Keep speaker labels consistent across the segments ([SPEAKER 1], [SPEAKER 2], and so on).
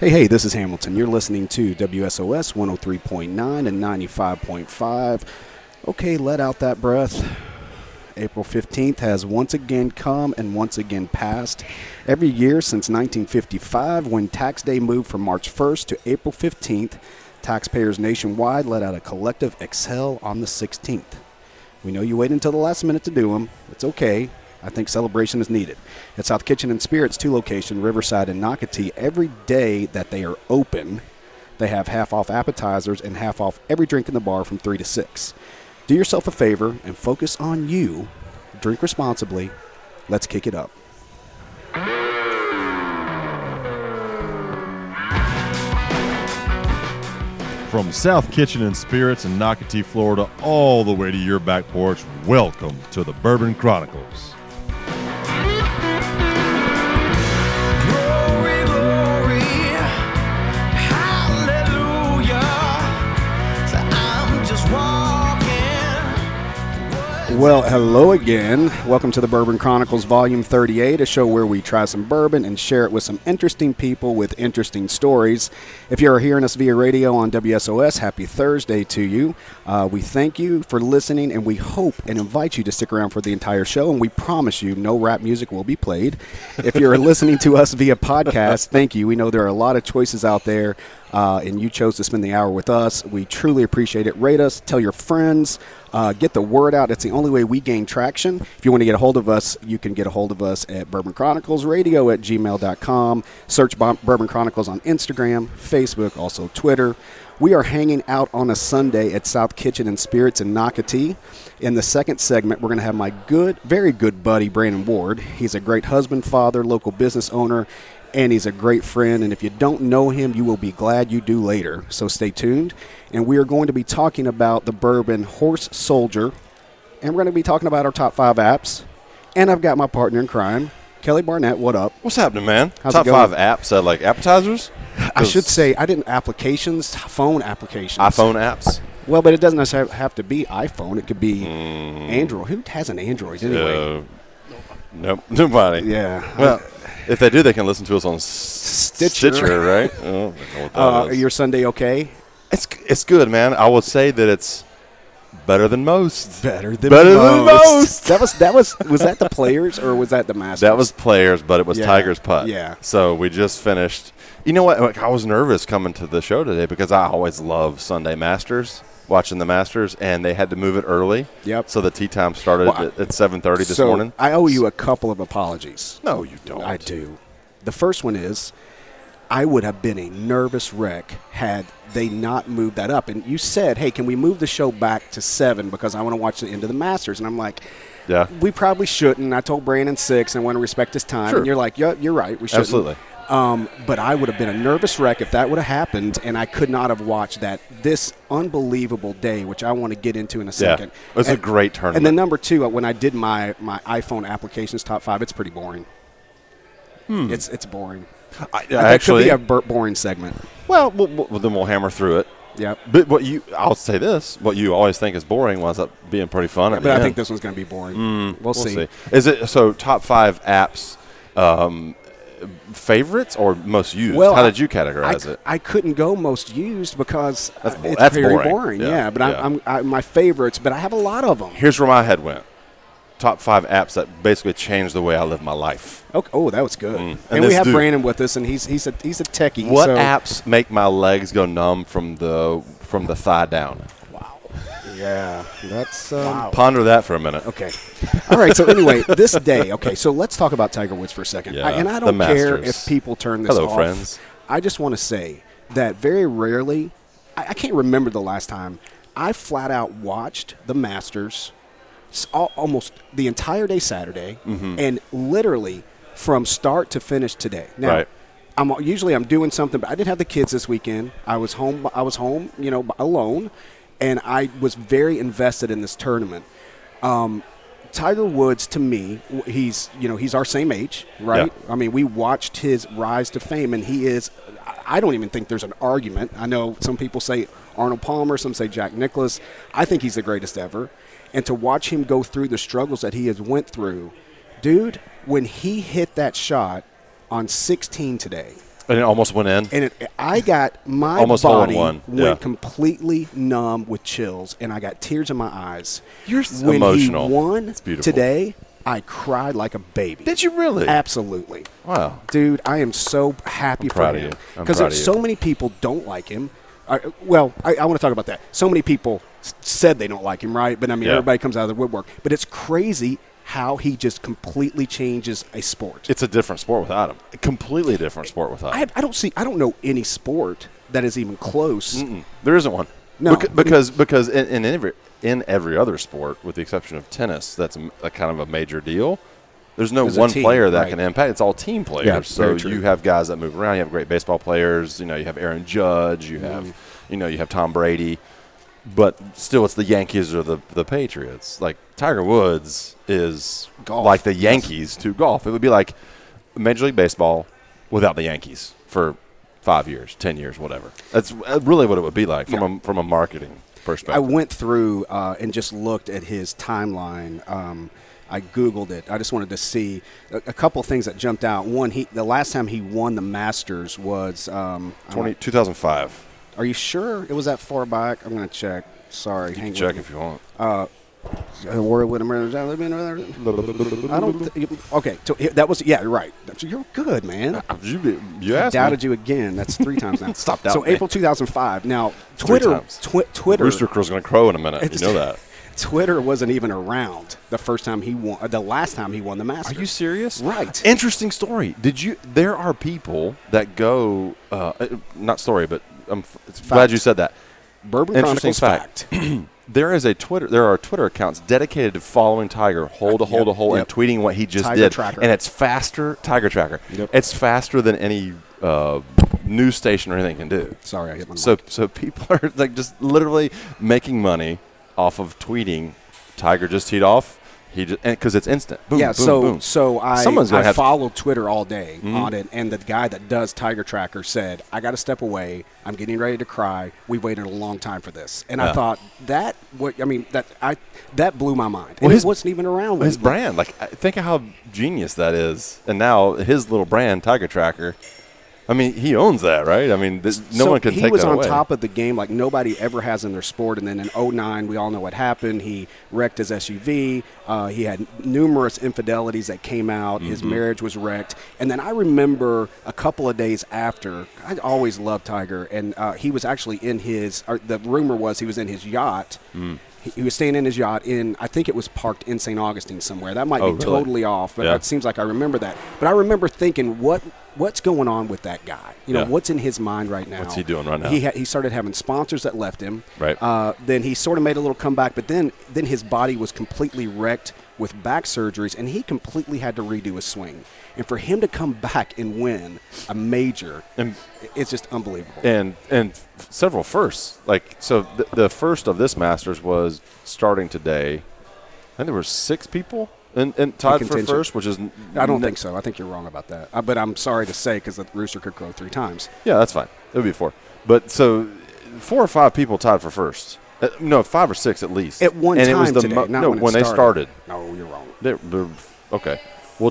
[SPEAKER 1] Hey, hey, this is Hamilton. You're listening to WSOS 103.9 and 95.5. Okay, let out that breath. April 15th has once again come and once again passed. Every year since 1955, when tax day moved from March 1st to April 15th, taxpayers nationwide let out a collective exhale on the 16th. We know you wait until the last minute to do them. It's okay. I think celebration is needed. At South Kitchen and Spirits, two locations, Riverside and Nocatee, every day that they are open, they have half off appetizers and half off every drink in the bar from 3 to 6. Do yourself a favor and focus on you. Drink responsibly. Let's kick it up.
[SPEAKER 2] From South Kitchen and Spirits in Nocatee, Florida, all the way to your back porch, welcome to the Bourbon Chronicles.
[SPEAKER 3] Glory, glory, hallelujah. So I'm just walking.
[SPEAKER 1] Well, hello again. Welcome to the Bourbon Chronicles Volume 38, a show where we try some bourbon and share it with some interesting people with interesting stories. If you're hearing us via radio on WSOS, happy Thursday to you. Uh, we thank you for listening and we hope and invite you to stick around for the entire show. And we promise you no rap music will be played. If you're listening to us via podcast, thank you. We know there are a lot of choices out there uh, and you chose to spend the hour with us. We truly appreciate it. Rate us, tell your friends, uh, get the word out. It's the only way we gain traction. If you want to get a hold of us, you can get a hold of us at Bourbon Chronicles Radio at gmail.com. Search Bo- Bourbon Chronicles on Instagram, Facebook, also Twitter. We are hanging out on a Sunday at South Kitchen and Spirits in Nocatee. In the second segment, we're going to have my good, very good buddy, Brandon Ward. He's a great husband, father, local business owner, and he's a great friend. And if you don't know him, you will be glad you do later. So stay tuned. And we are going to be talking about the bourbon Horse Soldier, and we're going to be talking about our top five apps. And I've got my partner in crime, Kelly Barnett. What up?
[SPEAKER 4] What's happening, man?
[SPEAKER 1] How's
[SPEAKER 4] Top
[SPEAKER 1] it going?
[SPEAKER 4] five apps that like appetizers?
[SPEAKER 1] I should say I didn't applications, phone applications,
[SPEAKER 4] iPhone apps.
[SPEAKER 1] Well, but it doesn't necessarily have to be iPhone. It could be
[SPEAKER 4] Hmm.
[SPEAKER 1] Android. Who has an Android anyway?
[SPEAKER 4] Uh, nope, nobody.
[SPEAKER 1] yeah.
[SPEAKER 4] Well, if they do, they can listen to us on Stitcher,
[SPEAKER 1] Stitcher.
[SPEAKER 4] Stitcher right? Oh, I don't know what that
[SPEAKER 1] Uh,
[SPEAKER 4] is.
[SPEAKER 1] your Sunday okay?
[SPEAKER 4] it's it's good, man. I would say that it's better than most.
[SPEAKER 1] Better than
[SPEAKER 4] Better
[SPEAKER 1] most.
[SPEAKER 4] than most.
[SPEAKER 1] That was that was was that the players or was that the Masters?
[SPEAKER 4] That was players, but it was
[SPEAKER 1] Yeah,
[SPEAKER 4] Tigers putt.
[SPEAKER 1] yeah.
[SPEAKER 4] So we just finished. You know what? Like, I was nervous coming to the show today because I always love Sunday Masters, watching the Masters, and they had to move it early.
[SPEAKER 1] Yep.
[SPEAKER 4] So the tea time started
[SPEAKER 1] Well, I-
[SPEAKER 4] at, at seven thirty this
[SPEAKER 1] so
[SPEAKER 4] morning.
[SPEAKER 1] I owe you a couple of apologies.
[SPEAKER 4] no, you don't.
[SPEAKER 1] I do. The first one is I would have been a nervous wreck had they not moved that up. And you said, hey, can we move the show back to seven because I want to watch the end of the Masters? And I'm like,
[SPEAKER 4] Yeah.
[SPEAKER 1] we probably shouldn't. I told Brandon six, and I want to respect his time.
[SPEAKER 4] Sure.
[SPEAKER 1] And you're like, yeah, you're right. We should
[SPEAKER 4] Absolutely.
[SPEAKER 1] Um, but I would have been a nervous wreck if that would have happened, and I could not have watched that this unbelievable day, which I want to get into in a
[SPEAKER 4] Yeah.
[SPEAKER 1] second.
[SPEAKER 4] It was a
[SPEAKER 1] And-
[SPEAKER 4] great
[SPEAKER 1] And
[SPEAKER 4] tournament.
[SPEAKER 1] then number two, uh, when I did my, my iPhone applications top five, it's pretty boring. It's it's boring.
[SPEAKER 4] I,
[SPEAKER 1] That
[SPEAKER 4] Hmm. actually,
[SPEAKER 1] could be a bur- boring segment.
[SPEAKER 4] well, we'll, we'll- then we'll hammer through it.
[SPEAKER 1] Yep.
[SPEAKER 4] But what you, I'll say this: what you always think is boring winds up being pretty fun. at
[SPEAKER 1] But I
[SPEAKER 4] the
[SPEAKER 1] think
[SPEAKER 4] end.
[SPEAKER 1] this one's going to be boring. we'll,
[SPEAKER 4] Hmm. We'll
[SPEAKER 1] see.
[SPEAKER 4] see. Is it so? Top five apps, um, favorites or most used?
[SPEAKER 1] Well,
[SPEAKER 4] How
[SPEAKER 1] I-
[SPEAKER 4] did you categorize
[SPEAKER 1] I,
[SPEAKER 4] it?
[SPEAKER 1] I couldn't go most used because
[SPEAKER 4] That's
[SPEAKER 1] uh,
[SPEAKER 4] bo-
[SPEAKER 1] it's
[SPEAKER 4] that's
[SPEAKER 1] very boring.
[SPEAKER 4] boring.
[SPEAKER 1] Yeah,
[SPEAKER 4] Yeah,
[SPEAKER 1] but I,
[SPEAKER 4] yeah.
[SPEAKER 1] I'm I, my favorites, but I have a lot of them.
[SPEAKER 4] Here's where my head went: top five apps that basically changed the way I live my life.
[SPEAKER 1] Okay. Oh, that was good. And, we
[SPEAKER 4] Mm. this
[SPEAKER 1] have
[SPEAKER 4] dude-
[SPEAKER 1] Brandon with us, and he's he's a he's a techie.
[SPEAKER 4] What
[SPEAKER 1] so-
[SPEAKER 4] apps make my legs go numb from the from the thigh down?
[SPEAKER 1] Yeah, that's um,
[SPEAKER 4] Ponder that for a minute.
[SPEAKER 1] Okay. All right. So anyway, this day. Okay. So let's talk about Tiger Woods for a second. I,
[SPEAKER 4] Yeah,
[SPEAKER 1] and I
[SPEAKER 4] the
[SPEAKER 1] don't care
[SPEAKER 4] Masters.
[SPEAKER 1] if people turn this
[SPEAKER 4] Hello,
[SPEAKER 1] off.
[SPEAKER 4] friends.
[SPEAKER 1] I just want to say that very rarely, I, I can't remember the last time I flat out watched the Masters s- al- almost the entire day Saturday,
[SPEAKER 4] Mm-hmm.
[SPEAKER 1] and literally from start to finish today. Now.
[SPEAKER 4] Right.
[SPEAKER 1] I'm usually I'm doing something, but I didn't have the kids this weekend. I was home. I was home, you know, alone, and I was very invested in this tournament. Um, Tiger Woods, to me, w- he's you know he's our same age, right? I mean, we watched his rise to fame, and he is. I- I don't even think there's an argument. I know some people say Arnold Palmer, some say Jack Nicklaus. I think he's the greatest ever, and to watch him go through the struggles that he has went through, dude, when he hit that shot on 16 today,
[SPEAKER 4] And it almost went in.
[SPEAKER 1] and it, I got my
[SPEAKER 4] Almost all in
[SPEAKER 1] body
[SPEAKER 4] one,
[SPEAKER 1] went
[SPEAKER 4] yeah.
[SPEAKER 1] completely numb with chills, and I got tears in my eyes.
[SPEAKER 4] You're s-
[SPEAKER 1] when
[SPEAKER 4] emotional.
[SPEAKER 1] He won
[SPEAKER 4] It's beautiful.
[SPEAKER 1] today. I cried like a baby.
[SPEAKER 4] Did you really?
[SPEAKER 1] Absolutely,
[SPEAKER 4] Wow.
[SPEAKER 1] dude. I am so happy for
[SPEAKER 4] proud of
[SPEAKER 1] him
[SPEAKER 4] you. I'm
[SPEAKER 1] because
[SPEAKER 4] proud of you.
[SPEAKER 1] so many people don't like him. I, well, I, I want to talk about that. So many people s- said they don't like him, right? But I mean,
[SPEAKER 4] Yeah.
[SPEAKER 1] everybody comes out of the woodwork. But it's crazy how he just completely changes a sport.
[SPEAKER 4] It's a different sport without him. A completely different sport without
[SPEAKER 1] I,
[SPEAKER 4] him.
[SPEAKER 1] have- I don't see. I don't know any sport that is even close.
[SPEAKER 4] Mm-mm. There isn't one.
[SPEAKER 1] No.
[SPEAKER 4] Bec- because because in, in every in every other sport, with the exception of tennis, that's a, m- a kind of a major deal. There's no
[SPEAKER 1] There's a
[SPEAKER 4] one
[SPEAKER 1] team,
[SPEAKER 4] player that
[SPEAKER 1] right.
[SPEAKER 4] can impact. It's all team players. so
[SPEAKER 1] very true.
[SPEAKER 4] you have guys that move around. You have great baseball players. You know, you have Aaron Judge. You have
[SPEAKER 1] Mm-hmm.
[SPEAKER 4] you know you have Tom Brady. But still, it's the Yankees or the the Patriots. Like Tiger Woods is
[SPEAKER 1] Golf.
[SPEAKER 4] like the Yankees to golf. It would be like Major League Baseball without the Yankees for five years, ten years, whatever. That's uh, really what it would be like from a from a marketing perspective.
[SPEAKER 1] I went through uh, and just looked at his timeline. Um, I googled it. I just wanted to see a, a couple things that jumped out. One, he the last time he won the Masters was um, I'm
[SPEAKER 4] Twenty
[SPEAKER 1] not-
[SPEAKER 4] two thousand five.
[SPEAKER 1] Are you sure it was that far back? I'm gonna check. Sorry, hang
[SPEAKER 4] Check
[SPEAKER 1] with
[SPEAKER 4] if you want.
[SPEAKER 1] me. Uh, War with America. I don't. Th- okay, so he- that was yeah. You're right. That's- You're good, man.
[SPEAKER 4] you, you
[SPEAKER 1] I
[SPEAKER 4] asked Uh, me.
[SPEAKER 1] doubted you again. That's three times now.
[SPEAKER 4] Stop
[SPEAKER 1] So
[SPEAKER 4] doubting me.
[SPEAKER 1] April 2005. Now Twitter,
[SPEAKER 4] times.
[SPEAKER 1] twi- Twitter,
[SPEAKER 4] Rooster Crow's going to crow in a minute. You know that.
[SPEAKER 1] Twitter wasn't even around the first time he won. uh, The last time he won the Masters.
[SPEAKER 4] serious?
[SPEAKER 1] Right.
[SPEAKER 4] Interesting story. Did you? There are people that go. Uh, uh, not story, but I'm f- it's glad you said that.
[SPEAKER 1] Bourbon
[SPEAKER 4] Interesting
[SPEAKER 1] Chronicles
[SPEAKER 4] fact. There is a Twitter. There are Twitter accounts dedicated to following Tiger hole to hole to
[SPEAKER 1] Yep,
[SPEAKER 4] hole
[SPEAKER 1] yep.
[SPEAKER 4] and tweeting what he just
[SPEAKER 1] Tiger
[SPEAKER 4] did.
[SPEAKER 1] Tracker.
[SPEAKER 4] And it's faster. Tiger Tracker.
[SPEAKER 1] Yep.
[SPEAKER 4] It's faster than any uh, news station or anything can do.
[SPEAKER 1] Sorry, I hit my
[SPEAKER 4] So so people are like just literally making money off of tweeting. Tiger just teed off. He just because it's instant. Boom.
[SPEAKER 1] yeah.
[SPEAKER 4] boom,
[SPEAKER 1] so
[SPEAKER 4] boom.
[SPEAKER 1] so I
[SPEAKER 4] Someone's gonna
[SPEAKER 1] I
[SPEAKER 4] have- Hmm?
[SPEAKER 1] followed Twitter all day on it, and the guy that does Tiger Tracker said, "I got to step away. I'm getting ready to cry. We waited a long time for this." And I
[SPEAKER 4] Yeah.
[SPEAKER 1] thought that what I mean that I that blew my mind.
[SPEAKER 4] Well,
[SPEAKER 1] and
[SPEAKER 4] his-
[SPEAKER 1] it wasn't even around.
[SPEAKER 4] Well, his
[SPEAKER 1] when-
[SPEAKER 4] brand. Like, I- think of how genius that is. And now his little brand, Tiger Tracker. I mean, he owns that, right? I mean, this, no
[SPEAKER 1] So
[SPEAKER 4] one can
[SPEAKER 1] he
[SPEAKER 4] take
[SPEAKER 1] was
[SPEAKER 4] that
[SPEAKER 1] on
[SPEAKER 4] away.
[SPEAKER 1] top of the game like nobody ever has in their sport. And then in 09, we all know what happened. He wrecked his SUV. Uh, he had numerous infidelities that came out. His
[SPEAKER 4] Mm-hmm.
[SPEAKER 1] marriage was wrecked. And then I remember a couple of days after, I always loved Tiger, and uh, he was actually in his, or the rumor was he was in his yacht.
[SPEAKER 4] Mm.
[SPEAKER 1] He, he was staying in his yacht in, I think it was parked in St. Augustine somewhere. That might
[SPEAKER 4] Oh,
[SPEAKER 1] be
[SPEAKER 4] really?
[SPEAKER 1] totally off, but
[SPEAKER 4] Yeah.
[SPEAKER 1] it seems like I remember that. But I remember thinking, what what's going on with that guy? You know,
[SPEAKER 4] Yeah.
[SPEAKER 1] what's in his mind right now?
[SPEAKER 4] What's he doing right now?
[SPEAKER 1] He, ha- he started having sponsors that left him.
[SPEAKER 4] Right.
[SPEAKER 1] Uh, then he sort of made a little comeback, but then then his body was completely wrecked with back surgeries, and he completely had to redo his swing. And for him to come back and win a major,
[SPEAKER 4] And-
[SPEAKER 1] it's just unbelievable.
[SPEAKER 4] and and f- several firsts. Like, so th- the first of this Masters was starting today. I think there were six people and, and tied for
[SPEAKER 1] contention.
[SPEAKER 4] first, which is n-
[SPEAKER 1] I don't
[SPEAKER 4] n-
[SPEAKER 1] think so. I think you're wrong about that. Uh, but I'm sorry to say because the rooster could crow three times.
[SPEAKER 4] Yeah, that's fine. It would be four. But so four or five people tied for first. Uh, no, five or six at least.
[SPEAKER 1] At one
[SPEAKER 4] and
[SPEAKER 1] time
[SPEAKER 4] it was the
[SPEAKER 1] today,
[SPEAKER 4] mo-
[SPEAKER 1] not
[SPEAKER 4] no,
[SPEAKER 1] when, it
[SPEAKER 4] they started.
[SPEAKER 1] No, you're wrong.
[SPEAKER 4] They, they're, okay, we'll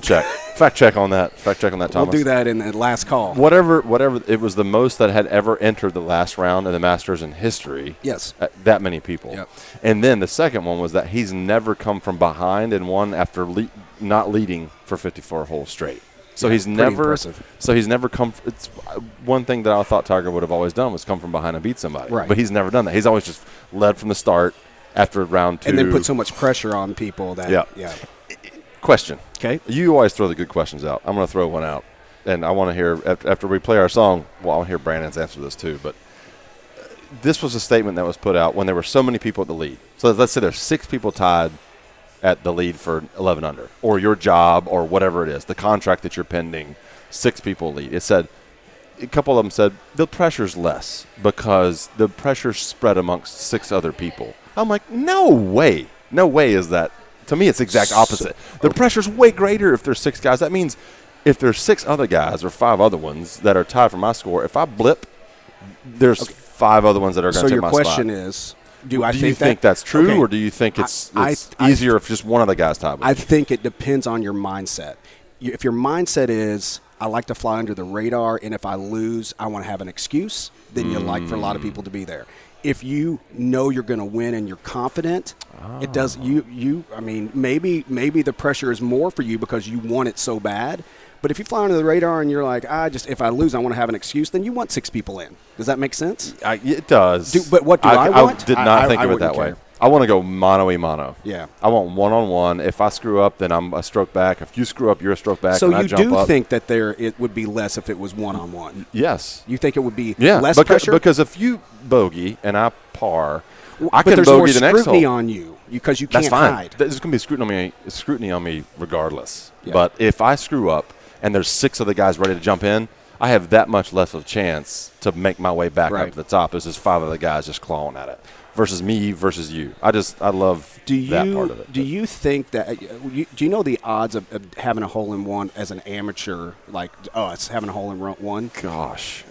[SPEAKER 4] check. Fact check on that. Fact check on that, Thomas.
[SPEAKER 1] We'll do that in the last call.
[SPEAKER 4] Whatever, whatever. It was the most that had ever entered the last round of the Masters in history.
[SPEAKER 1] Yes.
[SPEAKER 4] Uh, that many people.
[SPEAKER 1] Yep.
[SPEAKER 4] And then the second one was that he's never come from behind and won after le- not leading for 54 holes straight. So
[SPEAKER 1] Yeah,
[SPEAKER 4] he's
[SPEAKER 1] pretty
[SPEAKER 4] never.
[SPEAKER 1] impressive.
[SPEAKER 4] So he's never come. f- It's uh, one thing that I thought Tiger would have always done was come from behind and beat somebody.
[SPEAKER 1] Right.
[SPEAKER 4] But he's never done that. He's always just led from the start after round two.
[SPEAKER 1] And then put so much pressure on people that
[SPEAKER 4] Yeah.
[SPEAKER 1] yeah.
[SPEAKER 4] Question.
[SPEAKER 1] Okay.
[SPEAKER 4] You always throw the good questions out. I'm going to throw one out, and I want to hear af- after we play our song. Well, I'll hear Brandon's answer to this too. But uh, this was a statement that was put out when there were so many people at the lead. So let's say there's six people tied at the lead for 11 under, or your job, or whatever it is, the contract that you're pending. Six people lead. It said a couple of them said the pressure's less because the pressure's spread amongst six other people. I'm like, no way, no way is that. To me, it's the exact opposite. The pressure's way greater if there's six guys. That means if there's six other guys or five other ones that are tied for my score, if I blip, there's five other ones that are
[SPEAKER 1] So
[SPEAKER 4] going to
[SPEAKER 1] your
[SPEAKER 4] take my
[SPEAKER 1] question
[SPEAKER 4] spot.
[SPEAKER 1] is, do I
[SPEAKER 4] do
[SPEAKER 1] think
[SPEAKER 4] you
[SPEAKER 1] that,
[SPEAKER 4] think that's true,
[SPEAKER 1] Okay.
[SPEAKER 4] or do you think
[SPEAKER 1] I-
[SPEAKER 4] it's,
[SPEAKER 1] I-
[SPEAKER 4] it's
[SPEAKER 1] I-
[SPEAKER 4] easier if just one of the guys tied with
[SPEAKER 1] I
[SPEAKER 4] you?
[SPEAKER 1] think it depends on your mindset. You- If your mindset is I like to fly under the radar, and if I lose, I want to have an excuse. Then you like for a lot of people to be there. If you know you're going to win and you're confident, it does
[SPEAKER 4] Ah.
[SPEAKER 1] you you. I mean, maybe maybe the pressure is more for you because you want it so bad. But if you fly under the radar and you're like, I just if I lose, I want to have an excuse. Then you want six people in. Does that make sense?
[SPEAKER 4] I, it does.
[SPEAKER 1] Do- but what do I want?
[SPEAKER 4] did
[SPEAKER 1] I-
[SPEAKER 4] not
[SPEAKER 1] I-
[SPEAKER 4] think
[SPEAKER 1] I
[SPEAKER 4] of it that
[SPEAKER 1] wouldn't
[SPEAKER 4] way.
[SPEAKER 1] care.
[SPEAKER 4] I want to go mono e mono.
[SPEAKER 1] Yeah.
[SPEAKER 4] I want one on one. If I screw up, then I'm a stroke back. If you screw up, you're a stroke back.
[SPEAKER 1] So
[SPEAKER 4] and I
[SPEAKER 1] you
[SPEAKER 4] jump
[SPEAKER 1] do
[SPEAKER 4] up.
[SPEAKER 1] think that there it would be less if it was one on one.
[SPEAKER 4] Yes.
[SPEAKER 1] You think it would be
[SPEAKER 4] Yeah.
[SPEAKER 1] less
[SPEAKER 4] becau-
[SPEAKER 1] pressure?
[SPEAKER 4] Because if you bogey and I par,
[SPEAKER 1] but
[SPEAKER 4] I can
[SPEAKER 1] there's
[SPEAKER 4] bogey
[SPEAKER 1] more
[SPEAKER 4] the next
[SPEAKER 1] scrutiny
[SPEAKER 4] hole.
[SPEAKER 1] on you because you
[SPEAKER 4] That's
[SPEAKER 1] can't
[SPEAKER 4] fine.
[SPEAKER 1] hide.
[SPEAKER 4] There's going to be scrutiny on me, scrutiny on me regardless.
[SPEAKER 1] Yeah.
[SPEAKER 4] But if I screw up and there's six other guys ready to jump in, I have that much less of a chance to make my way back
[SPEAKER 1] Right.
[SPEAKER 4] up to the top. There's just five other guys just clawing at it versus me versus you. I just I love
[SPEAKER 1] do you
[SPEAKER 4] that part of it.
[SPEAKER 1] do you think that uh, you, do you know the odds of, of having a hole in one as an amateur like us having a hole in ro- one
[SPEAKER 4] Gosh,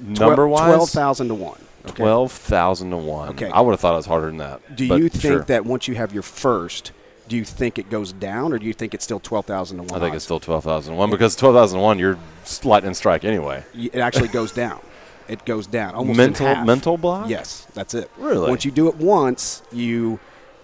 [SPEAKER 4] number wise,
[SPEAKER 1] twelve thousand to one. Okay.
[SPEAKER 4] twelve thousand to one.
[SPEAKER 1] Okay.
[SPEAKER 4] I would have thought it was harder than that.
[SPEAKER 1] Do
[SPEAKER 4] but
[SPEAKER 1] you think
[SPEAKER 4] sure.
[SPEAKER 1] that once you have your first, do you think it goes down, or do you think it's still twelve thousand to one?
[SPEAKER 4] I think it's
[SPEAKER 1] odds?
[SPEAKER 4] still twelve thousand to one because twelve thousand to one, you're s- lightning strike anyway.
[SPEAKER 1] Y- It actually goes down. It goes down almost in
[SPEAKER 4] Mental-
[SPEAKER 1] half.
[SPEAKER 4] mental block?
[SPEAKER 1] Yes, that's it.
[SPEAKER 4] Really?
[SPEAKER 1] Once you do it once, you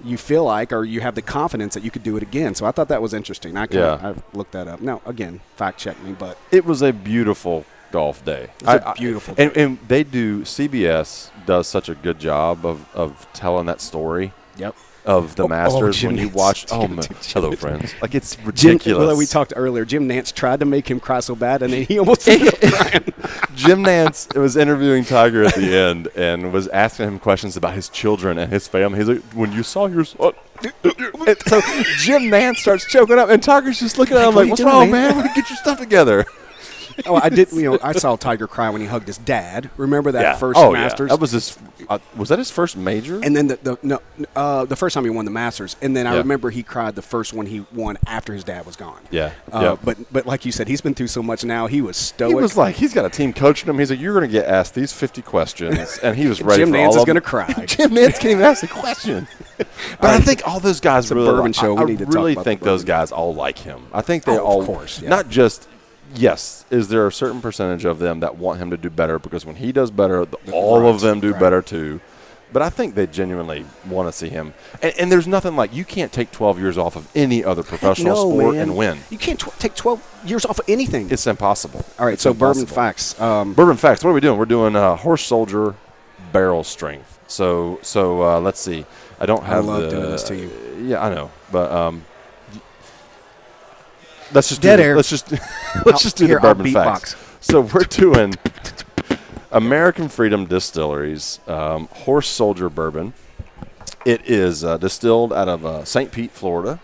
[SPEAKER 1] you feel like or you have the confidence that you could do it again. So I thought that was interesting. I kinda,
[SPEAKER 4] Yeah.
[SPEAKER 1] I looked that up. Now again, fact check me, but
[SPEAKER 4] it was a beautiful golf day.
[SPEAKER 1] It's a beautiful
[SPEAKER 4] and, and they do CBS does such a good job of, of telling that story
[SPEAKER 1] yep.
[SPEAKER 4] of the
[SPEAKER 1] Oh, oh,
[SPEAKER 4] Masters
[SPEAKER 1] Jim
[SPEAKER 4] when you
[SPEAKER 1] Nance.
[SPEAKER 4] watch. Oh,
[SPEAKER 1] Jim
[SPEAKER 4] my,
[SPEAKER 1] Nance.
[SPEAKER 4] hello, friends! Like it's
[SPEAKER 1] Jim,
[SPEAKER 4] ridiculous.
[SPEAKER 1] well, we talked earlier. Jim Nance tried to make him cry so bad, and then he almost ended up crying.
[SPEAKER 4] Jim Nance was interviewing Tiger at the end and was asking him questions about his children and his family. He's like, "When you saw your son." And so Jim Nance starts choking up, and Tiger's just looking at him
[SPEAKER 1] What
[SPEAKER 4] like,
[SPEAKER 1] you
[SPEAKER 4] "What's
[SPEAKER 1] doing,
[SPEAKER 4] wrong,
[SPEAKER 1] man?"
[SPEAKER 4] man? Get your stuff together."
[SPEAKER 1] Oh, I did. You know, I saw Tiger cry when he hugged his dad. Remember that first
[SPEAKER 4] oh, yeah.
[SPEAKER 1] Masters?
[SPEAKER 4] That was his. Uh, was that his first major?
[SPEAKER 1] And then the, the no uh, the first time he won the Masters, and then I
[SPEAKER 4] Yeah.
[SPEAKER 1] remember he cried the first one he won after his dad was gone.
[SPEAKER 4] Yeah,
[SPEAKER 1] Uh,
[SPEAKER 4] yeah.
[SPEAKER 1] But but like you said, he's been through so much now. He was stoic.
[SPEAKER 4] He was like, he's got a team coaching him. He's like, you're going to get asked these 50 questions, and he was ready.
[SPEAKER 1] Jim
[SPEAKER 4] for
[SPEAKER 1] Nance
[SPEAKER 4] all
[SPEAKER 1] is
[SPEAKER 4] of them.
[SPEAKER 1] gonna cry.
[SPEAKER 4] Jim Nance can't even ask a question. But I think all those guys really.
[SPEAKER 1] bourbon
[SPEAKER 4] like-
[SPEAKER 1] show.
[SPEAKER 4] I,
[SPEAKER 1] We need to
[SPEAKER 4] I
[SPEAKER 1] talk
[SPEAKER 4] really
[SPEAKER 1] about the
[SPEAKER 4] think those
[SPEAKER 1] bourbon.
[SPEAKER 4] guys all like him. I think they
[SPEAKER 1] Oh, of
[SPEAKER 4] all,
[SPEAKER 1] course, yeah.
[SPEAKER 4] not just. Yes, is there a certain percentage of them that want him to do better? Because when he does better, the, all
[SPEAKER 1] right,
[SPEAKER 4] of them do
[SPEAKER 1] right.
[SPEAKER 4] better too. But I think they genuinely want to see him. And, and there's nothing like you can't take 12 years off of any other professional
[SPEAKER 1] no,
[SPEAKER 4] sport
[SPEAKER 1] man.
[SPEAKER 4] and win.
[SPEAKER 1] You can't tw- take twelve years off of anything.
[SPEAKER 4] It's impossible.
[SPEAKER 1] all right.
[SPEAKER 4] It's
[SPEAKER 1] So bourbon
[SPEAKER 4] impossible.
[SPEAKER 1] facts. Um,
[SPEAKER 4] Bourbon facts. What are we doing? We're doing uh, horse soldier barrel strength. So so uh, let's see. I don't
[SPEAKER 1] I
[SPEAKER 4] have.
[SPEAKER 1] love
[SPEAKER 4] the,
[SPEAKER 1] doing this to you.
[SPEAKER 4] Yeah, I know, but um, let's just
[SPEAKER 1] Dead
[SPEAKER 4] do the-
[SPEAKER 1] air.
[SPEAKER 4] Let's just let's just do
[SPEAKER 1] Here,
[SPEAKER 4] the
[SPEAKER 1] I'll
[SPEAKER 4] bourbon facts.
[SPEAKER 1] beatbox.
[SPEAKER 4] So we're doing American Freedom Distilleries um, Horse Soldier Bourbon. It is uh, distilled out of uh, St. Pete, Florida.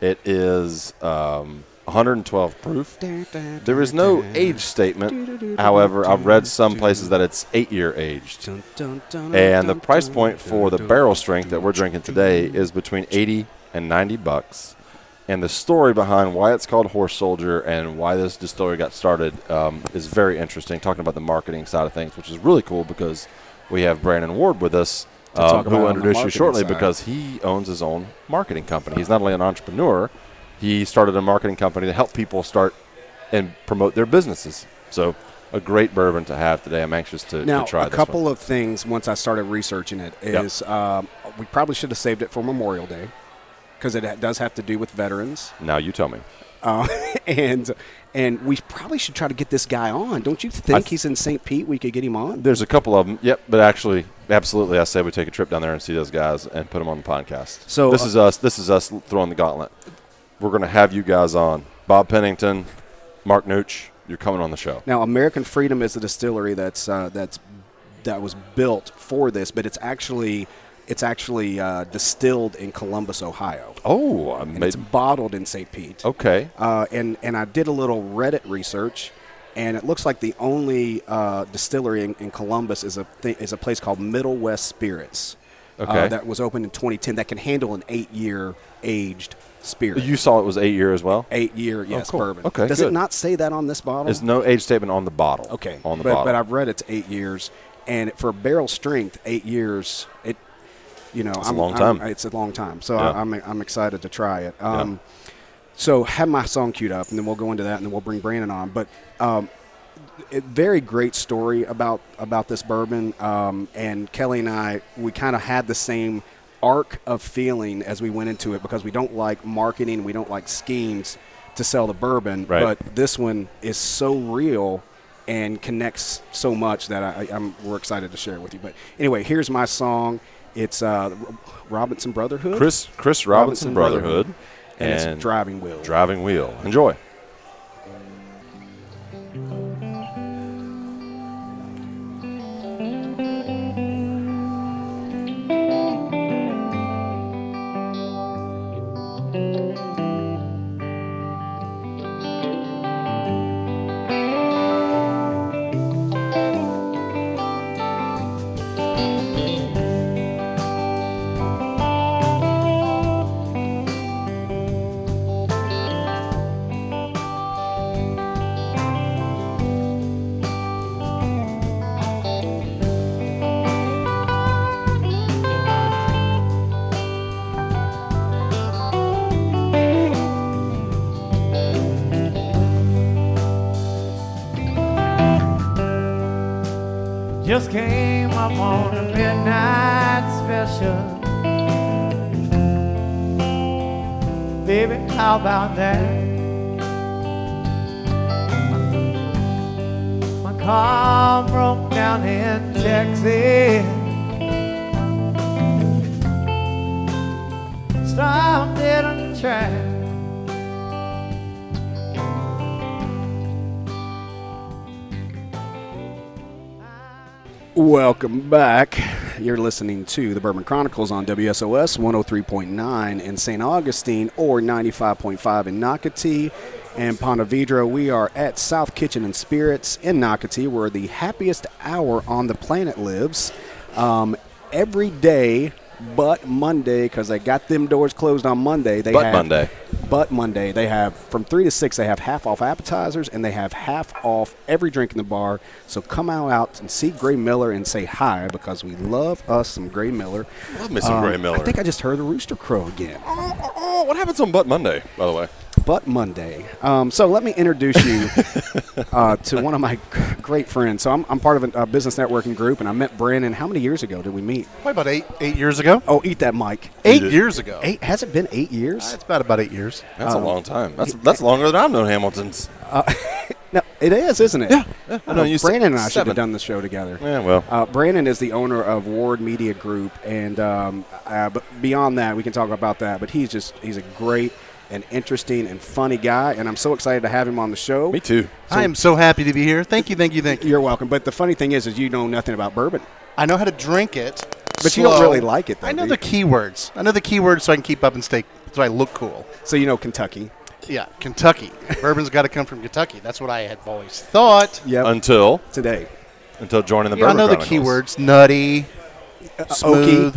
[SPEAKER 4] It is um, 112 proof. There is no age statement. However, I've read some places that it's eight year aged. And the price point for the barrel strength that we're drinking today is between 80 and 90 bucks. And the story behind why it's called Horse Soldier and why this distillery got started um, is very interesting. Talking about the marketing side of things, which is really cool because we have Brandon Ward with us, uh,
[SPEAKER 1] talk
[SPEAKER 4] who
[SPEAKER 1] about
[SPEAKER 4] will
[SPEAKER 1] on the
[SPEAKER 4] introduce you
[SPEAKER 1] marketing
[SPEAKER 4] shortly
[SPEAKER 1] side.
[SPEAKER 4] because he owns his own marketing company. He's not only an entrepreneur, he started a marketing company to help people start and promote their businesses. So, a great bourbon to have today. I'm anxious to,
[SPEAKER 1] now
[SPEAKER 4] to try
[SPEAKER 1] a
[SPEAKER 4] this
[SPEAKER 1] couple
[SPEAKER 4] one.
[SPEAKER 1] of things. Once I started researching it,
[SPEAKER 4] Yep.
[SPEAKER 1] is um, we probably should have saved it for Memorial Day because it ha- does have to do with veterans.
[SPEAKER 4] Now you tell me.
[SPEAKER 1] Uh, and and we probably should try to get this guy on. Don't you think
[SPEAKER 4] I-
[SPEAKER 1] he's in St. Pete? We could get him on.
[SPEAKER 4] There's a couple of them. Yep, but actually, absolutely, I say we take a trip down there and see those guys and put them on the podcast.
[SPEAKER 1] So,
[SPEAKER 4] this
[SPEAKER 1] uh,
[SPEAKER 4] is us. This is us throwing the gauntlet. We're going to have you guys on. Bob Pennington, Mark Nooch, you're coming on the show.
[SPEAKER 1] Now, American Freedom is a distillery that's uh, that's that was built for this, but it's actually it's actually uh, distilled in Columbus, Ohio,
[SPEAKER 4] Oh, I
[SPEAKER 1] and it's
[SPEAKER 4] made.
[SPEAKER 1] bottled in St. Pete.
[SPEAKER 4] Okay.
[SPEAKER 1] Uh, and and I did a little Reddit research, and it looks like the only uh, distillery in, in Columbus is a th- is a place called Middle West Spirits. uh,
[SPEAKER 4] Okay.
[SPEAKER 1] that was opened in 2010. That can handle an eight-year aged spirit.
[SPEAKER 4] You saw it was eight year as well.
[SPEAKER 1] eight-year, yes,
[SPEAKER 4] cool.
[SPEAKER 1] bourbon.
[SPEAKER 4] Okay,
[SPEAKER 1] Does it
[SPEAKER 4] good.
[SPEAKER 1] not say that on this bottle?
[SPEAKER 4] There's no age statement on the bottle.
[SPEAKER 1] Okay.
[SPEAKER 4] On the
[SPEAKER 1] but,
[SPEAKER 4] bottle.
[SPEAKER 1] But I've read it's eight years, and for barrel strength, eight years, it, you know,
[SPEAKER 4] a
[SPEAKER 1] I'm,
[SPEAKER 4] long
[SPEAKER 1] I'm-
[SPEAKER 4] time.
[SPEAKER 1] it's a long time. So
[SPEAKER 4] Yeah.
[SPEAKER 1] I, I'm, I'm excited to try it. Um, So have my song queued up, and then we'll go into that, and then we'll bring Brandon on. But um, it, very great story about about this bourbon. Um, and Kelly and I, we kind of had the same arc of feeling as we went into it because we don't like marketing, we don't like schemes to sell the bourbon,
[SPEAKER 4] Right.
[SPEAKER 1] but this one is so real and connects so much that I, I'm we're excited to share it with you. But anyway, here's my song. It's uh, Robinson Brotherhood.
[SPEAKER 4] Chris Chris
[SPEAKER 1] Robinson
[SPEAKER 4] Robinson, Brotherhood,
[SPEAKER 1] Brotherhood. and, it's driving wheel.
[SPEAKER 4] driving wheel. Enjoy.
[SPEAKER 5] Just came up on a midnight special. Baby, how about that? My car broke down in Texas. Stopped it on the track.
[SPEAKER 1] Welcome back. You're listening to the Bourbon Chronicles on WSOS 103.9 in St. Augustine or 95.5 in Nocatee and Ponte Vedra. We are at South Kitchen and Spirits in Nocatee, where the happiest hour on the planet lives. Um, every day but Monday, because they got them doors closed on Monday. They
[SPEAKER 4] But
[SPEAKER 1] have-
[SPEAKER 4] Monday.
[SPEAKER 1] but Monday, they have from 3 to 6, they have half off appetizers and they have half off every drink in the bar. So come on out and see Gray Miller and say hi because we love us some Gray Miller.
[SPEAKER 4] Love me some
[SPEAKER 1] Um,
[SPEAKER 4] Gray Miller.
[SPEAKER 1] I think I just heard the rooster crow again.
[SPEAKER 4] Oh, oh, oh, what happens on Butt Monday? By the way,
[SPEAKER 1] But Monday. Um, so let me introduce you uh, to one of my great friends. So I'm, I'm part of a, a business networking group and I met Brandon. How many years ago did we meet?
[SPEAKER 6] Probably about eight eight years ago.
[SPEAKER 1] Oh, eat that mic.
[SPEAKER 6] Eight years ago.
[SPEAKER 1] Eight, has it been eight
[SPEAKER 6] Uh,
[SPEAKER 1] years?
[SPEAKER 6] It's about about eight years.
[SPEAKER 4] that's a long time. That's that's longer than I've known Hamilton's.
[SPEAKER 1] No, it is, isn't it? Yeah.
[SPEAKER 4] I know, you said
[SPEAKER 1] Brandon and I should
[SPEAKER 4] seven.
[SPEAKER 1] have done the show together.
[SPEAKER 4] Yeah, well,
[SPEAKER 1] Uh, Brandon is the owner of Ward Media Group, and um, uh, but beyond that, we can talk about that. But he's just he's a great and interesting and funny guy, and I'm so excited to have him on the show.
[SPEAKER 4] me too.
[SPEAKER 6] I am so happy to be here. Thank you, thank you, thank you.
[SPEAKER 1] You're welcome. But the funny thing is, is you know nothing about bourbon.
[SPEAKER 6] I know how to drink it,
[SPEAKER 1] But you don't
[SPEAKER 6] slow.
[SPEAKER 1] really like it, though,
[SPEAKER 6] I know
[SPEAKER 1] do
[SPEAKER 6] the keywords. I know the keywords, so I can keep up and stay, so I look cool.
[SPEAKER 1] So you know Kentucky.
[SPEAKER 6] Yeah, Kentucky. Bourbon's got to come from Kentucky. That's what I had always thought.
[SPEAKER 1] Yep.
[SPEAKER 4] Until
[SPEAKER 1] today.
[SPEAKER 4] until joining the
[SPEAKER 6] Yeah, I
[SPEAKER 4] Bourbon
[SPEAKER 6] know the
[SPEAKER 4] Chronicles.
[SPEAKER 6] keywords: nutty,
[SPEAKER 1] Uh, Oaky.
[SPEAKER 6] smooth,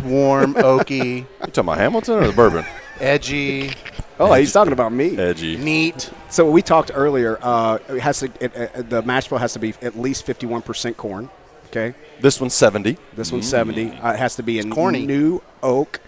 [SPEAKER 6] warm, oaky,
[SPEAKER 4] You talking about Hamilton or the bourbon?
[SPEAKER 6] edgy,
[SPEAKER 1] Oh, he's talking about me.
[SPEAKER 4] Edgy.
[SPEAKER 6] neat.
[SPEAKER 1] So we talked earlier. Uh, it has to it, uh, the mash bill has to be at least 51% corn. Okay.
[SPEAKER 4] This one's seventy.
[SPEAKER 1] This one's 70.
[SPEAKER 4] Mm.
[SPEAKER 1] Uh, it has to be in
[SPEAKER 6] corny.
[SPEAKER 1] new oak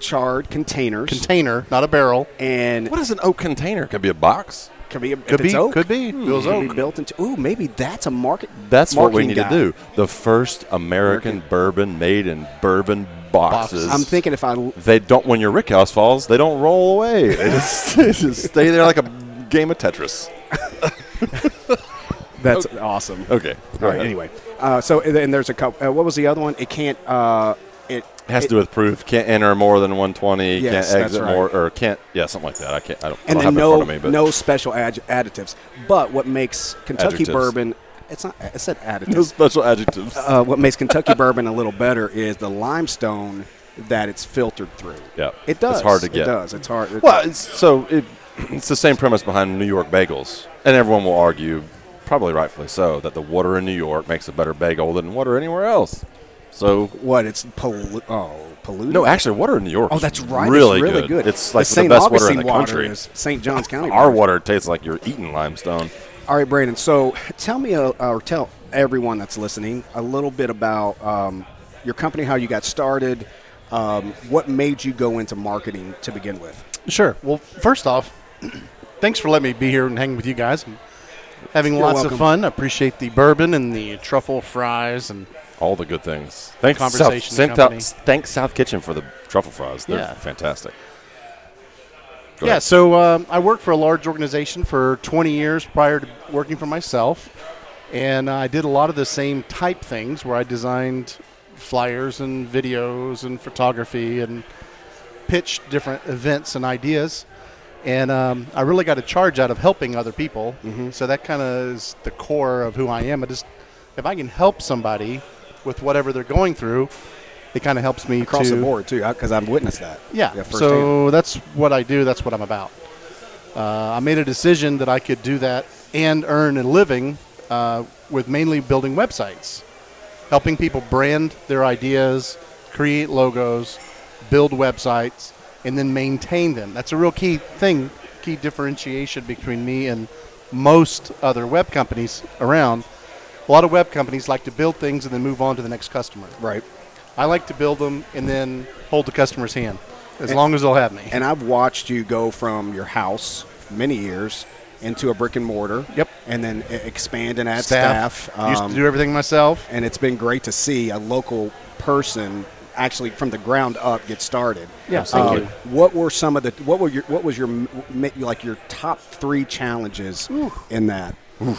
[SPEAKER 1] charred containers.
[SPEAKER 6] Container, not a barrel.
[SPEAKER 1] and
[SPEAKER 4] What is an oak container? Could be a box.
[SPEAKER 1] Could be.
[SPEAKER 6] Could be, could be. Feels
[SPEAKER 1] Could
[SPEAKER 6] oak.
[SPEAKER 1] be built into. Ooh, maybe that's a market.
[SPEAKER 4] That's what we
[SPEAKER 1] Hmm. marketing
[SPEAKER 4] need
[SPEAKER 1] guy.
[SPEAKER 4] to do. The first American bourbon made in bourbon boxes.
[SPEAKER 1] I'm thinking if I.
[SPEAKER 4] they don't. When your rickhouse falls, they don't roll away. They just, they just stay there like a game of Tetris.
[SPEAKER 1] That's awesome.
[SPEAKER 4] Okay.
[SPEAKER 1] All right. Anyway, uh, so and then there's a couple. Uh, what was the other one? It can't. Uh, it
[SPEAKER 4] It has to do with proof. Can't enter more than 120.
[SPEAKER 1] Yes,
[SPEAKER 4] can't
[SPEAKER 1] that's
[SPEAKER 4] exit
[SPEAKER 1] right.
[SPEAKER 4] more, or can't. Yeah, something like that. I can't. I don't, I
[SPEAKER 1] and then
[SPEAKER 4] don't have it
[SPEAKER 1] no
[SPEAKER 4] in front of me. But
[SPEAKER 1] no special adj- additives. But what makes Kentucky
[SPEAKER 4] Adjectives.
[SPEAKER 1] bourbon? It's not. I said additives.
[SPEAKER 4] no special adjectives.
[SPEAKER 1] Uh, what makes Kentucky bourbon a little better is the limestone that it's filtered through.
[SPEAKER 4] Yeah.
[SPEAKER 1] it does.
[SPEAKER 4] It's hard to
[SPEAKER 1] It
[SPEAKER 4] get.
[SPEAKER 1] does. It's hard.
[SPEAKER 4] well, it's, so it, it's the same premise behind New York bagels, and everyone will argue, probably rightfully so, that the water in New York makes a better bagel than water anywhere else. So
[SPEAKER 1] what? It's pollu- oh polluted.
[SPEAKER 4] no, actually, water in New York.
[SPEAKER 1] Oh,
[SPEAKER 4] is
[SPEAKER 1] that's right.
[SPEAKER 4] Really,
[SPEAKER 1] it's really good.
[SPEAKER 4] It's like the,
[SPEAKER 1] St.
[SPEAKER 4] best water in
[SPEAKER 1] Augustine
[SPEAKER 4] the country.
[SPEAKER 1] is St. John's County.
[SPEAKER 4] Our water tastes like you're eating limestone.
[SPEAKER 1] All right, Brandon. So tell me, uh, or tell everyone that's listening, a little bit about um, your company, how you got started, um, what made you go into marketing to begin with.
[SPEAKER 6] Sure. Well, first off, thanks for letting me be here and hang with you guys. I'm having
[SPEAKER 1] You're
[SPEAKER 6] lots
[SPEAKER 1] welcome.
[SPEAKER 6] of fun. I appreciate the bourbon and the truffle fries and
[SPEAKER 4] All the good things. Thanks, South,
[SPEAKER 6] Conversation
[SPEAKER 4] thank
[SPEAKER 6] company.
[SPEAKER 4] South, thanks South Kitchen for the truffle fries. They're
[SPEAKER 6] Yeah.
[SPEAKER 4] fantastic. Go
[SPEAKER 6] yeah.
[SPEAKER 4] ahead.
[SPEAKER 6] So um, I worked for a large organization for 20 years prior to working for myself, and I did a lot of the same type things where I designed flyers and videos and photography and pitched different events and ideas. And um, I really got a charge out of helping other people.
[SPEAKER 1] Mm-hmm.
[SPEAKER 6] So that kind of is the core of who I am. I just, if I can help somebody with whatever they're going through, it kind of helps me
[SPEAKER 1] across
[SPEAKER 6] to
[SPEAKER 1] the board too, because I've witnessed that.
[SPEAKER 6] yeah.
[SPEAKER 1] firsthand.
[SPEAKER 6] so that's what I do. That's what I'm about. Uh, I made a decision that I could do that and earn a living uh, with mainly building websites, helping people brand their ideas, create logos, build websites, and then maintain them. That's a real key thing, key differentiation between me and most other web companies around. A lot of web companies like to build things and then move on to the next customer.
[SPEAKER 1] right.
[SPEAKER 6] I like to build them and then hold the customer's hand as long as they'll have me.
[SPEAKER 1] And I've watched you go from your house many years into a brick and mortar.
[SPEAKER 6] Yep.
[SPEAKER 1] And then e- expand and add
[SPEAKER 6] staff,
[SPEAKER 1] staff.
[SPEAKER 6] used
[SPEAKER 1] um,
[SPEAKER 6] to do everything myself.
[SPEAKER 1] and it's been great to see a local person actually from the ground up get started.
[SPEAKER 6] Yeah, thank
[SPEAKER 1] Uh,
[SPEAKER 6] you.
[SPEAKER 1] What were some of the what were your what was your m- m- like your top three challenges in that?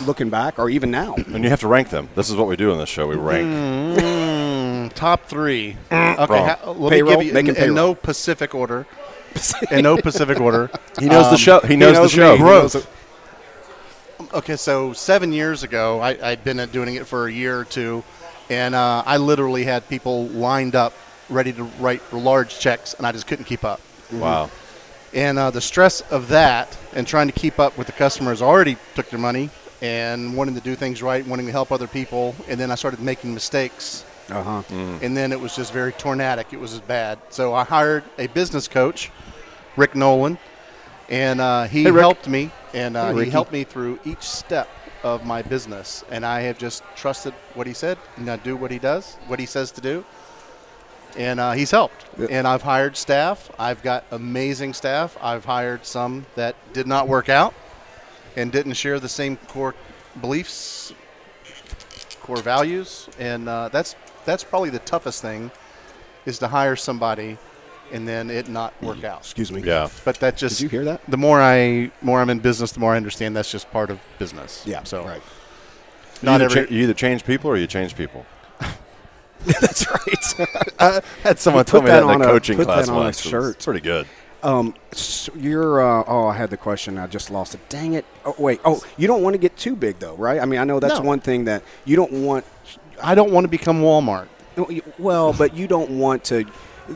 [SPEAKER 1] Looking back, or even now,
[SPEAKER 4] and you have to rank them. This is what we do on this show. We rank.
[SPEAKER 6] Mm, Top three. okay,
[SPEAKER 4] Mm. Wrong.
[SPEAKER 6] ha-
[SPEAKER 1] Payroll,
[SPEAKER 6] let me give you
[SPEAKER 1] making
[SPEAKER 6] in, in
[SPEAKER 1] payroll.
[SPEAKER 6] no Pacific order. in no Pacific order. Um,
[SPEAKER 4] He knows the show. He knows,
[SPEAKER 1] knows
[SPEAKER 4] the show.
[SPEAKER 1] me. He knows
[SPEAKER 6] Growth. Okay, so seven years ago, I, I'd been at doing it for a year or two, and uh, I literally had people lined up ready to write large checks, and I just couldn't keep up.
[SPEAKER 4] Wow.
[SPEAKER 6] And uh, the stress of that and trying to keep up with the customers already took their money and wanting to do things right, wanting to help other people. And then I started making mistakes.
[SPEAKER 1] uh huh.
[SPEAKER 6] And then it was just very tornadic. It was as bad. So I hired a business coach, Rick Nolan, and uh, he
[SPEAKER 4] Rick.
[SPEAKER 6] helped me. And uh, he
[SPEAKER 1] Ricky.
[SPEAKER 6] helped me through each step of my business. And I have just trusted what he said and I do what he does, what he says to do. And uh, he's helped.
[SPEAKER 1] Yeah.
[SPEAKER 6] And I've hired staff. I've got amazing staff. I've hired some that did not work out and didn't share the same core beliefs, core values, and uh, that's that's probably the toughest thing is to hire somebody and then it not work out.
[SPEAKER 1] Excuse me.
[SPEAKER 4] Yeah.
[SPEAKER 6] But that just
[SPEAKER 1] Mm-hmm. Did you hear that?
[SPEAKER 6] the more I more I'm in business, the more I understand that's just part of business.
[SPEAKER 1] Yeah.
[SPEAKER 6] So
[SPEAKER 1] right.
[SPEAKER 6] not
[SPEAKER 4] you either,
[SPEAKER 6] every
[SPEAKER 4] cha- you either change people or you change people.
[SPEAKER 1] That's right.
[SPEAKER 4] Had someone
[SPEAKER 1] Put
[SPEAKER 4] told me
[SPEAKER 1] that
[SPEAKER 4] that in
[SPEAKER 1] on
[SPEAKER 4] a
[SPEAKER 1] a-
[SPEAKER 4] coaching
[SPEAKER 1] put that
[SPEAKER 4] class
[SPEAKER 1] on a
[SPEAKER 4] once. It's
[SPEAKER 1] shirt.
[SPEAKER 4] pretty good.
[SPEAKER 1] Um, so you're. Uh, oh, I had the question. I just lost it. Dang it. Oh, wait. Oh, you don't want to get too big, though, right? I mean, I know that's
[SPEAKER 6] No.
[SPEAKER 1] one thing that you don't want. oh,
[SPEAKER 6] I don't want to become Walmart.
[SPEAKER 1] Well, but you don't want to.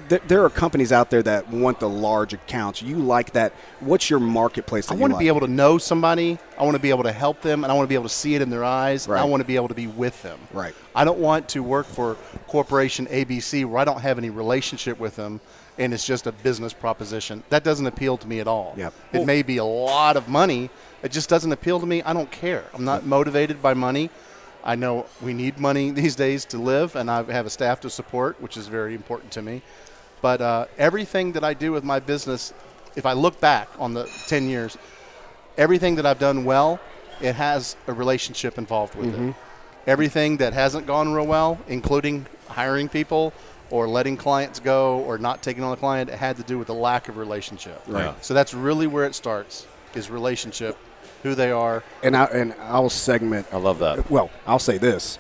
[SPEAKER 1] There, there are companies out there that want the large accounts. You like that. What's your marketplace? That
[SPEAKER 6] I
[SPEAKER 1] you
[SPEAKER 6] want to be
[SPEAKER 1] like?
[SPEAKER 6] able to know somebody. I want to be able to help them, and I want to be able to see it in their eyes. and I
[SPEAKER 1] Right.
[SPEAKER 6] want to be able to be with them.
[SPEAKER 1] Right.
[SPEAKER 6] I don't want to work for corporation ABC where I don't have any relationship with them, and it's just a business proposition. That doesn't appeal to me at all.
[SPEAKER 1] Yep.
[SPEAKER 6] It may be a lot of money. It just doesn't appeal to me. I don't care. I'm not motivated by money. I know we need money these days to live, and I have a staff to support, which is very important to me. But uh, everything that I do with my business, if I look back on the 10 years, everything that I've done well, it has a relationship involved with
[SPEAKER 4] Mm-hmm.
[SPEAKER 6] it. Everything that hasn't gone real well, including hiring people or letting clients go or not taking on a client, it had to do with the lack of relationship.
[SPEAKER 1] Right. Yeah.
[SPEAKER 6] So that's really where it starts is relationship, who they are.
[SPEAKER 1] And I and I'll segment.
[SPEAKER 4] I love that.
[SPEAKER 1] Well, I'll say this.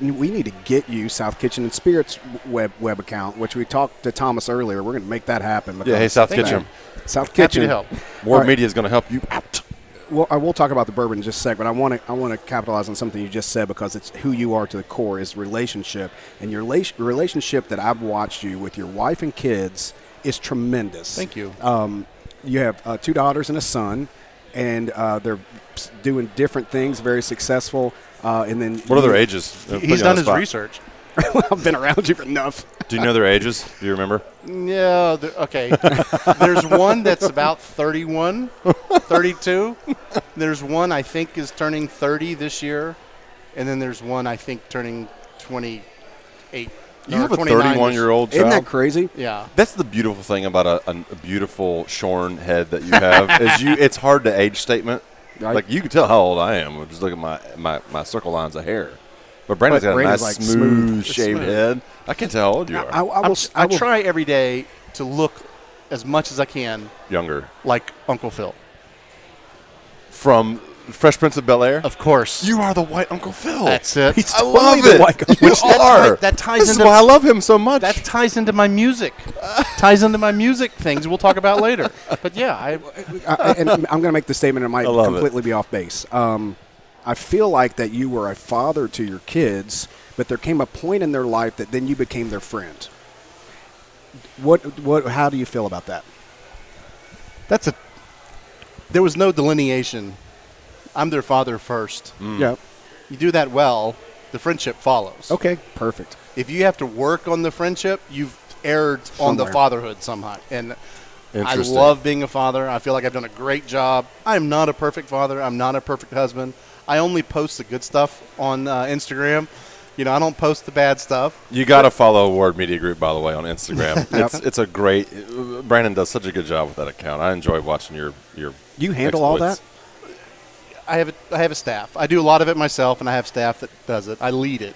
[SPEAKER 1] We need to get you South Kitchen and Spirits web web account, which we talked to Thomas earlier. We're going to make that happen.
[SPEAKER 4] Yeah, hey,
[SPEAKER 1] because-
[SPEAKER 4] South
[SPEAKER 6] Thank
[SPEAKER 4] Kitchen.
[SPEAKER 1] South
[SPEAKER 6] to
[SPEAKER 1] Kitchen
[SPEAKER 6] help.
[SPEAKER 4] Ward
[SPEAKER 1] All right.
[SPEAKER 4] Media is going to help you out.
[SPEAKER 1] Well, I will talk about the bourbon in just a sec, but I want to I want to capitalize on something you just said because it's who you are to the core is relationship, and your rela- relationship that I've watched you with your wife and kids is tremendous.
[SPEAKER 6] Thank you.
[SPEAKER 4] Uh,
[SPEAKER 1] Um, you have uh, two daughters and a son, and uh, they're s- doing different things, very successful. Uh, and then
[SPEAKER 4] What are their
[SPEAKER 1] you-
[SPEAKER 4] ages? Uh, put you
[SPEAKER 6] He's
[SPEAKER 4] on
[SPEAKER 6] done
[SPEAKER 4] the
[SPEAKER 6] his
[SPEAKER 4] spot.
[SPEAKER 6] research.
[SPEAKER 1] I've been around you enough.
[SPEAKER 4] Do you know their ages? Do you remember?
[SPEAKER 6] Yeah, the- okay. There's one that's about 31, 32. There's one I think is turning 30 this year. And then there's one I think turning 28
[SPEAKER 4] You
[SPEAKER 6] or
[SPEAKER 4] have a
[SPEAKER 6] 29 is-
[SPEAKER 4] 31 year old
[SPEAKER 1] Isn't
[SPEAKER 4] child.
[SPEAKER 1] that crazy?
[SPEAKER 6] Yeah.
[SPEAKER 4] That's the beautiful thing about a, a, a beautiful shorn head that you have is you. It's hard to age statement.
[SPEAKER 1] Right.
[SPEAKER 4] Like you can tell how old I am. Just look at my my, my circle lines of hair. But Brandon's
[SPEAKER 1] But
[SPEAKER 4] got
[SPEAKER 1] Brandon's,
[SPEAKER 4] a nice
[SPEAKER 1] like,
[SPEAKER 4] smooth,
[SPEAKER 1] smooth.
[SPEAKER 4] shaved
[SPEAKER 6] smooth.
[SPEAKER 4] head. I can tell how old you are.
[SPEAKER 1] I, I
[SPEAKER 6] I'm
[SPEAKER 1] will,
[SPEAKER 6] s-
[SPEAKER 1] I
[SPEAKER 6] I
[SPEAKER 1] will-
[SPEAKER 6] try every day to look as much as I can
[SPEAKER 4] Younger
[SPEAKER 6] like Uncle Phil.
[SPEAKER 4] from Fresh Prince of Bel Air.
[SPEAKER 6] Of course.
[SPEAKER 4] You are the white Uncle Phil.
[SPEAKER 6] That's it.
[SPEAKER 1] He's
[SPEAKER 4] I
[SPEAKER 1] totally
[SPEAKER 4] love
[SPEAKER 1] the
[SPEAKER 4] it.
[SPEAKER 1] white guy.
[SPEAKER 4] You
[SPEAKER 6] Which that
[SPEAKER 4] are.
[SPEAKER 6] ti- that ties
[SPEAKER 4] this is
[SPEAKER 6] into-
[SPEAKER 4] why I love him so much.
[SPEAKER 6] that ties into my music. ties into my music things we'll talk about later. But yeah, I
[SPEAKER 1] I, I- and I'm going to make the statement. It might
[SPEAKER 4] I love it.
[SPEAKER 1] completely be off base. Um, I feel like that you were a father to your kids, but there came a point in their life that then you became their friend. What? What? How do you feel about that?
[SPEAKER 6] that's a there was no delineation. I'm their father first.
[SPEAKER 4] Mm. Hmm.
[SPEAKER 1] Yeah.
[SPEAKER 6] You do that well, the friendship follows.
[SPEAKER 1] Okay. Perfect.
[SPEAKER 6] If you have to work on the friendship, you've erred on the
[SPEAKER 1] Somewhere.
[SPEAKER 6] fatherhood somehow. And I
[SPEAKER 4] Interesting.
[SPEAKER 6] love being a father. I feel like I've done a great job. I'm not a perfect father. I'm not a perfect husband. I only post the good stuff on uh, Instagram. You know, I don't post the bad stuff.
[SPEAKER 4] You got to follow Award Media Group, by the way, on Instagram. it's it's a great. Brandon does such a good job with that account. I enjoy watching your your.
[SPEAKER 1] You handle all
[SPEAKER 4] exploits.
[SPEAKER 1] that?
[SPEAKER 6] I have a, I have a staff. I do a lot of it myself, and I have staff that does it. I lead it.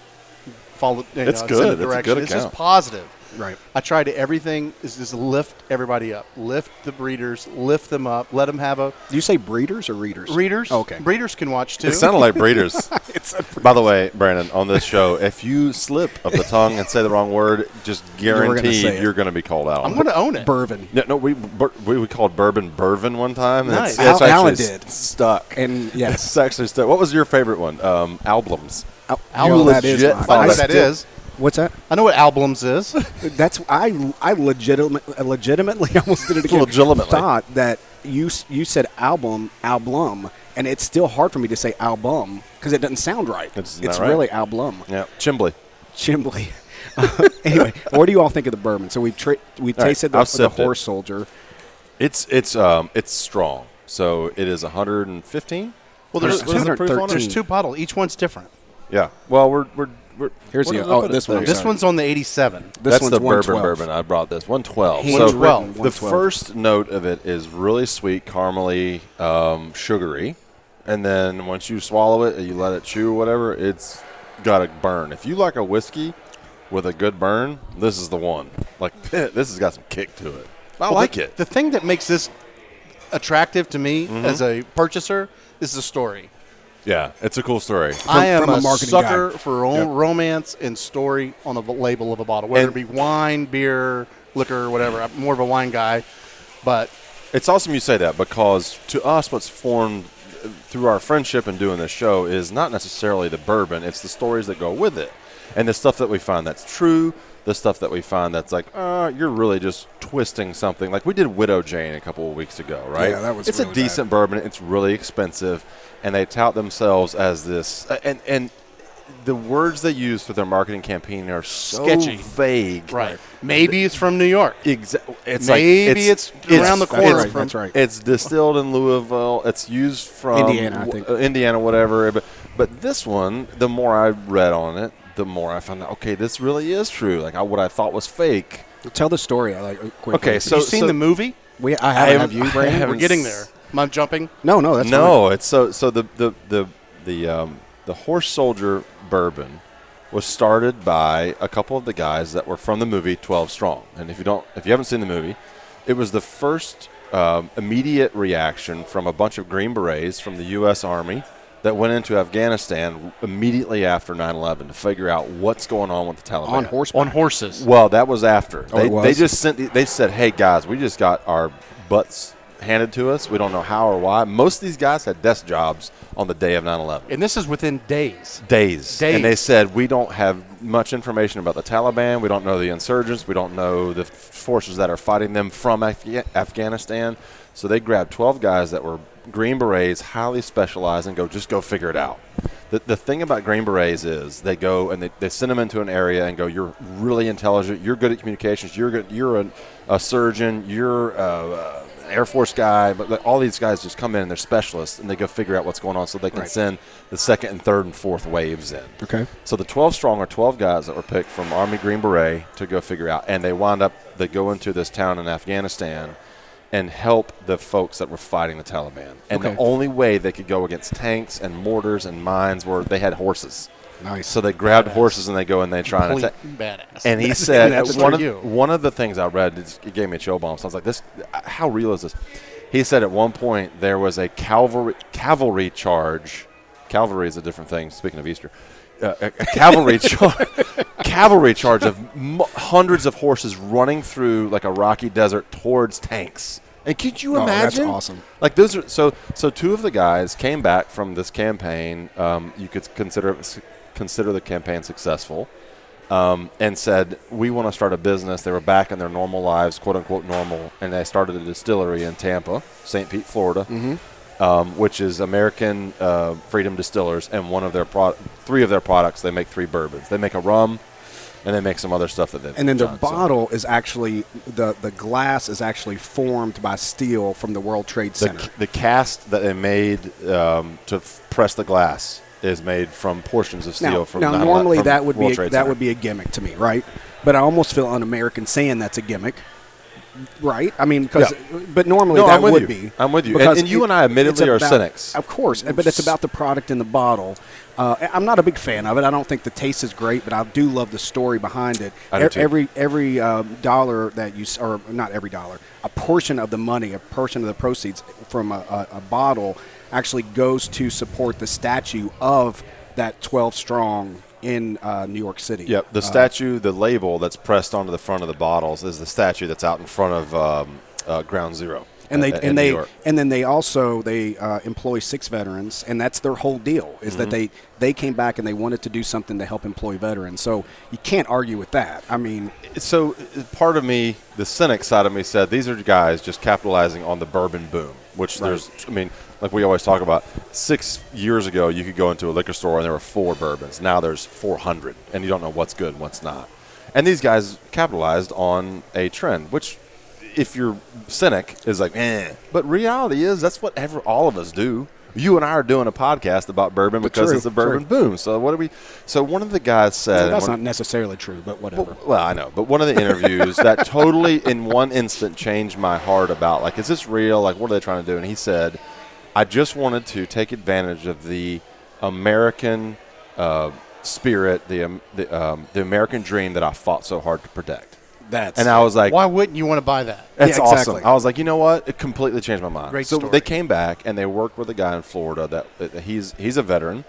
[SPEAKER 6] Follow. You
[SPEAKER 4] It's
[SPEAKER 6] know,
[SPEAKER 4] good.
[SPEAKER 6] Send
[SPEAKER 4] It's a
[SPEAKER 6] the
[SPEAKER 4] good
[SPEAKER 6] direction. it's just
[SPEAKER 4] account.
[SPEAKER 6] positive.
[SPEAKER 1] Right.
[SPEAKER 6] I try to everything is just lift everybody up, lift the breeders, lift them up, let them have a
[SPEAKER 1] Do you say breeders or readers? Oh,
[SPEAKER 6] breeders.
[SPEAKER 1] Okay.
[SPEAKER 6] breeders can watch too.
[SPEAKER 4] It sounded like breeders.
[SPEAKER 1] It's a-
[SPEAKER 4] By the way, Brandon, on this show, if you slip of the tongue and say the wrong word, just
[SPEAKER 1] were gonna
[SPEAKER 4] guaranteed
[SPEAKER 1] say it.
[SPEAKER 4] you're going to be called out.
[SPEAKER 6] I'm going to own it.
[SPEAKER 1] bourbon.
[SPEAKER 4] no, no, we bur- we, we called bourbon bourbon one time. and
[SPEAKER 6] Nice.
[SPEAKER 4] It's, it's
[SPEAKER 1] Al- Alan
[SPEAKER 4] actually
[SPEAKER 1] did.
[SPEAKER 4] s- stuck.
[SPEAKER 1] And yes,
[SPEAKER 4] It's actually stuck. What was your favorite one? Um, albums.
[SPEAKER 1] Al-
[SPEAKER 4] You
[SPEAKER 1] Al- that
[SPEAKER 4] legit
[SPEAKER 1] is mine.
[SPEAKER 4] thought
[SPEAKER 6] I
[SPEAKER 1] I
[SPEAKER 6] know
[SPEAKER 4] that-
[SPEAKER 6] that
[SPEAKER 1] still-
[SPEAKER 6] is.
[SPEAKER 1] What's that?
[SPEAKER 6] I know what albums is.
[SPEAKER 1] That's I. I legitimate, legitimately almost did it again.
[SPEAKER 4] Legitimately.
[SPEAKER 1] thought that you s- you said album album, and it's still hard for me to say album because it doesn't sound right.
[SPEAKER 4] It's
[SPEAKER 1] It's,
[SPEAKER 4] not right.
[SPEAKER 1] really album.
[SPEAKER 4] Yeah, Chimbley.
[SPEAKER 1] Chimbley. Uh, anyway, what do you all think of the bourbon? So we tra- we
[SPEAKER 4] All right,
[SPEAKER 1] tasted
[SPEAKER 4] I've
[SPEAKER 1] the, the
[SPEAKER 4] sipped it.
[SPEAKER 1] horse soldier.
[SPEAKER 4] It's it's um it's strong. So it is 115.
[SPEAKER 6] Well, there's
[SPEAKER 1] There's
[SPEAKER 6] two.
[SPEAKER 1] 113.
[SPEAKER 6] There's two bottles. Each one's different.
[SPEAKER 4] Yeah. Well, we're we're, we're
[SPEAKER 1] Here's
[SPEAKER 4] what
[SPEAKER 1] the-
[SPEAKER 4] did I
[SPEAKER 1] oh,
[SPEAKER 4] put it
[SPEAKER 1] this
[SPEAKER 4] there?
[SPEAKER 1] one.
[SPEAKER 6] This
[SPEAKER 1] Sorry.
[SPEAKER 6] one's on the 87.
[SPEAKER 1] This
[SPEAKER 4] That's
[SPEAKER 1] one's
[SPEAKER 4] the bourbon
[SPEAKER 1] 112.
[SPEAKER 4] bourbon I brought this 112.
[SPEAKER 1] Hand
[SPEAKER 4] So
[SPEAKER 1] written,
[SPEAKER 6] Well, the
[SPEAKER 4] the
[SPEAKER 1] 112.
[SPEAKER 4] first note of it is really sweet, caramely, um, sugary, and then once you swallow it, you let it chew or whatever. It's got a burn. If you like a whiskey with a good burn, this is the one. Like this has got some kick to it. I
[SPEAKER 6] Well,
[SPEAKER 4] like
[SPEAKER 6] the,
[SPEAKER 4] it. Mm-hmm.
[SPEAKER 6] The thing that makes this attractive to me as a purchaser is the story.
[SPEAKER 4] yeah, it's a cool story.
[SPEAKER 6] I am
[SPEAKER 1] from a
[SPEAKER 6] a,
[SPEAKER 1] marketing
[SPEAKER 6] sucker
[SPEAKER 1] guy.
[SPEAKER 6] for ro- romance and story on the label of a bottle, whether
[SPEAKER 4] And-
[SPEAKER 6] it be wine, beer, liquor, whatever. I'm more of a wine guy, but
[SPEAKER 4] It's awesome you say that because to us, what's formed uh, through our friendship and doing this show is not necessarily the bourbon, it's the stories that go with it. And the stuff that we find that's true, the stuff that we find that's like, uh, you're really just twisting something. Like we did Widow Jane a couple of weeks ago, right?
[SPEAKER 1] Yeah, that was
[SPEAKER 4] It's
[SPEAKER 1] really
[SPEAKER 4] a
[SPEAKER 1] bad.
[SPEAKER 4] decent bourbon, it's really expensive, and they tout themselves as this. uh, And, and the words they use for their marketing campaign are so
[SPEAKER 6] Sketchy.
[SPEAKER 4] vague.
[SPEAKER 6] right. Maybe it's from New York.
[SPEAKER 4] Exactly. It's
[SPEAKER 6] Maybe
[SPEAKER 4] like, it's,
[SPEAKER 6] it's around the
[SPEAKER 1] That's
[SPEAKER 6] corner
[SPEAKER 1] right.
[SPEAKER 6] from-
[SPEAKER 1] That's right.
[SPEAKER 4] it's distilled in Louisville. It's used from
[SPEAKER 1] Indiana, I
[SPEAKER 4] w-
[SPEAKER 1] think.
[SPEAKER 4] uh, Indiana, whatever. But, but this one, the more I read on it, the more I found out. Okay, this really is true. Like I, what I thought was fake.
[SPEAKER 1] Tell the story. I like quickly.
[SPEAKER 4] Okay,
[SPEAKER 6] So,
[SPEAKER 4] so
[SPEAKER 6] you seen
[SPEAKER 4] so-
[SPEAKER 6] the movie?
[SPEAKER 1] we I haven't, have you,
[SPEAKER 4] I
[SPEAKER 1] Brandon?
[SPEAKER 4] haven't
[SPEAKER 6] We're getting
[SPEAKER 4] s-
[SPEAKER 6] there. Am I jumping?
[SPEAKER 1] No, no, that's
[SPEAKER 4] no, it's so so the the the the um, the horse soldier bourbon was started by a couple of the guys that were from the movie Twelve Strong. And if you don't, if you haven't seen the movie, it was the first um, immediate reaction from a bunch of Green Berets from the U.S. Army that went into Afghanistan immediately after 9/11 to figure out what's going on with the Taliban
[SPEAKER 1] fine. on horseback.
[SPEAKER 6] On horses.
[SPEAKER 4] well, that was after.
[SPEAKER 1] Oh,
[SPEAKER 4] they,
[SPEAKER 1] it was?
[SPEAKER 4] they just sent. The, they said, "Hey guys, we just got our butts handed to us. We don't know how or why. Most of these guys had desk jobs on the day of 9/11.
[SPEAKER 6] And this is within days.
[SPEAKER 4] Days.
[SPEAKER 6] Days.
[SPEAKER 4] and they said we don't have much information about the Taliban. We don't know the insurgents. We don't know the f- forces that are fighting them from Afga- Afghanistan. So they grabbed 12 guys that were Green Berets, highly specialized, and go just go figure it out. The, the thing about Green Berets is they go and they, they send them into an area and go, you're really intelligent. You're good at communications. You're good. You're a, a surgeon. You're uh, uh, Air Force guy, but like, all these guys just come in and they're specialists and they go figure out what's going on so they can
[SPEAKER 1] Right.
[SPEAKER 4] send the second and third and fourth waves in.
[SPEAKER 1] Okay.
[SPEAKER 4] So the 12 strong are 12 guys that were picked from Army Green Beret to go figure out, and they wind up they go into this town in Afghanistan and help the folks that were fighting the Taliban. And
[SPEAKER 1] Okay.
[SPEAKER 4] the only way they could go against tanks and mortars and mines were they had horses.
[SPEAKER 1] Nice.
[SPEAKER 4] So they grabbed horses and they go and they try and
[SPEAKER 6] Complete
[SPEAKER 4] attack.
[SPEAKER 6] badass.
[SPEAKER 4] And he said
[SPEAKER 6] that's
[SPEAKER 4] one
[SPEAKER 6] for
[SPEAKER 4] of
[SPEAKER 6] you.
[SPEAKER 4] one of the things I read it just- it gave me a chill bomb. So I was like, "This, how real is this?" He said at one point there was a cavalry cavalry charge. Cavalry is a different thing. Speaking of Easter, uh, a, a cavalry charge, cavalry charge of m- hundreds of horses running through like a rocky desert towards tanks. And could you
[SPEAKER 1] Oh, that's
[SPEAKER 4] imagine?
[SPEAKER 1] awesome.
[SPEAKER 4] Like those are so so. Two of the guys came back from this campaign. Um, you could consider consider the campaign successful, um, and said we want to start a business. They were back in their normal lives, quote unquote normal, and they started a distillery in Tampa, St. Pete, Florida,
[SPEAKER 1] Mm-hmm.
[SPEAKER 4] um, which is American uh, Freedom Distillers, and one of their pro- three of their products. They make three bourbons. They make a rum, and they make some other stuff that they
[SPEAKER 1] and then the bottle is actually the the glass is actually formed by steel from the World Trade Center.
[SPEAKER 4] The, the cast that they made um, to f- press the glass is made from portions of steel
[SPEAKER 1] now,
[SPEAKER 4] from
[SPEAKER 1] now
[SPEAKER 4] 9/11
[SPEAKER 1] normally
[SPEAKER 4] from
[SPEAKER 1] that would be
[SPEAKER 4] World
[SPEAKER 1] a,
[SPEAKER 4] Trade
[SPEAKER 1] that
[SPEAKER 4] Center.
[SPEAKER 1] would be a gimmick to me, right? But I almost feel un-American saying that's a gimmick, right? I mean, because
[SPEAKER 4] Yeah.
[SPEAKER 1] but normally
[SPEAKER 4] No,
[SPEAKER 1] that
[SPEAKER 4] I'm with
[SPEAKER 1] would
[SPEAKER 4] you.
[SPEAKER 1] be.
[SPEAKER 4] I'm with you. And-
[SPEAKER 1] Because
[SPEAKER 4] and you and I
[SPEAKER 1] it's
[SPEAKER 4] admittedly are
[SPEAKER 1] about-
[SPEAKER 4] cynics.
[SPEAKER 1] of course. But it's about the product in the bottle. Uh, I- I'm not a big fan of it. I don't think the taste is great, but I do love the story behind it.
[SPEAKER 4] I do
[SPEAKER 1] E-
[SPEAKER 4] too.
[SPEAKER 1] Every every um, dollar that you s- or not every dollar, a portion of the money, a portion of the proceeds from a, a, a bottle actually goes to support the statue of that 12 strong in uh, New York City.
[SPEAKER 4] Yep, the
[SPEAKER 1] Uh,
[SPEAKER 4] statue, the label that's pressed onto the front of the bottles is the statue that's out in front of um, uh, Ground Zero.
[SPEAKER 1] and they
[SPEAKER 4] a- Uh, in
[SPEAKER 1] and
[SPEAKER 4] New
[SPEAKER 1] they
[SPEAKER 4] York.
[SPEAKER 1] and then they also they uh, employ six veterans, and that's their whole deal is
[SPEAKER 4] Mm-hmm.
[SPEAKER 1] that they they came back and they wanted to do something to help employ veterans. So you can't argue with that. I mean,
[SPEAKER 4] so uh, part of me, the cynic side of me said these are guys just capitalizing on the bourbon boom, which there's, I mean, like we always talk about, six years ago you could go into a liquor store and there were four bourbons. Now there's 400, and you don't know what's good and what's not. And these guys capitalized on a trend, which if you're cynic is like, eh. But reality is that's what ever all of us do. You and I are doing a podcast about bourbon because
[SPEAKER 1] true,
[SPEAKER 4] it's a bourbon boom. So what do we? So one of the guys said,
[SPEAKER 1] that's
[SPEAKER 4] Uh, one-
[SPEAKER 1] not necessarily true, but whatever.
[SPEAKER 4] well, well, I know, but one of the interviews that totally, in one instant, changed my heart about like, is this real? Like, what are they trying to do? And he said, I just wanted to take advantage of the American uh, spirit, the um, the, um, the American dream that I fought so hard to protect.
[SPEAKER 1] that's
[SPEAKER 4] And I was like,
[SPEAKER 6] Why wouldn't you want to buy that?
[SPEAKER 4] that's
[SPEAKER 1] Yeah,
[SPEAKER 4] awesome.
[SPEAKER 1] exactly.
[SPEAKER 4] I was like, you know what? It completely changed my mind.
[SPEAKER 6] Great
[SPEAKER 4] so
[SPEAKER 6] story.
[SPEAKER 4] they came back and they worked with a guy in Florida that that he's he's a veteran,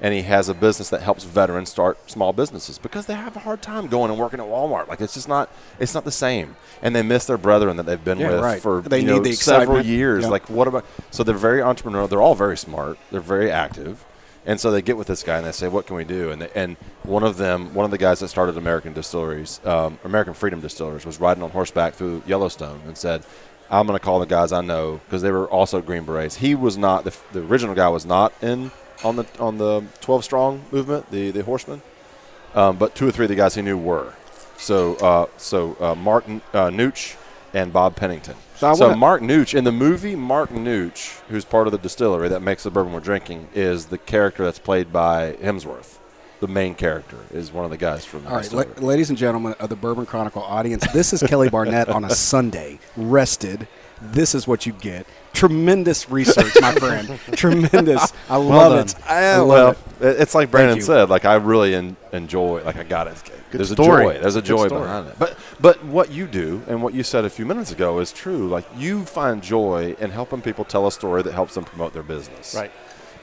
[SPEAKER 4] and he has a business that helps veterans start small businesses because they have a hard time going and working at Walmart. Like it's just not it's not the same, and they miss their brethren that they've been
[SPEAKER 1] Yeah,
[SPEAKER 4] with
[SPEAKER 1] right.
[SPEAKER 4] for
[SPEAKER 1] They
[SPEAKER 4] you
[SPEAKER 1] need
[SPEAKER 4] know,
[SPEAKER 1] the
[SPEAKER 4] several
[SPEAKER 1] excitement.
[SPEAKER 4] years.
[SPEAKER 1] Yeah.
[SPEAKER 4] Like what about? So they're very entrepreneurial. They're all very smart. They're very active. And so they get with this guy and they say, "What can we do?" And they, and one of them, one of the guys that started American Distilleries, um, American Freedom Distillers, was riding on horseback through Yellowstone and said, "I'm going to call the guys I know because they were also Green Berets. He was not the, f- the original guy was not in on the on the 12 strong movement, the the horsemen, um, but two or three of the guys he knew were. So uh, so uh, Mark N- uh, Nooch and Bob Pennington.
[SPEAKER 1] So I
[SPEAKER 4] So,
[SPEAKER 1] wanna-
[SPEAKER 4] Mark Nooch in the movie Mark Nooch, who's part of the distillery that makes the bourbon we're drinking, is the character that's played by Hemsworth. The main character is one of the guys from. The
[SPEAKER 1] All right, la-
[SPEAKER 4] distillery.
[SPEAKER 1] ladies and gentlemen of the Bourbon Chronicle audience, this is Kelly Barnett on a Sunday, rested. This is what you get. Tremendous research, my friend. Tremendous. I love it. I love
[SPEAKER 4] well,
[SPEAKER 1] it.
[SPEAKER 4] it- it's like Brandon
[SPEAKER 1] you.
[SPEAKER 4] said. Like I really en- enjoy. Like I got it. There's
[SPEAKER 6] story.
[SPEAKER 4] a joy. There's a
[SPEAKER 6] Good
[SPEAKER 4] joy
[SPEAKER 6] story.
[SPEAKER 4] behind it. But but what you do and what you said a few minutes ago is true. Like you find joy in helping people tell a story that helps them promote their business.
[SPEAKER 6] Right.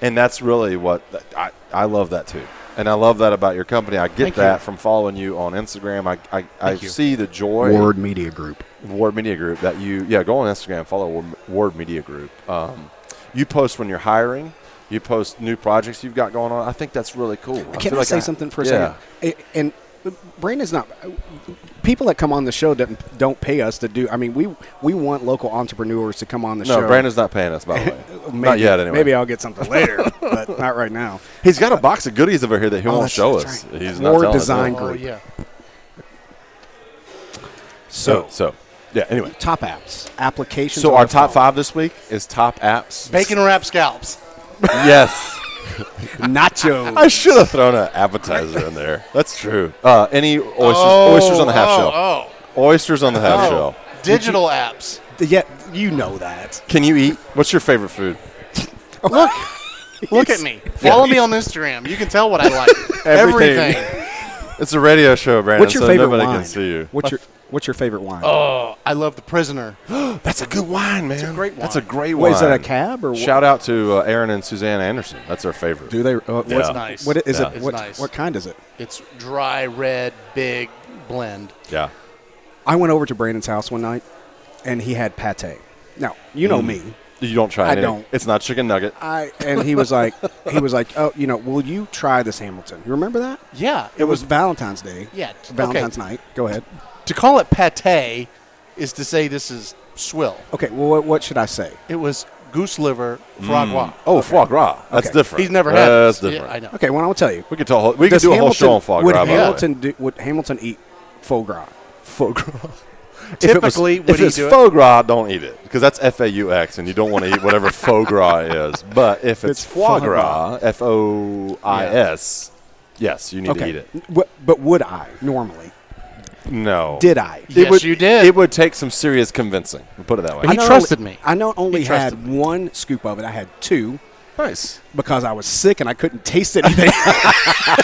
[SPEAKER 4] And that's really what I I love that too. And I love that about your company. I get
[SPEAKER 6] Thank you.
[SPEAKER 4] that from following you on Instagram. I I, I
[SPEAKER 6] you.
[SPEAKER 4] see the joy.
[SPEAKER 1] Word Media Group.
[SPEAKER 4] Ward Media Group that you yeah go on Instagram follow Ward- Ward Media Group. Um, you post when you're hiring. You post new projects you've got going on. I think that's really cool. I
[SPEAKER 1] Can
[SPEAKER 4] feel
[SPEAKER 1] I
[SPEAKER 4] like
[SPEAKER 1] say something for a
[SPEAKER 4] yeah.
[SPEAKER 1] second? I- and Brandon's not. People that come on the show don't, don't pay us to do. I mean, we we want local entrepreneurs to come on the
[SPEAKER 4] No,
[SPEAKER 1] show.
[SPEAKER 4] Brandon's not paying us by the way.
[SPEAKER 1] maybe,
[SPEAKER 4] not yet anyway.
[SPEAKER 1] Maybe I'll get something later, but not right now.
[SPEAKER 4] He's got a box of goodies over here that he
[SPEAKER 1] Oh,
[SPEAKER 4] won't
[SPEAKER 1] that's-
[SPEAKER 4] show
[SPEAKER 1] that's
[SPEAKER 4] us. Oh,
[SPEAKER 1] right.
[SPEAKER 4] He's
[SPEAKER 1] Ward
[SPEAKER 4] not telling us.
[SPEAKER 1] Design
[SPEAKER 6] Oh
[SPEAKER 1] Group.
[SPEAKER 6] yeah.
[SPEAKER 1] So
[SPEAKER 4] so Yeah. Anyway,
[SPEAKER 1] Top apps, applications.
[SPEAKER 4] so
[SPEAKER 1] on
[SPEAKER 4] our
[SPEAKER 1] the
[SPEAKER 4] top
[SPEAKER 1] phone.
[SPEAKER 4] five this week is top apps.
[SPEAKER 6] Bacon wrap scallops.
[SPEAKER 4] Yes.
[SPEAKER 1] nachos.
[SPEAKER 4] I should have thrown an appetizer in there. That's true. Uh, any oysters? oysters on the half
[SPEAKER 6] oh,
[SPEAKER 4] shell.
[SPEAKER 6] Oh,
[SPEAKER 4] Oysters on the half
[SPEAKER 6] oh.
[SPEAKER 4] shell.
[SPEAKER 6] Digital apps.
[SPEAKER 1] yeah, you know that.
[SPEAKER 4] Can you eat? What's your favorite food?
[SPEAKER 6] Look, look at me. Follow me on Instagram. You can tell what I like.
[SPEAKER 4] Everything. It's a radio show, Brandon.
[SPEAKER 1] What's your
[SPEAKER 4] so
[SPEAKER 1] favorite
[SPEAKER 4] nobody
[SPEAKER 1] wine?
[SPEAKER 4] can see you.
[SPEAKER 1] What's your What's your favorite wine?
[SPEAKER 6] Oh, I love the prisoner.
[SPEAKER 4] That's a good wine, man. That's a
[SPEAKER 6] great
[SPEAKER 4] That's a
[SPEAKER 6] wine.
[SPEAKER 4] great wine.
[SPEAKER 1] Wait, is that a cab or what?
[SPEAKER 4] Shout out to uh, Aaron and Suzanne Anderson. That's their favorite.
[SPEAKER 1] Do they? Uh, what's
[SPEAKER 4] Yeah.
[SPEAKER 6] nice.
[SPEAKER 1] What is
[SPEAKER 4] Yeah.
[SPEAKER 1] it?
[SPEAKER 6] It's
[SPEAKER 1] What,
[SPEAKER 6] nice.
[SPEAKER 1] what kind is it?
[SPEAKER 6] It's dry red, big blend.
[SPEAKER 4] Yeah.
[SPEAKER 1] I went over to Brandon's house one night, and he had pate. Now you
[SPEAKER 4] Mm.
[SPEAKER 1] know me.
[SPEAKER 4] You don't try
[SPEAKER 1] I
[SPEAKER 4] it. any-
[SPEAKER 1] don't.
[SPEAKER 4] It's not chicken nugget.
[SPEAKER 1] I and he was like, he was like, oh, you know, will you try this Hamilton? You remember that?
[SPEAKER 6] Yeah,
[SPEAKER 1] It was Valentine's Day.
[SPEAKER 6] Yeah, okay.
[SPEAKER 1] Valentine's night. Go ahead.
[SPEAKER 6] to call it pate is to say this is swill.
[SPEAKER 1] Okay. Well, what, what should I say?
[SPEAKER 6] It was goose liver foie gras.
[SPEAKER 4] Oh, foie gras. That's
[SPEAKER 1] Okay.
[SPEAKER 4] different.
[SPEAKER 6] He's never had.
[SPEAKER 4] That's
[SPEAKER 6] this. Yeah,
[SPEAKER 4] different.
[SPEAKER 6] I know.
[SPEAKER 1] Okay. Well, I'll tell you.
[SPEAKER 4] We could, tell, a whole- we could
[SPEAKER 1] Does
[SPEAKER 4] do a whole
[SPEAKER 1] Hamilton-
[SPEAKER 4] show on foie
[SPEAKER 1] Would
[SPEAKER 4] gras. by the way.
[SPEAKER 1] Hamilton do, would Hamilton eat foie gras?
[SPEAKER 4] Foie gras.
[SPEAKER 6] Typically,
[SPEAKER 4] if, it was-
[SPEAKER 6] would
[SPEAKER 4] if
[SPEAKER 6] he
[SPEAKER 4] it's
[SPEAKER 6] do it?
[SPEAKER 4] foie gras, don't eat it because that's F A U X, and you don't want to eat whatever foie gras is. But if it's,
[SPEAKER 1] It's foie
[SPEAKER 4] foie gras, F O I S, yes, you need to
[SPEAKER 1] Okay.
[SPEAKER 4] eat it.
[SPEAKER 1] Wh- but would I normally?
[SPEAKER 4] No,
[SPEAKER 1] Did I?
[SPEAKER 4] It
[SPEAKER 6] Yes,
[SPEAKER 4] would-
[SPEAKER 6] you did.
[SPEAKER 4] It would take some serious convincing. We'll put it that way.
[SPEAKER 1] I
[SPEAKER 6] He
[SPEAKER 1] not
[SPEAKER 6] trusted
[SPEAKER 1] only-
[SPEAKER 6] me.
[SPEAKER 1] I not only
[SPEAKER 6] He trusted
[SPEAKER 1] had one scoop of it, I had two
[SPEAKER 4] nice.
[SPEAKER 1] because I was sick and I couldn't taste anything.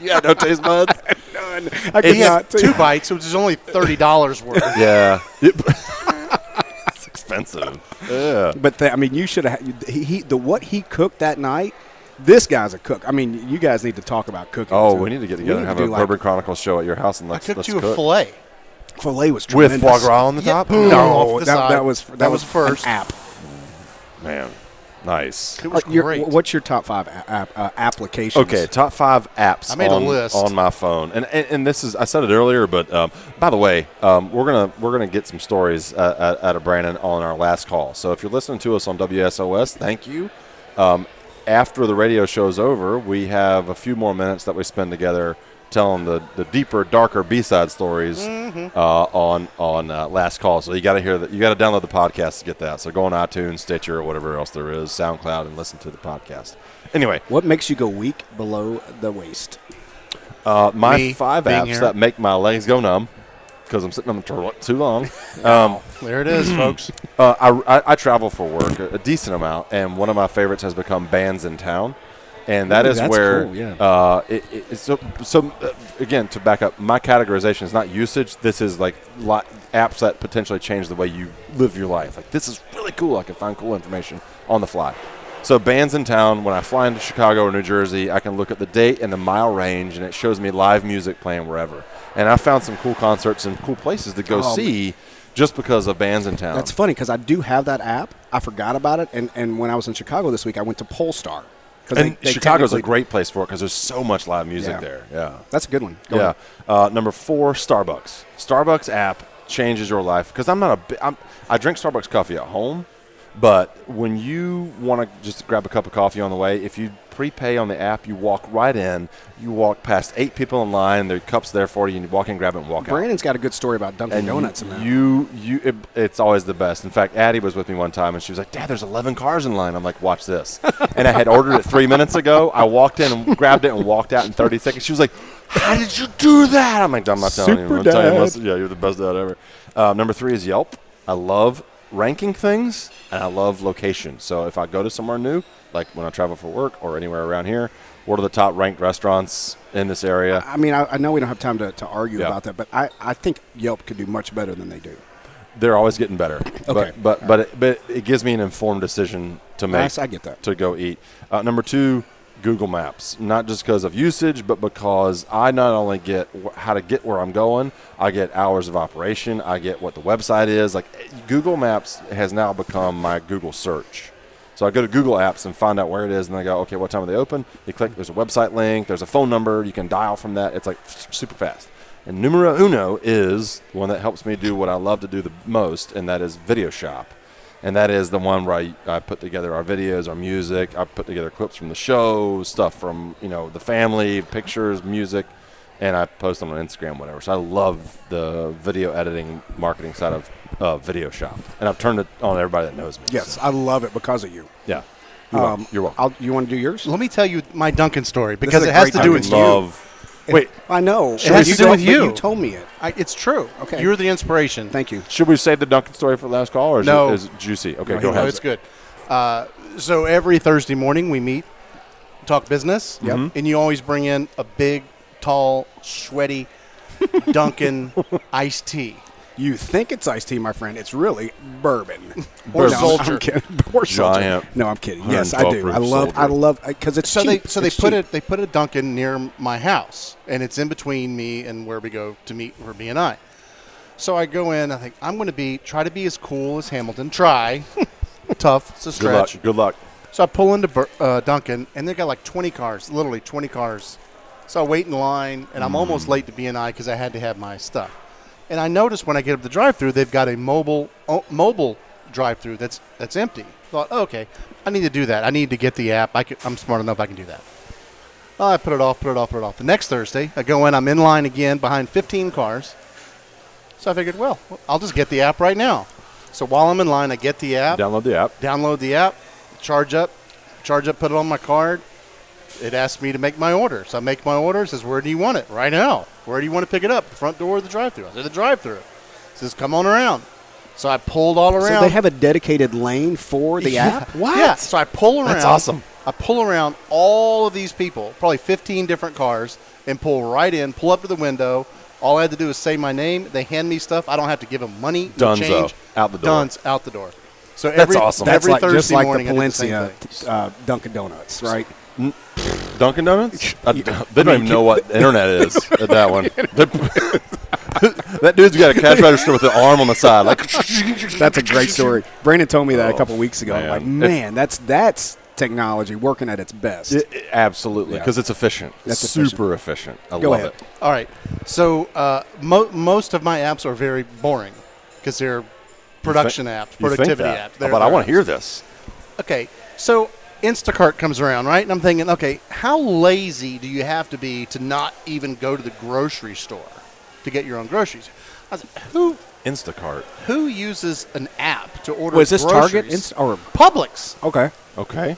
[SPEAKER 4] yeah, no taste buds.
[SPEAKER 1] None. I could
[SPEAKER 6] He had
[SPEAKER 1] not taste-
[SPEAKER 6] two bites, which is only thirty dollars worth.
[SPEAKER 4] yeah, it's expensive. Yeah.
[SPEAKER 1] But the, I mean, you should have. He, he the what he cooked that night. This guy's a cook. I mean, you guys need to talk about cooking.
[SPEAKER 4] Oh,
[SPEAKER 1] So
[SPEAKER 4] we need to get together and
[SPEAKER 1] need
[SPEAKER 4] have
[SPEAKER 1] to
[SPEAKER 4] a
[SPEAKER 1] do, like,
[SPEAKER 4] Bourbon Chronicles show at your house and
[SPEAKER 6] I
[SPEAKER 4] let's
[SPEAKER 6] cooked
[SPEAKER 4] let's
[SPEAKER 6] you a
[SPEAKER 4] cook.
[SPEAKER 6] fillet.
[SPEAKER 1] Filet was
[SPEAKER 4] with
[SPEAKER 1] tremendous.
[SPEAKER 4] foie gras on the
[SPEAKER 6] Yeah.
[SPEAKER 4] top.
[SPEAKER 6] Boom.
[SPEAKER 1] No,
[SPEAKER 6] off the
[SPEAKER 1] that,
[SPEAKER 6] side.
[SPEAKER 1] that was that,
[SPEAKER 6] That
[SPEAKER 1] was,
[SPEAKER 6] was first.
[SPEAKER 1] an app.
[SPEAKER 4] man, nice.
[SPEAKER 6] It was
[SPEAKER 1] Like, your-
[SPEAKER 6] great.
[SPEAKER 1] what's your top five a- app, uh, applications?
[SPEAKER 4] Okay, top five apps
[SPEAKER 6] I made a
[SPEAKER 4] on,
[SPEAKER 6] list.
[SPEAKER 4] on my phone, and, and and this is I said it earlier, but um, by the way, um, we're gonna we're gonna get some stories uh, out out of Brandon on our last call. So if you're listening to us on WSOS, thank you. Um, after the radio show's over, we have a few more minutes that we spend together telling the, the deeper, darker B-side stories
[SPEAKER 6] Mm-hmm.
[SPEAKER 4] uh, on on uh, last call. So you got to hear that. You got to download the podcast to get that. So go on iTunes, Stitcher, or whatever else there is, SoundCloud, and listen to the podcast. Anyway,
[SPEAKER 1] What makes you go weak below the waist?
[SPEAKER 4] uh, my
[SPEAKER 6] Me
[SPEAKER 4] five
[SPEAKER 6] being
[SPEAKER 4] apps
[SPEAKER 6] here.
[SPEAKER 4] that make my legs go numb because I'm sitting on the toilet too long. um,
[SPEAKER 6] There it is, folks.
[SPEAKER 4] Uh, I, I, I travel for work a, a decent amount, and one of my favorites has become Bands in Town, and that
[SPEAKER 1] Ooh,
[SPEAKER 4] is
[SPEAKER 1] that's
[SPEAKER 4] where
[SPEAKER 1] cool, yeah.
[SPEAKER 4] uh, it, it, it's so so uh, again to back up. My categorization is not usage. This is like li- apps that potentially change the way you live your life. Like this is really cool. I can find cool information on the fly. So Bands in Town. When I fly into Chicago or New Jersey, I can look at the date and the mile range, and it shows me live music playing wherever. And I found some cool concerts and cool places to go
[SPEAKER 1] Oh,
[SPEAKER 4] see. Just because of bands in town,
[SPEAKER 1] That's funny because I do have that app. I forgot about it, and, and when I was in Chicago this week, I went to Polestar. 'Cause
[SPEAKER 4] And Chicago's a
[SPEAKER 1] technically-
[SPEAKER 4] great place for it because there's so much live music
[SPEAKER 1] Yeah.
[SPEAKER 4] there. Yeah.
[SPEAKER 1] That's a good one. Go
[SPEAKER 4] yeah.
[SPEAKER 1] ahead.
[SPEAKER 4] Uh, number four, Starbucks. Starbucks app changes your life because I'm not a bi- I'm, I drink Starbucks coffee at home, but when you want to just grab a cup of coffee on the way, if you prepay on the app, you walk right in. You walk past eight people in line. Their cups there for you, and you walk in, grab it, and walk out
[SPEAKER 1] Brandon's got a good story about Dunkin' Donuts in that.
[SPEAKER 4] you, you, it, it's always the best. In fact, Addie was with me one time, and she was like, "Dad, there's 11 cars in line." I'm like, "Watch this!" and I had ordered it three minutes ago. I walked in and grabbed it and walked out in 30 seconds. She was like, "How did you do that?" I'm like, "I'm not telling you.
[SPEAKER 1] Super
[SPEAKER 4] I'm telling you
[SPEAKER 1] dad.
[SPEAKER 4] unless- yeah, you're the best dad ever." Uh, number three is Yelp. I love ranking things, and I love location. So if I go to somewhere new, like when I travel for work or anywhere around here, what are the top ranked restaurants in this area?
[SPEAKER 1] I mean, I, I know we don't have time to, to argue
[SPEAKER 4] Yeah.
[SPEAKER 1] about that, but I, I think Yelp could do much better than they do.
[SPEAKER 4] they're always getting better.
[SPEAKER 1] Okay.
[SPEAKER 4] But but but it, but it gives me an informed decision to make.
[SPEAKER 1] Nice, I get that.
[SPEAKER 4] To go eat. Uh, number two, Google Maps. Not just because of usage, but because I not only get wh- how to get where I'm going, I get hours of operation, I get what the website is. Like eh, Google Maps has now become my Google search. So I go to Google Apps and find out where it is, and I go, okay, what time are they open? You click, there's a website link, there's a phone number, you can dial from that. It's like f- super fast. And numero uno is the one that helps me do what I love to do the most, and that is video shop. And that is the one where I, I put together our videos, our music. I put together clips from the show, stuff from you know the family, pictures, music, and I post them on Instagram, whatever. So I love the video editing, marketing side of uh, Video Shop, and I've turned it on everybody that knows me.
[SPEAKER 1] Yes,
[SPEAKER 4] So,
[SPEAKER 1] I love it because of you. Um,
[SPEAKER 4] yeah. You're
[SPEAKER 6] Um,
[SPEAKER 4] welcome. You're welcome.
[SPEAKER 1] I'll, you want to do yours?
[SPEAKER 6] Let me tell you my Duncan story because
[SPEAKER 1] is a
[SPEAKER 6] it has
[SPEAKER 1] great
[SPEAKER 6] to
[SPEAKER 1] Duncan
[SPEAKER 6] do with
[SPEAKER 1] story.
[SPEAKER 6] you.
[SPEAKER 4] love. Wait,
[SPEAKER 1] I know. It
[SPEAKER 6] has to do with you.
[SPEAKER 1] You told me it.
[SPEAKER 6] I, it's true.
[SPEAKER 1] Okay.
[SPEAKER 6] You're the inspiration.
[SPEAKER 1] Thank you.
[SPEAKER 4] should we save the Duncan story for the last call, or is,
[SPEAKER 6] No.
[SPEAKER 4] it, is it juicy? Okay, go
[SPEAKER 6] No,
[SPEAKER 4] ahead.
[SPEAKER 6] it's good. Uh, so every Thursday morning we meet, talk business,
[SPEAKER 1] Yep.
[SPEAKER 4] Mm-hmm.
[SPEAKER 1] Mhm.
[SPEAKER 6] and you always bring in a big, tall, sweaty Dunkin' iced tea.
[SPEAKER 1] You think it's iced tea, my friend. It's really bourbon.
[SPEAKER 6] Or
[SPEAKER 1] No, I'm
[SPEAKER 6] Soldier.
[SPEAKER 1] kidding. Or Soldier.
[SPEAKER 4] Giant
[SPEAKER 1] No, I'm kidding. Yes, I do.
[SPEAKER 4] 112
[SPEAKER 1] I
[SPEAKER 4] proof
[SPEAKER 1] love. I
[SPEAKER 4] Soldier.
[SPEAKER 1] love because it's
[SPEAKER 6] So
[SPEAKER 1] cheap.
[SPEAKER 6] they so they
[SPEAKER 1] It's
[SPEAKER 6] put
[SPEAKER 1] cheap.
[SPEAKER 6] it they put a Dunkin' near my house, and it's in between me and where we go to meet for B and I. So I go in. I think I'm going to be try to be as cool as Hamilton. Try, tough. It's a
[SPEAKER 4] Good
[SPEAKER 6] stretch.
[SPEAKER 4] luck. Good luck.
[SPEAKER 6] So I pull into Bur- uh, Duncan, and they got like 20 cars, literally 20 cars. So I wait in line, and I'm almost late to BNI because I had to have my stuff. And I noticed when I get up the drive-through, they've got a mobile o- mobile drive-through that's that's empty. Thought, oh, okay, I need to do that. I need to get the app. I could, I'm smart enough. I can do that. Oh, I put it off, put it off, put it off. The next Thursday, I go in. I'm in line again behind 15 cars. So I figured, well, I'll just get the app right now. So while I'm in line, I get the app
[SPEAKER 4] Download the app.
[SPEAKER 6] download the app, charge up, charge up, put it on my card. It asks me to make my order. So I make my order. It says, Where do you want it? Right now. Where do you want to pick it up? The front door or the drive through? I said, The drive through. says, Come on around. So I pulled all around.
[SPEAKER 1] So they have a dedicated lane for the
[SPEAKER 6] Yeah.
[SPEAKER 1] app. What?
[SPEAKER 6] Yeah. So I pull around.
[SPEAKER 4] That's awesome.
[SPEAKER 6] I pull around all of these people, probably 15 different cars, and pull right in, pull up to the window. All I had to do is say my name. They hand me stuff. I don't have to give them money. no
[SPEAKER 4] Dunzo.
[SPEAKER 6] Change.
[SPEAKER 4] Out the door.
[SPEAKER 6] Dunce out the door. So every,
[SPEAKER 4] awesome.
[SPEAKER 1] That's
[SPEAKER 6] Every
[SPEAKER 1] like
[SPEAKER 6] Thursday
[SPEAKER 1] just like
[SPEAKER 6] morning,
[SPEAKER 1] the
[SPEAKER 6] I did the same
[SPEAKER 1] Palencia
[SPEAKER 6] thing.
[SPEAKER 1] uh, Dunkin' Donuts, right?
[SPEAKER 4] Dunkin' Donuts? I, they don't even know what the internet is at that one. They're- that dude's got a cash register with an arm on the side. Like,
[SPEAKER 1] That's a great story. Brandon told me that a
[SPEAKER 4] Oh,
[SPEAKER 1] couple weeks ago. I'm
[SPEAKER 4] man.
[SPEAKER 1] like,
[SPEAKER 4] If-
[SPEAKER 1] man, that's that's technology working at its best.
[SPEAKER 4] It- it- absolutely,
[SPEAKER 1] Yeah.
[SPEAKER 4] because it's efficient.
[SPEAKER 1] That's
[SPEAKER 4] super efficient. I
[SPEAKER 1] Go
[SPEAKER 4] love
[SPEAKER 1] ahead.
[SPEAKER 4] it.
[SPEAKER 6] All right. So uh, mo- most of my apps are very boring because they're production apps,
[SPEAKER 4] You think
[SPEAKER 6] productivity
[SPEAKER 4] that,
[SPEAKER 6] apps. They're-
[SPEAKER 4] but I
[SPEAKER 6] they're-
[SPEAKER 4] want to hear this.
[SPEAKER 6] Okay. So Instacart comes around, right? And I'm thinking, okay, how lazy do you have to be to not even go to the grocery store to get your own groceries? I was, who
[SPEAKER 4] Instacart.
[SPEAKER 6] who uses an app to order?
[SPEAKER 1] Was this Target
[SPEAKER 6] groceries?
[SPEAKER 1] Inst- or
[SPEAKER 6] Publix?
[SPEAKER 1] okay?
[SPEAKER 4] Okay.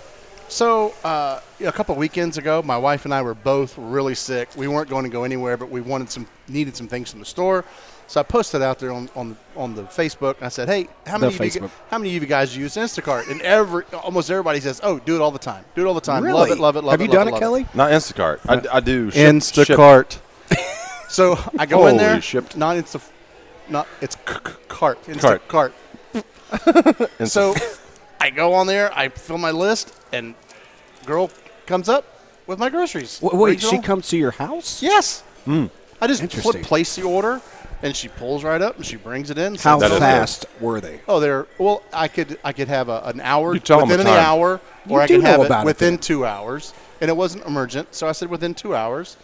[SPEAKER 6] So, uh, a couple weekends ago, my wife and I were both really sick. We weren't going to go anywhere, but we wanted some, needed some things from the store. So I posted out there on on, on the Facebook. And I said, "Hey, how
[SPEAKER 1] The
[SPEAKER 6] many of you,
[SPEAKER 1] Facebook.
[SPEAKER 6] gu- how many of you guys use Instacart?" And every almost everybody says, "Oh, do it all the time. Do it all the time. Love it. Love it. Love
[SPEAKER 1] Have
[SPEAKER 6] it.
[SPEAKER 1] you
[SPEAKER 6] love
[SPEAKER 1] done it,
[SPEAKER 6] love
[SPEAKER 1] Kelly?
[SPEAKER 4] Not Instacart. I, I do. Ship,
[SPEAKER 6] Instacart. so I go in
[SPEAKER 4] Holy
[SPEAKER 6] there.
[SPEAKER 4] shipped.
[SPEAKER 6] Not Insta, not it's c- c- cart. Instacart.
[SPEAKER 4] Cart.
[SPEAKER 6] Cart.
[SPEAKER 4] Ship,
[SPEAKER 6] So I go on there, I fill my list, and girl comes up with my groceries.
[SPEAKER 1] W- wait,
[SPEAKER 6] Regional.
[SPEAKER 1] she comes to your house?
[SPEAKER 6] Yes. I just put,
[SPEAKER 1] Interesting.
[SPEAKER 6] place the order, and she pulls right up and she brings it in.
[SPEAKER 1] How
[SPEAKER 6] sends it
[SPEAKER 4] is
[SPEAKER 6] over.
[SPEAKER 1] fast were they?
[SPEAKER 6] Oh, there. Well, I could I could have a, an hour
[SPEAKER 4] You tell 'em
[SPEAKER 6] within
[SPEAKER 4] the
[SPEAKER 6] an
[SPEAKER 4] time.
[SPEAKER 6] hour,
[SPEAKER 1] You
[SPEAKER 6] or I
[SPEAKER 1] do
[SPEAKER 6] could
[SPEAKER 1] know
[SPEAKER 6] have it
[SPEAKER 1] about it
[SPEAKER 6] within
[SPEAKER 1] then.
[SPEAKER 6] two hours, and it wasn't emergent, so I said within two hours,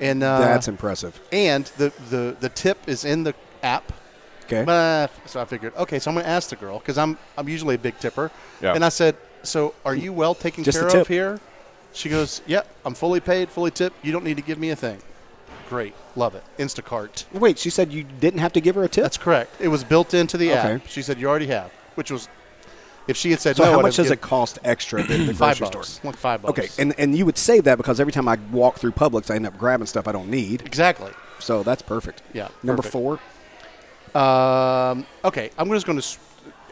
[SPEAKER 6] and uh,
[SPEAKER 1] That's impressive.
[SPEAKER 6] and the, the the tip is in the app.
[SPEAKER 1] Okay.
[SPEAKER 6] But, uh, so I figured, okay, so I'm going to ask the girl because I'm I'm usually a big tipper.
[SPEAKER 4] Yeah.
[SPEAKER 6] And I said, so are you well taken
[SPEAKER 1] Just the
[SPEAKER 6] care
[SPEAKER 1] tip.
[SPEAKER 6] of here? She goes, yeah, I'm fully paid, fully tipped. You don't need to give me a thing. Great, love it. Instacart.
[SPEAKER 1] Wait, she said you didn't have to give her a tip.
[SPEAKER 6] That's correct. It was built into the
[SPEAKER 1] Okay.
[SPEAKER 6] app. She said you already have, which was, if she had said
[SPEAKER 1] so
[SPEAKER 6] no,
[SPEAKER 1] how
[SPEAKER 6] I'd
[SPEAKER 1] much
[SPEAKER 6] have
[SPEAKER 1] does it
[SPEAKER 6] given-
[SPEAKER 1] cost extra at the the
[SPEAKER 6] Five
[SPEAKER 1] grocery store?
[SPEAKER 6] bucks. Like five bucks.
[SPEAKER 1] Okay, and and you would save that because every time I walk through Publix, I end up grabbing stuff I don't need.
[SPEAKER 6] exactly.
[SPEAKER 1] So that's perfect.
[SPEAKER 6] Yeah,
[SPEAKER 1] Number
[SPEAKER 6] perfect.
[SPEAKER 1] four.
[SPEAKER 6] Um, okay, I'm just going to.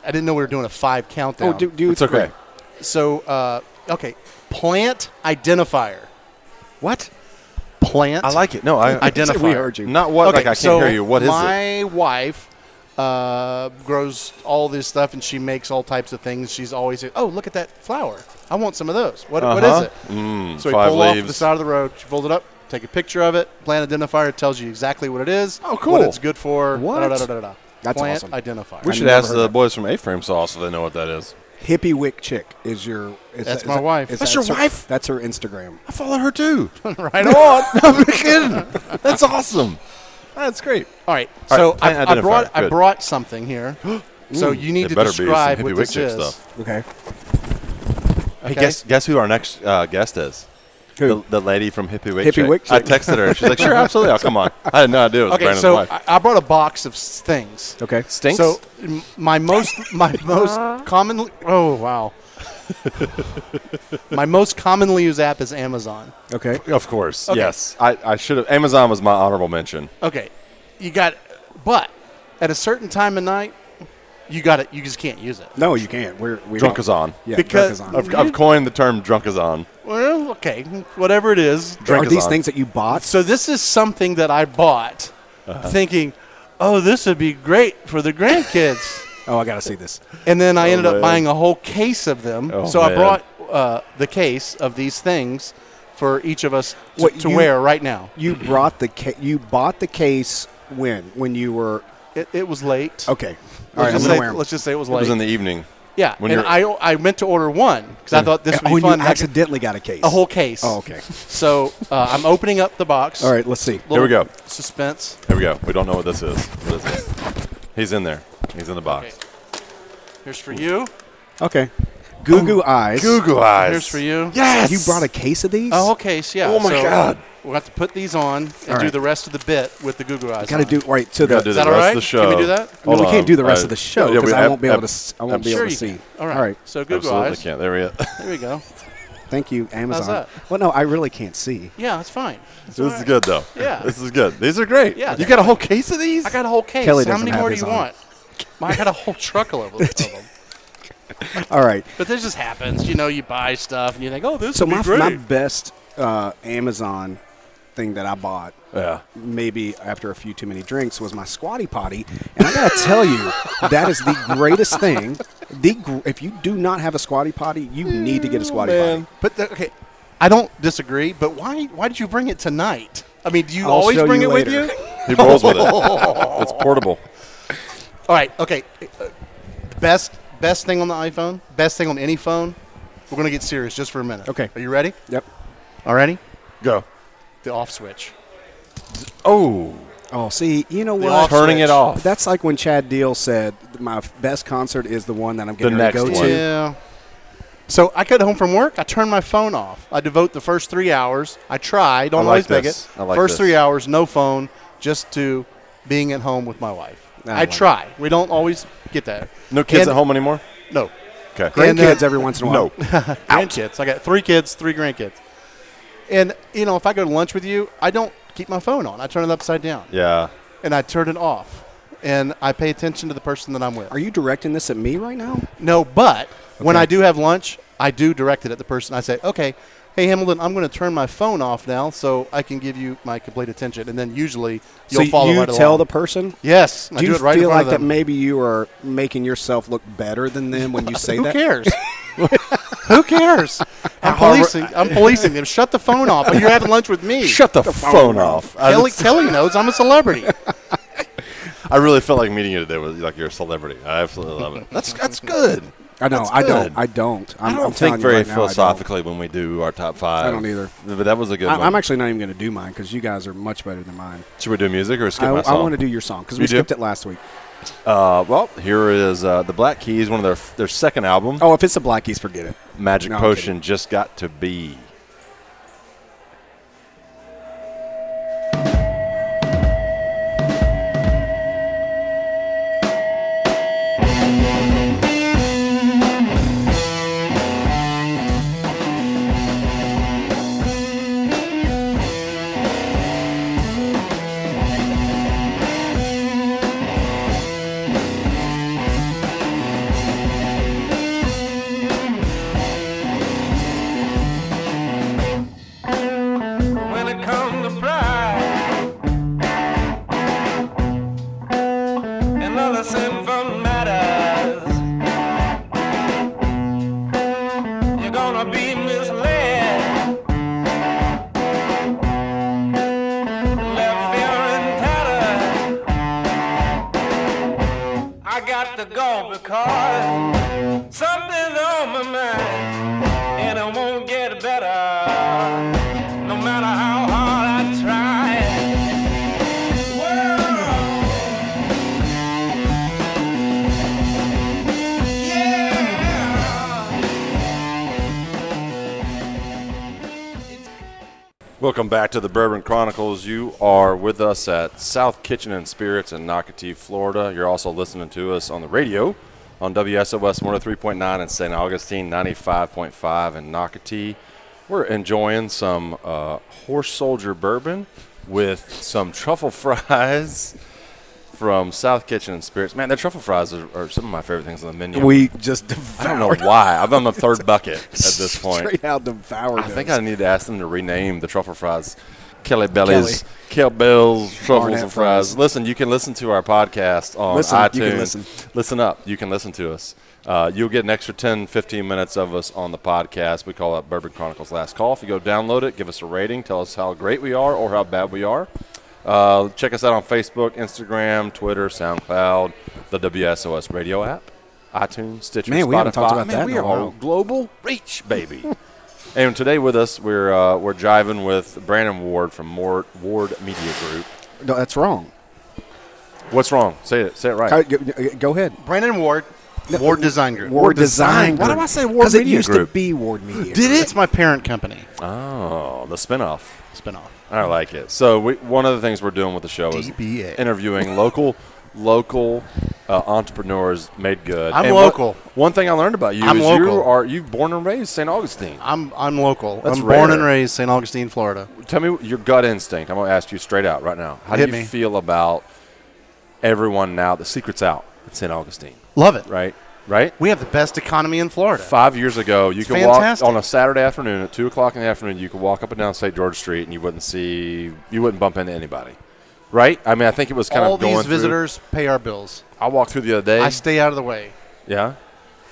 [SPEAKER 6] I didn't know we were doing a five countdown.
[SPEAKER 1] Oh, do, do
[SPEAKER 4] it's okay.
[SPEAKER 1] three.
[SPEAKER 6] So, uh, okay, plant identifier. What? Plant.
[SPEAKER 4] I like it. No, I
[SPEAKER 6] Identifier.
[SPEAKER 1] We heard you.
[SPEAKER 4] Not what?
[SPEAKER 6] Okay,
[SPEAKER 4] like I can't
[SPEAKER 6] so
[SPEAKER 4] hear you. What is it?
[SPEAKER 6] My wife uh, grows all this stuff, and she makes all types of things. She's always, oh, look at that flower. I want some of those. What, what
[SPEAKER 4] Uh-huh.
[SPEAKER 6] is it?
[SPEAKER 4] Mm,
[SPEAKER 6] So we
[SPEAKER 4] five
[SPEAKER 6] pull off to the
[SPEAKER 4] leaves.
[SPEAKER 6] side of the road. She pulled it up, take a picture of it. Plant identifier tells you exactly what it is.
[SPEAKER 4] Oh, cool.
[SPEAKER 6] What it's good for.
[SPEAKER 1] What?
[SPEAKER 6] Da, da, da, da, da.
[SPEAKER 1] That's
[SPEAKER 6] Plant
[SPEAKER 1] awesome.
[SPEAKER 6] identifier.
[SPEAKER 4] we
[SPEAKER 1] I
[SPEAKER 4] should
[SPEAKER 1] never
[SPEAKER 4] ask
[SPEAKER 1] heard
[SPEAKER 4] the
[SPEAKER 1] that.
[SPEAKER 4] boys from A Frame Sauce if they know what that is.
[SPEAKER 1] Hippie Wick Chick is your. Is
[SPEAKER 6] That's
[SPEAKER 1] that- is
[SPEAKER 6] my
[SPEAKER 1] that-
[SPEAKER 6] wife.
[SPEAKER 1] is
[SPEAKER 4] That's your
[SPEAKER 1] her-
[SPEAKER 4] wife?
[SPEAKER 1] That's her Instagram.
[SPEAKER 4] I follow her too.
[SPEAKER 6] right on.
[SPEAKER 4] on. I'm kidding. That's awesome. Ah,
[SPEAKER 6] That's great. All right.
[SPEAKER 4] All
[SPEAKER 6] so
[SPEAKER 4] right, plant
[SPEAKER 6] I, I brought
[SPEAKER 4] identifier.
[SPEAKER 6] I
[SPEAKER 4] Good.
[SPEAKER 6] brought something here. so you need
[SPEAKER 4] It
[SPEAKER 6] to
[SPEAKER 4] better be some
[SPEAKER 6] describe
[SPEAKER 4] hippie
[SPEAKER 6] what this
[SPEAKER 4] wicked
[SPEAKER 6] is.
[SPEAKER 4] stuff.
[SPEAKER 1] Okay.
[SPEAKER 4] Hey,
[SPEAKER 6] Okay?
[SPEAKER 4] guess guess who our next uh, guest is?
[SPEAKER 1] Who?
[SPEAKER 4] The, the lady from Hippie Wake
[SPEAKER 1] Hippie
[SPEAKER 4] Shake.
[SPEAKER 1] Wake
[SPEAKER 4] I
[SPEAKER 1] Shake.
[SPEAKER 4] texted her. She's like, sure, absolutely. I'll come on. I had no idea it was
[SPEAKER 6] Okay,
[SPEAKER 4] Brandon's
[SPEAKER 6] so
[SPEAKER 4] wife.
[SPEAKER 6] I, I brought a box of s- things.
[SPEAKER 1] Okay.
[SPEAKER 4] Stinks?
[SPEAKER 6] So m- my most my most commonly oh wow. my most commonly used app is Amazon.
[SPEAKER 1] Okay.
[SPEAKER 4] of course.
[SPEAKER 6] Okay.
[SPEAKER 4] Yes. I, I should have. Amazon was my honorable mention.
[SPEAKER 6] Okay, you got, but at a certain time of night, you got it. You just can't use it.
[SPEAKER 1] No, you can't. We're we
[SPEAKER 4] Drunk
[SPEAKER 1] don't.
[SPEAKER 4] is on.
[SPEAKER 1] Yeah,
[SPEAKER 6] Because
[SPEAKER 1] drunk is on.
[SPEAKER 4] I've, I've coined the term drunk is on.
[SPEAKER 6] Well, okay, whatever it is.
[SPEAKER 1] Are
[SPEAKER 4] drunk is
[SPEAKER 1] these
[SPEAKER 4] on.
[SPEAKER 1] things that you bought?
[SPEAKER 6] So this is something that I bought,
[SPEAKER 4] Uh-huh.
[SPEAKER 6] thinking, oh, this would be great for the grandkids.
[SPEAKER 1] oh, I gotta see this.
[SPEAKER 6] And then I ended up
[SPEAKER 4] man.
[SPEAKER 6] buying a whole case of them.
[SPEAKER 4] Oh,
[SPEAKER 6] so I
[SPEAKER 4] man.
[SPEAKER 6] brought uh, the case of these things for each of us to,
[SPEAKER 1] What,
[SPEAKER 6] to
[SPEAKER 1] you-
[SPEAKER 6] wear right now.
[SPEAKER 1] You brought the ca- you bought the case when when you were
[SPEAKER 6] It, it was late.
[SPEAKER 1] okay. All right, I'm
[SPEAKER 6] Let's, just
[SPEAKER 1] gonna
[SPEAKER 6] say,
[SPEAKER 1] wear 'em.
[SPEAKER 6] let's just say it was
[SPEAKER 4] It
[SPEAKER 6] late.
[SPEAKER 4] was in the evening.
[SPEAKER 6] yeah,
[SPEAKER 4] when
[SPEAKER 6] and
[SPEAKER 4] you're-
[SPEAKER 6] I, I meant to order one because I thought this would
[SPEAKER 1] Oh, and
[SPEAKER 6] be fun.
[SPEAKER 1] you
[SPEAKER 6] I could-
[SPEAKER 1] accidentally got a case.
[SPEAKER 6] a whole case.
[SPEAKER 1] Oh, okay.
[SPEAKER 6] So uh, I'm opening up the box.
[SPEAKER 1] All right, let's see.
[SPEAKER 4] Here we
[SPEAKER 6] Little
[SPEAKER 4] go.
[SPEAKER 6] Suspense.
[SPEAKER 4] Here we go. We don't know what this is. What is this? He's in there. He's in the box.
[SPEAKER 6] Here's for you.
[SPEAKER 1] Okay. Goo Goo
[SPEAKER 6] Oh,
[SPEAKER 1] Eyes.
[SPEAKER 4] Google eyes.
[SPEAKER 6] Here's for you.
[SPEAKER 1] You brought a case of these?
[SPEAKER 6] A whole case. Yeah.
[SPEAKER 4] Oh my
[SPEAKER 6] So
[SPEAKER 4] God.
[SPEAKER 6] We'll have to put these on and
[SPEAKER 1] All
[SPEAKER 6] do
[SPEAKER 1] right.
[SPEAKER 6] the rest of the bit with the Google Eyes.
[SPEAKER 1] Got to do
[SPEAKER 6] on.
[SPEAKER 1] right to
[SPEAKER 4] Gotta
[SPEAKER 1] the.
[SPEAKER 4] do
[SPEAKER 6] Is
[SPEAKER 4] the
[SPEAKER 6] that all
[SPEAKER 4] rest
[SPEAKER 6] right?
[SPEAKER 4] of the show.
[SPEAKER 6] Can we do that?
[SPEAKER 1] No, we
[SPEAKER 4] Hold
[SPEAKER 1] can't
[SPEAKER 4] on.
[SPEAKER 1] do the rest
[SPEAKER 4] Uh,
[SPEAKER 1] of the show
[SPEAKER 4] yeah, we-
[SPEAKER 1] because I
[SPEAKER 4] ab-
[SPEAKER 1] won't be able
[SPEAKER 4] ab-
[SPEAKER 1] to. s- I won't be
[SPEAKER 6] Sure
[SPEAKER 1] able to
[SPEAKER 6] you
[SPEAKER 1] see.
[SPEAKER 6] can. All right.
[SPEAKER 1] All right.
[SPEAKER 6] So Google
[SPEAKER 4] Absolutely
[SPEAKER 6] Eyes.
[SPEAKER 4] can't. There we go.
[SPEAKER 6] There we go.
[SPEAKER 1] Thank you, Amazon.
[SPEAKER 6] that?
[SPEAKER 1] Well, no, I really can't see.
[SPEAKER 6] Yeah, it's fine. It's all
[SPEAKER 4] This is
[SPEAKER 6] right.
[SPEAKER 4] good though.
[SPEAKER 6] Yeah.
[SPEAKER 4] This is good. These are great.
[SPEAKER 6] Yeah.
[SPEAKER 4] You got a whole case of these?
[SPEAKER 6] I got a whole case.
[SPEAKER 1] Kelly
[SPEAKER 6] How
[SPEAKER 1] doesn't
[SPEAKER 6] many
[SPEAKER 1] have
[SPEAKER 6] more do
[SPEAKER 1] his
[SPEAKER 6] you
[SPEAKER 1] on.
[SPEAKER 6] want? I got a whole truckload of them.
[SPEAKER 1] All right.
[SPEAKER 6] But this just happens. You know, you buy stuff and you think, oh, this
[SPEAKER 1] So
[SPEAKER 6] would
[SPEAKER 1] my,
[SPEAKER 6] be great.
[SPEAKER 1] my best uh, Amazon thing that I bought,
[SPEAKER 4] yeah.
[SPEAKER 1] maybe after a few too many drinks, was my squatty potty, and I gotta tell you, that is the greatest thing. The gr- if you do not have a squatty potty, you need to get a squatty
[SPEAKER 6] Oh,
[SPEAKER 1] potty.
[SPEAKER 6] But the, okay, I don't disagree. But why? Why did you bring it tonight? I mean, do you
[SPEAKER 1] I'll
[SPEAKER 6] always
[SPEAKER 1] show
[SPEAKER 6] bring
[SPEAKER 1] you
[SPEAKER 6] it
[SPEAKER 1] later.
[SPEAKER 6] with
[SPEAKER 4] He
[SPEAKER 6] you?
[SPEAKER 4] rolls with it. it's portable.
[SPEAKER 6] All right. Okay. uh, Best best thing on the iPhone. Best thing on any phone. We're gonna get serious just for a minute.
[SPEAKER 1] Okay.
[SPEAKER 6] Are you ready?
[SPEAKER 1] Yep.
[SPEAKER 6] Already?
[SPEAKER 4] Go.
[SPEAKER 6] The off switch.
[SPEAKER 4] Oh.
[SPEAKER 1] Oh, see, you know
[SPEAKER 6] The
[SPEAKER 1] what?
[SPEAKER 6] off
[SPEAKER 4] Turning
[SPEAKER 6] switch.
[SPEAKER 4] it off.
[SPEAKER 1] That's like when Chad Deal said, "My f- best concert is the one that I'm getting ready to
[SPEAKER 4] next
[SPEAKER 1] go
[SPEAKER 4] one.
[SPEAKER 1] to."
[SPEAKER 6] Yeah. So I got home from work. I turned my phone off. I devote the first three hours. I try.
[SPEAKER 4] I
[SPEAKER 6] Don't
[SPEAKER 4] like
[SPEAKER 6] always make
[SPEAKER 4] this.
[SPEAKER 6] it.
[SPEAKER 4] I like
[SPEAKER 6] first
[SPEAKER 4] this.
[SPEAKER 6] three hours, no phone, just to being at home with my wife.
[SPEAKER 1] I
[SPEAKER 6] I,
[SPEAKER 1] like
[SPEAKER 6] try. We don't always get there.
[SPEAKER 4] No kids
[SPEAKER 6] And-
[SPEAKER 4] at home anymore?
[SPEAKER 6] No.
[SPEAKER 4] Okay.
[SPEAKER 1] Great
[SPEAKER 6] And, uh,
[SPEAKER 1] kids every once in a while.
[SPEAKER 4] No.
[SPEAKER 6] grandkids. I got three kids, three grandkids. And you know, if I go to lunch with you, I don't keep my phone on. I turn it upside down
[SPEAKER 4] yeah.
[SPEAKER 6] and I turn it off. And I pay attention to the person that I'm with.
[SPEAKER 1] Are you directing this at me right now?
[SPEAKER 6] No, but when
[SPEAKER 1] Okay.
[SPEAKER 6] I do have lunch, I do direct it at the person. I say, "Okay, hey Hamilton, I'm going to turn my phone off now so I can give you my complete attention." And then usually you'll
[SPEAKER 1] so
[SPEAKER 6] follow
[SPEAKER 1] you
[SPEAKER 6] right
[SPEAKER 1] tell
[SPEAKER 6] along.
[SPEAKER 1] the person.
[SPEAKER 6] yes, I
[SPEAKER 1] do
[SPEAKER 6] do
[SPEAKER 1] you
[SPEAKER 6] it right in
[SPEAKER 1] feel
[SPEAKER 6] front
[SPEAKER 1] like
[SPEAKER 6] of
[SPEAKER 1] that
[SPEAKER 6] them.
[SPEAKER 1] maybe you are making yourself look better than them when you say
[SPEAKER 6] Who
[SPEAKER 1] that?
[SPEAKER 6] cares? Who cares? I'm policing. I'm policing them. Shut the phone off. But you're having lunch with me.
[SPEAKER 4] Shut the, phone, off. I,
[SPEAKER 6] Kelly, Kelly knows I'm a celebrity.
[SPEAKER 4] I really felt like meeting you today was like you're a celebrity. I absolutely love it. That's that's good.
[SPEAKER 1] I know.
[SPEAKER 4] That's
[SPEAKER 1] I
[SPEAKER 4] good.
[SPEAKER 1] don't. I don't. I'm,
[SPEAKER 4] I'm, I do not
[SPEAKER 1] I'm telling
[SPEAKER 4] think
[SPEAKER 1] you
[SPEAKER 4] very
[SPEAKER 1] right now, I don't.
[SPEAKER 4] philosophically when we do our top five.
[SPEAKER 1] I don't either.
[SPEAKER 4] But that was a good
[SPEAKER 1] I-
[SPEAKER 4] one.
[SPEAKER 1] I'm actually not even going to do mine because you guys are much better than mine.
[SPEAKER 4] Should we do music or skip
[SPEAKER 1] I,
[SPEAKER 4] my song?
[SPEAKER 1] want to do your song because we
[SPEAKER 4] You do?
[SPEAKER 1] skipped it last week.
[SPEAKER 4] Uh, well, here is uh, the Black Keys, one of their their second album,
[SPEAKER 1] Oh, if it's the Blackies, forget it.
[SPEAKER 4] Magic
[SPEAKER 1] no, I'm
[SPEAKER 4] Potion. Just got to be.
[SPEAKER 3] When it comes to pride, and other sinful matters, you're gonna be misled. Left here in tatters. I got to go because something's on my mind, and it won't get better. No matter how hard I try. Whoa. Yeah. It's-
[SPEAKER 4] Welcome back to the Bourbon Chronicles. You are with us at South Kitchen and Spirits in Nocatee, Florida. You're also listening to us on the radio on WSOS 103.9 in St. Augustine, 95.5 in Nocatee. We're enjoying some uh, Horse Soldier bourbon with some truffle fries from South Kitchen and Spirits. Man, their truffle fries are, are some of my favorite things on the menu.
[SPEAKER 1] We just
[SPEAKER 4] I don't
[SPEAKER 1] devoured
[SPEAKER 4] know why. I'm on the third bucket at this point.
[SPEAKER 1] Straight out devoured.
[SPEAKER 4] I think
[SPEAKER 1] those.
[SPEAKER 4] I need to ask them to rename the truffle fries Kelly Bellies, Kelly Bell's Truffles
[SPEAKER 1] Barnett
[SPEAKER 4] and Fries.
[SPEAKER 1] fries.
[SPEAKER 4] Listen, you can listen to our podcast on
[SPEAKER 1] Listen,
[SPEAKER 4] iTunes.
[SPEAKER 1] you can listen.
[SPEAKER 4] Listen up. You can listen to us. Uh, you'll get an extra 10, 15 minutes of us on the podcast. We call it Bourbon Chronicles Last Call. If you go download it, give us a rating, tell us how great we are or how bad we are. Uh, check us out on Facebook, Instagram, Twitter, SoundCloud, the WSOS radio app, iTunes, Stitcher,
[SPEAKER 1] Man,
[SPEAKER 4] Spotify.
[SPEAKER 1] we haven't talked about
[SPEAKER 4] Man,
[SPEAKER 1] that
[SPEAKER 4] we
[SPEAKER 1] in a
[SPEAKER 4] are
[SPEAKER 1] while.
[SPEAKER 4] on global reach, baby. and today with us, we're uh, we're jiving with Brandon Ward from Mort, Ward Media Group.
[SPEAKER 1] No, that's wrong.
[SPEAKER 4] What's wrong? Say it. Say it right.
[SPEAKER 1] Go- Go, go ahead.
[SPEAKER 6] Brandon Ward, Ward Design Group.
[SPEAKER 1] Ward Design.
[SPEAKER 4] Why do I say Ward
[SPEAKER 1] Because it
[SPEAKER 4] Media
[SPEAKER 1] used
[SPEAKER 4] Group?
[SPEAKER 1] to be Ward Media.
[SPEAKER 6] Did it? It's my parent company.
[SPEAKER 4] Oh, the spinoff.
[SPEAKER 6] Spinoff.
[SPEAKER 4] I like it. So we, one of the things we're doing with the show is
[SPEAKER 6] DBA.
[SPEAKER 4] interviewing local local uh, entrepreneurs made good.
[SPEAKER 6] I'm
[SPEAKER 4] what-
[SPEAKER 6] local.
[SPEAKER 4] one thing I learned about you
[SPEAKER 6] I'm
[SPEAKER 4] is you
[SPEAKER 6] local.
[SPEAKER 4] are you born and raised St. Augustine.
[SPEAKER 6] I'm I'm local.
[SPEAKER 4] That's
[SPEAKER 6] I'm born
[SPEAKER 4] rare.
[SPEAKER 6] and raised St. Augustine, Florida.
[SPEAKER 4] Tell me your gut instinct. I'm going to ask you straight out right now. How
[SPEAKER 6] Hit
[SPEAKER 4] do you
[SPEAKER 6] me.
[SPEAKER 4] feel about everyone now? The secret's out at St. Augustine,
[SPEAKER 6] Love it.
[SPEAKER 4] right? Right.
[SPEAKER 6] We have the best economy in Florida.
[SPEAKER 4] Five years ago, you could
[SPEAKER 6] fantastic.
[SPEAKER 4] walk on a Saturday afternoon at two o'clock in the afternoon. You could walk up and down St. George Street, and you wouldn't see, you wouldn't bump into anybody, right? I mean, I think it was kind
[SPEAKER 6] All
[SPEAKER 4] of going
[SPEAKER 6] these
[SPEAKER 4] through-
[SPEAKER 6] visitors pay our bills.
[SPEAKER 4] I walked through the other day.
[SPEAKER 6] I stay out of the way.
[SPEAKER 4] yeah,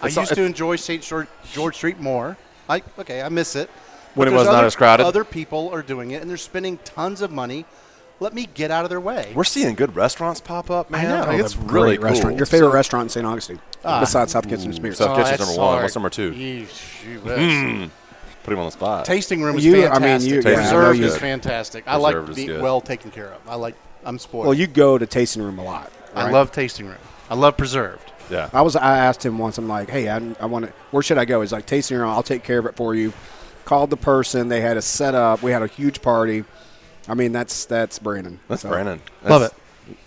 [SPEAKER 4] It's
[SPEAKER 6] I
[SPEAKER 4] all-
[SPEAKER 6] used to enjoy St. George, George Street more. I okay, I miss it.
[SPEAKER 4] When
[SPEAKER 6] But
[SPEAKER 4] it was
[SPEAKER 6] there's
[SPEAKER 4] not
[SPEAKER 6] other-
[SPEAKER 4] as crowded?
[SPEAKER 6] Other people are doing it, and they're spending tons of money. Let me get out of their way.
[SPEAKER 4] we're seeing good restaurants pop up, man.
[SPEAKER 6] know.
[SPEAKER 4] Like,
[SPEAKER 6] Oh,
[SPEAKER 4] it's
[SPEAKER 6] they're
[SPEAKER 4] really cool.
[SPEAKER 1] restaurant. Your favorite restaurant in St. Augustine, besides South Kitchen and Spirits.
[SPEAKER 4] South Kitchen's
[SPEAKER 6] that's
[SPEAKER 4] number one.
[SPEAKER 6] hard.
[SPEAKER 4] What's number two? Hmm.
[SPEAKER 6] Yeesh, you bet.
[SPEAKER 4] Put him on the spot.
[SPEAKER 6] Tasting room is
[SPEAKER 1] You- I mean,
[SPEAKER 6] fantastic.
[SPEAKER 1] you-
[SPEAKER 4] yeah, I know
[SPEAKER 6] Preserved
[SPEAKER 4] you-
[SPEAKER 6] is fantastic. I like
[SPEAKER 4] Preserved
[SPEAKER 6] to
[SPEAKER 4] is
[SPEAKER 6] be
[SPEAKER 4] good.
[SPEAKER 6] well taken care of. I like. I'm spoiled.
[SPEAKER 1] well, you go to tasting room a lot.
[SPEAKER 6] I
[SPEAKER 1] right?
[SPEAKER 6] love tasting room. I love preserved.
[SPEAKER 4] yeah.
[SPEAKER 1] I was. I asked him once. I'm like, hey, I, I want to. Where should I go? He's like, tasting room. I'll take care of it for you. Called the person. They had a setup. We had a huge party. I mean, that's that's Brandon.
[SPEAKER 4] That's
[SPEAKER 1] So-
[SPEAKER 4] Brandon.
[SPEAKER 6] Love
[SPEAKER 4] That's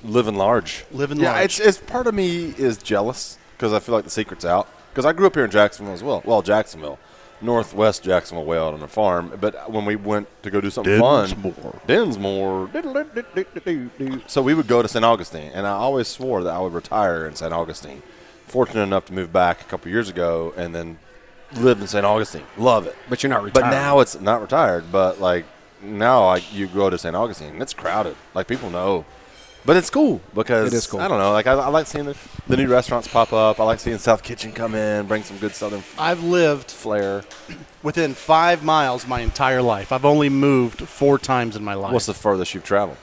[SPEAKER 4] Living large.
[SPEAKER 6] Living
[SPEAKER 4] yeah,
[SPEAKER 6] large.
[SPEAKER 4] It's, it's part of me is jealous because I feel like the secret's out. Because I grew up here in Jacksonville as well. Well, Jacksonville, northwest Jacksonville, way out on a farm. But when we went to go do something fun,
[SPEAKER 2] Dinsmore.
[SPEAKER 4] Dinsmore. diddle-diddle-diddle-diddle-diddle. So we would go to St. Augustine, and I always swore that I would retire in St. Augustine. Fortunate enough to move back a couple years ago, and then lived in St. Augustine. Love it.
[SPEAKER 1] But you're not retired.
[SPEAKER 4] But now it's not retired, but like now like you go to St. Augustine and it's crowded. Like people know. But it's cool because
[SPEAKER 1] It is cool.
[SPEAKER 4] I don't know. Like I, I like seeing the, the new restaurants pop up. I like seeing South Kitchen come in, bring some good Southern f-
[SPEAKER 6] I've lived
[SPEAKER 4] flair.
[SPEAKER 6] within five miles my entire life. I've only moved four times in my life.
[SPEAKER 4] What's the furthest you've traveled?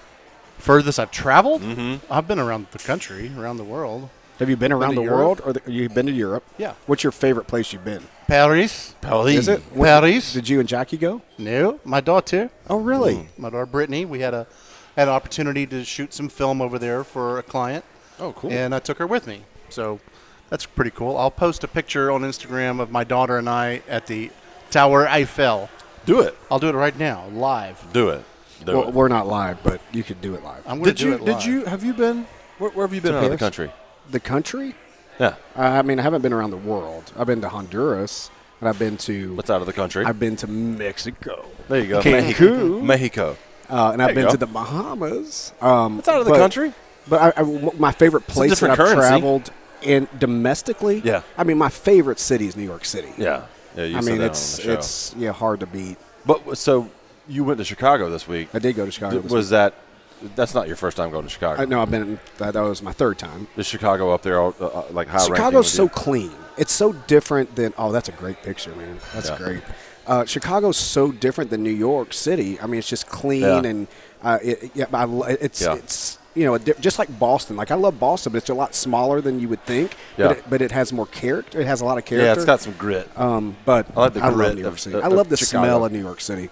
[SPEAKER 6] furthest I've traveled? Mm-hmm. I've been around the country, around the world.
[SPEAKER 1] Have you been around
[SPEAKER 6] to
[SPEAKER 1] the
[SPEAKER 6] Europe?
[SPEAKER 1] world, or the, you've been to Europe?
[SPEAKER 6] Yeah.
[SPEAKER 1] What's your favorite place you've been?
[SPEAKER 6] Paris?
[SPEAKER 4] Paris.
[SPEAKER 1] Is it What-
[SPEAKER 6] Paris?
[SPEAKER 1] Did you and Jackie go?
[SPEAKER 6] No, my daughter,
[SPEAKER 1] Oh, really?
[SPEAKER 6] my daughter Brittany. We had a had an opportunity to shoot some film over there for a client,
[SPEAKER 4] Oh, cool.
[SPEAKER 6] and I took her with me. So that's pretty cool. I'll post a picture on Instagram of my daughter and I at the Tower Eiffel.
[SPEAKER 4] do it.
[SPEAKER 6] I'll do it right now, live.
[SPEAKER 4] Do it. Do
[SPEAKER 1] Well,
[SPEAKER 4] it.
[SPEAKER 1] we're not live, but you could do it live.
[SPEAKER 6] I'm gonna
[SPEAKER 4] did
[SPEAKER 6] do
[SPEAKER 4] you
[SPEAKER 6] it
[SPEAKER 4] did
[SPEAKER 6] live.
[SPEAKER 4] you have you been where, where have you been out of the
[SPEAKER 1] Paris?
[SPEAKER 4] country?
[SPEAKER 1] the country?
[SPEAKER 4] Yeah.
[SPEAKER 1] Uh, I mean, I haven't been around the world. I've been to Honduras, and I've been to
[SPEAKER 4] What's out of the country?
[SPEAKER 1] I've been to Mexico,
[SPEAKER 4] there you go.
[SPEAKER 1] Cancun.
[SPEAKER 4] Mexico.
[SPEAKER 1] uh, and
[SPEAKER 4] There you
[SPEAKER 1] I've been
[SPEAKER 4] go.
[SPEAKER 1] to the Bahamas. Um,
[SPEAKER 4] It's out of the
[SPEAKER 1] but-
[SPEAKER 4] country.
[SPEAKER 1] But I, I- w- my favorite place that
[SPEAKER 4] different
[SPEAKER 1] I've
[SPEAKER 4] currency.
[SPEAKER 1] traveled in domestically.
[SPEAKER 4] Yeah.
[SPEAKER 1] I mean, my favorite city is New York City.
[SPEAKER 4] Yeah. Yeah, you
[SPEAKER 1] I
[SPEAKER 4] said
[SPEAKER 1] mean,
[SPEAKER 4] that
[SPEAKER 1] it's
[SPEAKER 4] on the show.
[SPEAKER 1] it's yeah hard to beat.
[SPEAKER 4] But so you went to Chicago this week.
[SPEAKER 1] I did go to Chicago.
[SPEAKER 4] Th- was that? That's not your first time going to Chicago.
[SPEAKER 1] I, no, I've been. That, that was my third time.
[SPEAKER 4] Is Chicago up there, all, uh, uh, like high ranking
[SPEAKER 1] Chicago's
[SPEAKER 4] with
[SPEAKER 1] so
[SPEAKER 4] you?
[SPEAKER 1] clean. It's so different than. Oh, that's a great picture, man. That's
[SPEAKER 4] Yeah.
[SPEAKER 1] great. Uh, Chicago's so different than New York City. I mean, it's just clean
[SPEAKER 4] Yeah.
[SPEAKER 1] and uh, it, yeah. but I, lo- it's
[SPEAKER 4] Yeah.
[SPEAKER 1] it's you know di- just like Boston. Like I love Boston, but it's a lot smaller than you would think.
[SPEAKER 4] Yeah.
[SPEAKER 1] But, it, but it has more character. It has a lot of character.
[SPEAKER 4] Yeah, it's got some grit.
[SPEAKER 1] Um, but I,
[SPEAKER 4] I like the
[SPEAKER 1] love
[SPEAKER 4] grit
[SPEAKER 1] New York
[SPEAKER 4] of-
[SPEAKER 1] City.
[SPEAKER 4] of-
[SPEAKER 1] I love the
[SPEAKER 4] of Chicago.
[SPEAKER 1] smell of New York City.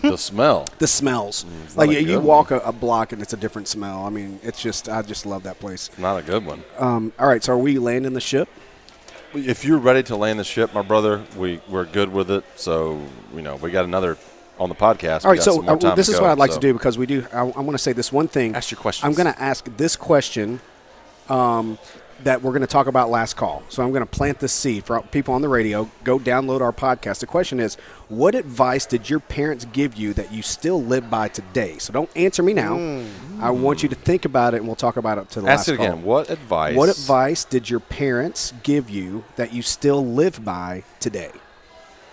[SPEAKER 4] the smell.
[SPEAKER 1] The smells.
[SPEAKER 4] Mm, it's
[SPEAKER 1] like
[SPEAKER 4] not a
[SPEAKER 1] you, you
[SPEAKER 4] good
[SPEAKER 1] walk a, a block and it's a different smell. I mean, it's just I just love that place.
[SPEAKER 4] Not a good one.
[SPEAKER 1] Um, all right, so are we landing the ship?
[SPEAKER 4] If you're ready to land the ship, my brother, we we're good with it. So you know, we got another on the podcast.
[SPEAKER 1] All
[SPEAKER 4] We
[SPEAKER 1] right,
[SPEAKER 4] got
[SPEAKER 1] so
[SPEAKER 4] some more
[SPEAKER 1] uh,
[SPEAKER 4] time
[SPEAKER 1] this
[SPEAKER 4] to
[SPEAKER 1] is
[SPEAKER 4] go,
[SPEAKER 1] what I'd like
[SPEAKER 4] so-
[SPEAKER 1] to do because we do. I, I want to say this one thing.
[SPEAKER 4] Ask your questions.
[SPEAKER 1] I'm going to ask this question um, that we're going to talk about last call. So I'm going to plant the seed for people on the radio. Go download our podcast. The question is, what advice did your parents give you that you still live by today? So don't answer me now. I want you to think about it, and we'll talk about it to the
[SPEAKER 4] Hmm. Ask
[SPEAKER 1] last
[SPEAKER 4] it again.
[SPEAKER 1] call.
[SPEAKER 4] What advice?
[SPEAKER 1] What advice did your parents give you that you still live by today?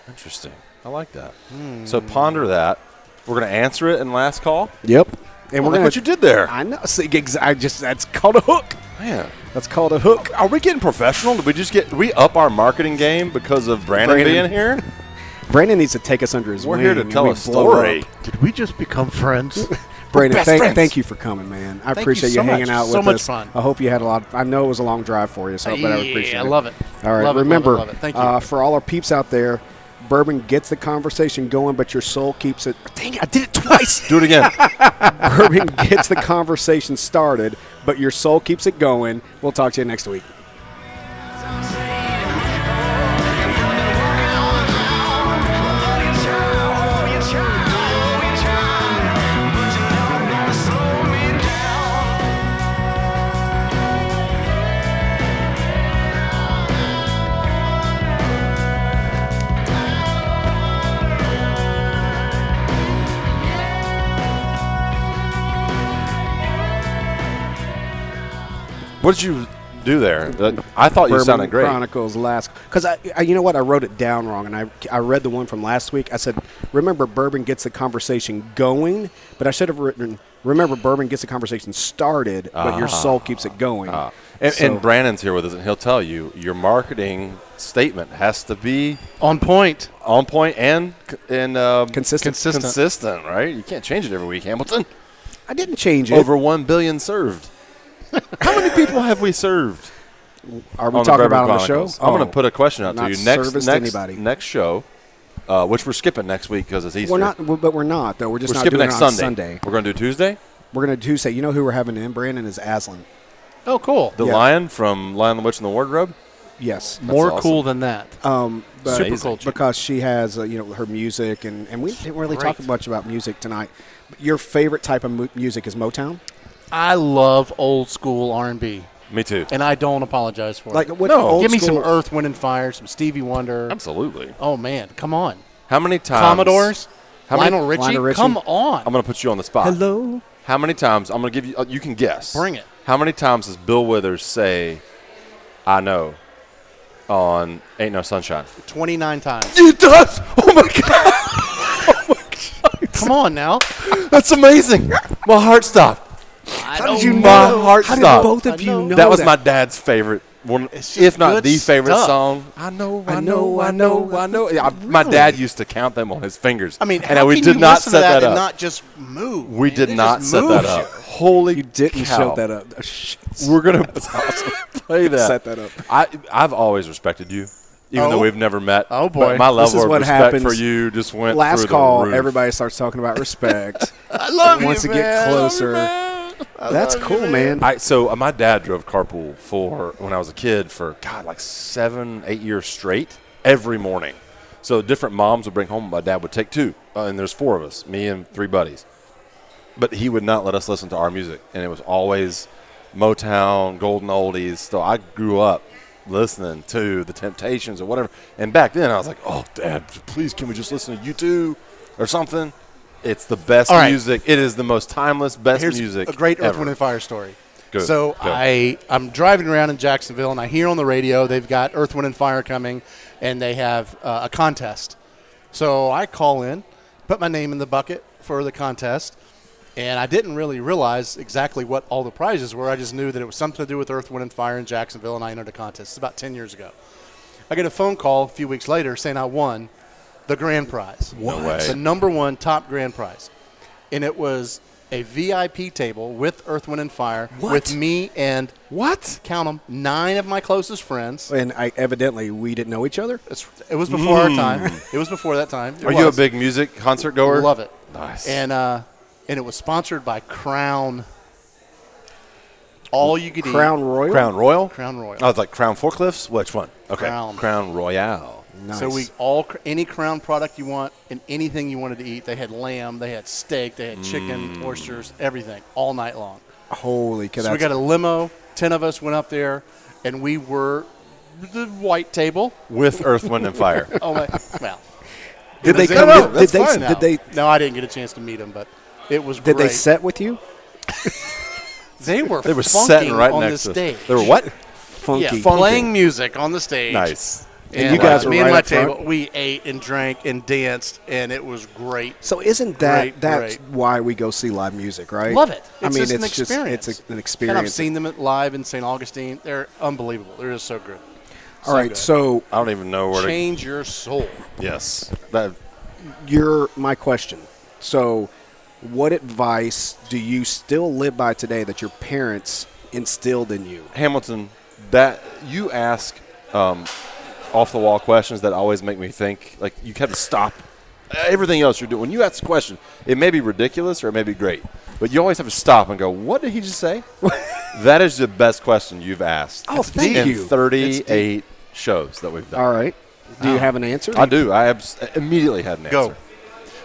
[SPEAKER 4] Interesting. I like that.
[SPEAKER 1] Hmm.
[SPEAKER 4] So ponder that. We're going to answer it in last call.
[SPEAKER 1] Yep. And
[SPEAKER 4] Well, look
[SPEAKER 1] gonna-
[SPEAKER 4] what you did there.
[SPEAKER 1] I know. See, ex- I just that's called a hook.
[SPEAKER 4] Man,
[SPEAKER 1] That's called a hook.
[SPEAKER 4] are we getting professional? Did we just get did we up our marketing game because of Brandon,
[SPEAKER 1] Brandon.
[SPEAKER 4] being here?
[SPEAKER 1] Brandon needs to take us under his
[SPEAKER 4] We're
[SPEAKER 1] wing.
[SPEAKER 4] here to
[SPEAKER 1] and
[SPEAKER 4] tell
[SPEAKER 1] we
[SPEAKER 4] a
[SPEAKER 1] blow her
[SPEAKER 4] story.
[SPEAKER 1] up.
[SPEAKER 5] Did we just become friends?
[SPEAKER 1] Brandon,
[SPEAKER 4] best
[SPEAKER 1] thank,
[SPEAKER 4] friends.
[SPEAKER 1] thank you for coming, man. I
[SPEAKER 6] you
[SPEAKER 1] appreciate you,
[SPEAKER 6] so
[SPEAKER 1] hanging
[SPEAKER 6] much.
[SPEAKER 1] out with
[SPEAKER 6] So much
[SPEAKER 1] us.
[SPEAKER 6] fun.
[SPEAKER 1] I hope you had a lot. I know it was a long drive for you, so but I appreciate
[SPEAKER 6] Yeah,
[SPEAKER 1] it.
[SPEAKER 6] I love it.
[SPEAKER 1] All right,
[SPEAKER 6] Love it, love it,
[SPEAKER 1] remember,
[SPEAKER 6] love it. Thank you.
[SPEAKER 1] Uh, for all our peeps out there, bourbon gets the conversation going, but your soul keeps it. Dang it, I did it twice.
[SPEAKER 4] Do it again.
[SPEAKER 1] bourbon gets the conversation started, but your soul keeps it going. We'll talk to you next week.
[SPEAKER 4] what did you do there? That- I thought you
[SPEAKER 1] Bourbon
[SPEAKER 4] sounded great.
[SPEAKER 1] Chronicles last because I, I, you know what, I wrote it down wrong, and I, I read the one from last week. I said, "Remember, bourbon gets the conversation going," but I should have written, "Remember, bourbon gets the conversation started, but your soul keeps it going."
[SPEAKER 4] Uh, Ah. and,
[SPEAKER 1] So-
[SPEAKER 4] and Brandon's here with us, and he'll tell you your marketing statement has to be
[SPEAKER 6] On point.
[SPEAKER 4] on point and c- and um,
[SPEAKER 1] Consistent.
[SPEAKER 6] Consistent.
[SPEAKER 4] consistent, right? You can't change it every week, Hamilton.
[SPEAKER 1] I didn't change it.
[SPEAKER 4] Over one billion served. How many people have we served?
[SPEAKER 1] Are we
[SPEAKER 4] on
[SPEAKER 1] talking
[SPEAKER 4] Bourbon
[SPEAKER 1] about on the show?
[SPEAKER 4] Chronicles? I'm going
[SPEAKER 1] Oh.
[SPEAKER 4] to put a question out
[SPEAKER 1] Not
[SPEAKER 4] to you next
[SPEAKER 1] service
[SPEAKER 4] next
[SPEAKER 1] to anybody.
[SPEAKER 4] next show, uh, which we're skipping next week because it's Easter.
[SPEAKER 1] We're not, we're- but we're not though. We're just
[SPEAKER 4] We're
[SPEAKER 1] not
[SPEAKER 4] skipping
[SPEAKER 1] doing
[SPEAKER 4] next
[SPEAKER 1] it on
[SPEAKER 4] Sunday.
[SPEAKER 1] Sunday.
[SPEAKER 4] We're going to do Tuesday.
[SPEAKER 1] We're gonna do say, you know who we're having in Brandon is Aslan.
[SPEAKER 6] Oh, cool.
[SPEAKER 4] The
[SPEAKER 1] Yeah.
[SPEAKER 4] Lion from Lion the Witch and the Wardrobe.
[SPEAKER 1] Yes,
[SPEAKER 6] More
[SPEAKER 4] awesome.
[SPEAKER 6] cool than that.
[SPEAKER 1] um, but
[SPEAKER 6] Super culture.
[SPEAKER 1] because she has uh, you know her music and, and we didn't really talk
[SPEAKER 6] Great.
[SPEAKER 1] much about music tonight. Your favorite type of mu- music is Motown.
[SPEAKER 6] I love old school R&B,
[SPEAKER 4] Me too.
[SPEAKER 6] and I don't apologize for
[SPEAKER 1] Like
[SPEAKER 6] it.
[SPEAKER 1] what?
[SPEAKER 4] No.
[SPEAKER 1] old
[SPEAKER 6] Give me
[SPEAKER 1] school-
[SPEAKER 6] some Earth, Wind, and Fire, some Stevie Wonder.
[SPEAKER 4] Absolutely.
[SPEAKER 6] oh man, come on,
[SPEAKER 4] How many times?
[SPEAKER 6] Commodores,
[SPEAKER 4] How many-
[SPEAKER 6] Lionel, Richie,
[SPEAKER 1] Lionel Richie?
[SPEAKER 6] come on.
[SPEAKER 4] I'm going to put you on the spot.
[SPEAKER 1] Hello.
[SPEAKER 4] How many times? I'm going to give you. Uh, you can guess.
[SPEAKER 6] Bring it.
[SPEAKER 4] How many times does Bill Withers say, "I know"? On Ain't No Sunshine.
[SPEAKER 6] 29 times.
[SPEAKER 4] It does. Oh my God.
[SPEAKER 6] Come on now.
[SPEAKER 4] That's amazing. My heart stopped.
[SPEAKER 1] How did
[SPEAKER 4] know.
[SPEAKER 1] you
[SPEAKER 4] My
[SPEAKER 1] know?
[SPEAKER 4] heart
[SPEAKER 1] How
[SPEAKER 4] stopped.
[SPEAKER 1] did both of
[SPEAKER 6] I
[SPEAKER 1] you know,
[SPEAKER 6] know.
[SPEAKER 4] that was my dad's favorite one,
[SPEAKER 6] It's just
[SPEAKER 4] if not
[SPEAKER 6] good
[SPEAKER 4] the favorite
[SPEAKER 6] stuff.
[SPEAKER 4] song. I know, I
[SPEAKER 1] know,
[SPEAKER 4] know,
[SPEAKER 1] I
[SPEAKER 4] I know, I know. Yeah, I- My dad used to count them on his fingers.
[SPEAKER 6] I mean,
[SPEAKER 4] and
[SPEAKER 6] how
[SPEAKER 4] we
[SPEAKER 6] can
[SPEAKER 4] did
[SPEAKER 6] you
[SPEAKER 4] not
[SPEAKER 6] listen
[SPEAKER 4] set
[SPEAKER 6] to that,
[SPEAKER 4] that
[SPEAKER 6] and
[SPEAKER 4] up.
[SPEAKER 6] not just move?
[SPEAKER 4] we
[SPEAKER 6] man?
[SPEAKER 4] did
[SPEAKER 6] It
[SPEAKER 4] not
[SPEAKER 6] just
[SPEAKER 4] set that
[SPEAKER 6] moves
[SPEAKER 4] up.
[SPEAKER 6] you.
[SPEAKER 4] Holy,
[SPEAKER 1] You didn't
[SPEAKER 4] cow.
[SPEAKER 1] set that up. Oh, shit.
[SPEAKER 4] We're gonna play that.
[SPEAKER 1] Set that up.
[SPEAKER 4] I I've always respected you, even though
[SPEAKER 6] Oh.
[SPEAKER 4] we've never met.
[SPEAKER 6] Oh, boy.
[SPEAKER 4] but my
[SPEAKER 6] This
[SPEAKER 1] is
[SPEAKER 4] level of
[SPEAKER 1] what
[SPEAKER 4] respect
[SPEAKER 1] happens.
[SPEAKER 4] for you just went
[SPEAKER 1] Last
[SPEAKER 4] through The
[SPEAKER 1] call.
[SPEAKER 4] roof.
[SPEAKER 1] Everybody starts talking about respect.
[SPEAKER 6] I love you,
[SPEAKER 1] Wants to get
[SPEAKER 6] man. I love you,
[SPEAKER 1] closer.
[SPEAKER 6] man. I
[SPEAKER 1] That's
[SPEAKER 6] love you,
[SPEAKER 1] cool, man.
[SPEAKER 4] I so uh, my dad drove carpool for when I was a kid for God like seven eight years straight every morning. So different moms would bring home. My dad would take two, uh, and there's four of us, me and three buddies. But he would not let us listen to our music, and it was always Motown, Golden Oldies. So I grew up listening to the Temptations or whatever. And back then I was like, "Oh, Dad, please, can we just listen to you two or something?" It's the best
[SPEAKER 6] All right.
[SPEAKER 4] music. It is the most timeless, best
[SPEAKER 6] Here's
[SPEAKER 4] music.
[SPEAKER 6] a great Earth,
[SPEAKER 4] ever.
[SPEAKER 6] Wind, and Fire story.
[SPEAKER 4] Good.
[SPEAKER 6] So
[SPEAKER 4] Go.
[SPEAKER 6] I I'm driving around in Jacksonville and I hear on the radio they've got Earth, Wind, and Fire coming, and they have uh, a contest. So I call in, put my name in the bucket for the contest, and I didn't really realize exactly what all the prizes were. I just knew that it was something to do with Earth, Wind, and Fire in Jacksonville, and I entered a contest. It's about ten years ago. I get a phone call a few weeks later saying I won the grand prize.
[SPEAKER 4] No What? way.
[SPEAKER 6] The number one top grand prize. And it was a VIP table with Earth, Wind, and Fire with me and
[SPEAKER 4] What?
[SPEAKER 6] count 'em, nine of my closest friends.
[SPEAKER 1] and I, evidently, we didn't know each other.
[SPEAKER 6] It's, it was before our time. It was before that time. It
[SPEAKER 4] Hmm. Are you a
[SPEAKER 6] was.
[SPEAKER 4] big music concert goer?
[SPEAKER 6] Love it.
[SPEAKER 4] Nice.
[SPEAKER 6] And uh, and it was sponsored by Crown. All you could
[SPEAKER 1] Crown
[SPEAKER 6] eat.
[SPEAKER 1] Royal.
[SPEAKER 4] Crown Royal?
[SPEAKER 6] Crown Royal.
[SPEAKER 4] I was like Crown Forklifts? Which one? Okay.
[SPEAKER 6] Crown.
[SPEAKER 4] Royale.
[SPEAKER 6] So
[SPEAKER 1] Nice.
[SPEAKER 6] we all cr- any Crown product you want and anything you wanted to eat. They had lamb, they had steak, they had chicken,
[SPEAKER 4] Hmm.
[SPEAKER 6] oysters, everything all night long.
[SPEAKER 1] Holy cow!
[SPEAKER 6] so we
[SPEAKER 1] that's-
[SPEAKER 6] got a limo. Ten of us went up there, and we were the white table.
[SPEAKER 4] with Earth, Wind, and Fire.
[SPEAKER 6] Oh my! well,
[SPEAKER 1] did they
[SPEAKER 6] They
[SPEAKER 1] come?
[SPEAKER 6] come
[SPEAKER 1] in-
[SPEAKER 6] out.
[SPEAKER 1] Did
[SPEAKER 4] That's
[SPEAKER 1] they?
[SPEAKER 4] fine
[SPEAKER 6] no,
[SPEAKER 1] Did they?
[SPEAKER 6] No, I didn't get a chance to meet them, but it was.
[SPEAKER 1] Did
[SPEAKER 6] great.
[SPEAKER 1] they set with you?
[SPEAKER 6] They were.
[SPEAKER 4] They were
[SPEAKER 6] funking
[SPEAKER 4] sitting right
[SPEAKER 6] on
[SPEAKER 4] next
[SPEAKER 6] the
[SPEAKER 4] to
[SPEAKER 6] stage.
[SPEAKER 4] us. They were what?
[SPEAKER 1] Funky.
[SPEAKER 6] Yeah, playing music on the stage.
[SPEAKER 4] Nice.
[SPEAKER 6] And,
[SPEAKER 1] you guys
[SPEAKER 6] uh,
[SPEAKER 1] were
[SPEAKER 6] me
[SPEAKER 1] right
[SPEAKER 6] and my
[SPEAKER 1] up front?
[SPEAKER 6] table, we ate and drank and danced, and it was great.
[SPEAKER 1] So isn't that
[SPEAKER 6] Great,
[SPEAKER 1] that's
[SPEAKER 6] great.
[SPEAKER 1] why we go see live music, right?
[SPEAKER 6] Love it.
[SPEAKER 1] I
[SPEAKER 6] It's
[SPEAKER 1] mean,
[SPEAKER 6] just an
[SPEAKER 1] it's just
[SPEAKER 6] experience.
[SPEAKER 1] it's a, an
[SPEAKER 6] And
[SPEAKER 1] experience.
[SPEAKER 6] I've seen them at- live in St. Augustine. They're unbelievable. They're just so good.
[SPEAKER 1] All right,
[SPEAKER 6] good.
[SPEAKER 1] so
[SPEAKER 4] I don't even know where
[SPEAKER 6] Change your soul.
[SPEAKER 4] to. Yes. That,
[SPEAKER 1] your my question. So, what advice do you still live by today that your parents instilled in you?
[SPEAKER 4] Hamilton, that you ask um, off the wall questions that always make me think. Like you have to stop everything else you're doing. When you ask a question, it may be ridiculous or it may be great, but you always have to stop and go, "What did he just say?" that is the best question you've asked.
[SPEAKER 1] Oh, thank
[SPEAKER 4] in
[SPEAKER 1] you.
[SPEAKER 4] 38 shows that we've done.
[SPEAKER 1] All right. Do you have an answer?
[SPEAKER 4] I do. I abs- immediately had an answer.
[SPEAKER 6] Go.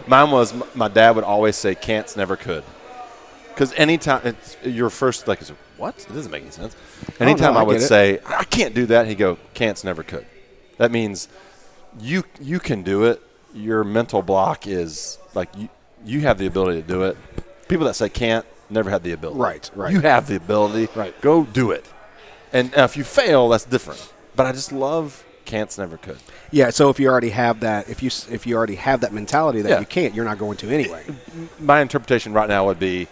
[SPEAKER 4] Mine was m- my dad would always say, "Can'ts never could," because anytime it's your first like, it's, what? It doesn't make any sense.
[SPEAKER 1] no,
[SPEAKER 4] Anytime
[SPEAKER 1] I
[SPEAKER 4] I, would
[SPEAKER 1] get it.
[SPEAKER 4] say, "I can't do that," he'd go, "Can'ts never could." That means you you can do it. Your mental block is like you you have the ability to do it. People that say can't never had the ability.
[SPEAKER 1] Right, right.
[SPEAKER 4] You have the ability.
[SPEAKER 1] Right.
[SPEAKER 4] Go do it. And now if you fail, that's different. But I just love can'ts never could.
[SPEAKER 1] Yeah. So if you already have that, if you s- if you already have that mentality that
[SPEAKER 4] Yeah.
[SPEAKER 1] you can't, you're not going to anyway.
[SPEAKER 4] my interpretation right now would be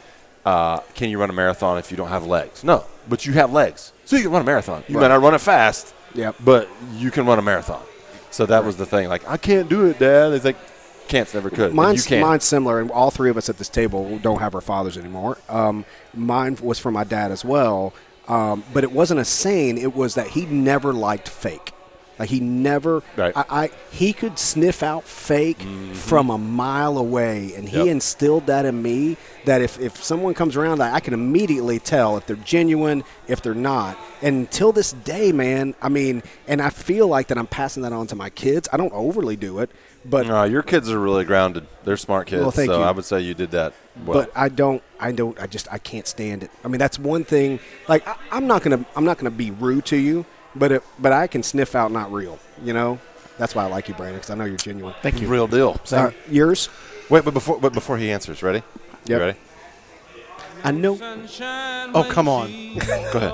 [SPEAKER 4] uh, can you run a marathon if you don't have legs? No, but you have legs. So you can run a marathon. You
[SPEAKER 1] Right.
[SPEAKER 4] may not run it fast,
[SPEAKER 1] Yep.
[SPEAKER 4] but you can run a marathon. So that was the thing. Like, I can't do it, Dad. It's like, can't never could. And
[SPEAKER 1] Mine's,
[SPEAKER 4] you can.
[SPEAKER 1] mine's similar, and all three of us at this table don't have our fathers anymore. Um, mine was from my dad as well, um, but it wasn't a saying. It was that he never liked fake. Like he never,
[SPEAKER 4] Right. Mm-hmm.
[SPEAKER 1] I, I he could sniff out fake from a mile away, and he
[SPEAKER 4] Yep.
[SPEAKER 1] instilled that in me. That if, if someone comes around, I, I can immediately tell if they're genuine, if they're not. And until this day, man, I mean, and I feel like that I'm passing that on to my kids. I don't overly do it, but
[SPEAKER 4] No, Uh, your kids are really grounded. They're smart kids.
[SPEAKER 1] Well, thank
[SPEAKER 4] so
[SPEAKER 1] you.
[SPEAKER 4] I would say you did that well.
[SPEAKER 1] but I don't, I don't, I just, I can't stand it. I mean, that's one thing. Like, I, I'm not gonna, I'm not gonna be rude to you, but it, but I can sniff out not real. You know, that's why I like you, Brandon, because I know you're genuine.
[SPEAKER 4] Thank you. Real deal. Same.
[SPEAKER 1] Uh, yours?
[SPEAKER 4] Wait, but before, but before he answers, ready? You
[SPEAKER 1] Yep.
[SPEAKER 4] ready?
[SPEAKER 1] I know
[SPEAKER 3] Sunshine
[SPEAKER 6] Oh,
[SPEAKER 3] when
[SPEAKER 6] come
[SPEAKER 3] you
[SPEAKER 6] on.
[SPEAKER 3] see
[SPEAKER 4] Go ahead.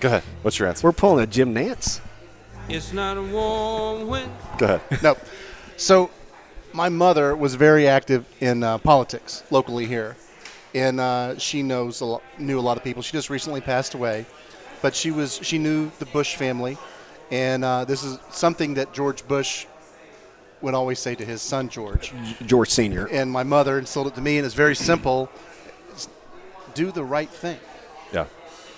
[SPEAKER 4] Go ahead. What's your answer?
[SPEAKER 1] we're pulling a Jim Nance.
[SPEAKER 3] It's not warm when
[SPEAKER 4] Go ahead.
[SPEAKER 6] no. So, my mother was very active in uh, politics locally here, and uh, she knows a lot, knew a lot of people. She just recently passed away, but she was she knew the Bush family, and uh, this is something that George Bush would always say to his son George.
[SPEAKER 1] George Senior.
[SPEAKER 6] And my mother instilled it to me, and it's very simple: It's do the right thing.
[SPEAKER 4] Yeah.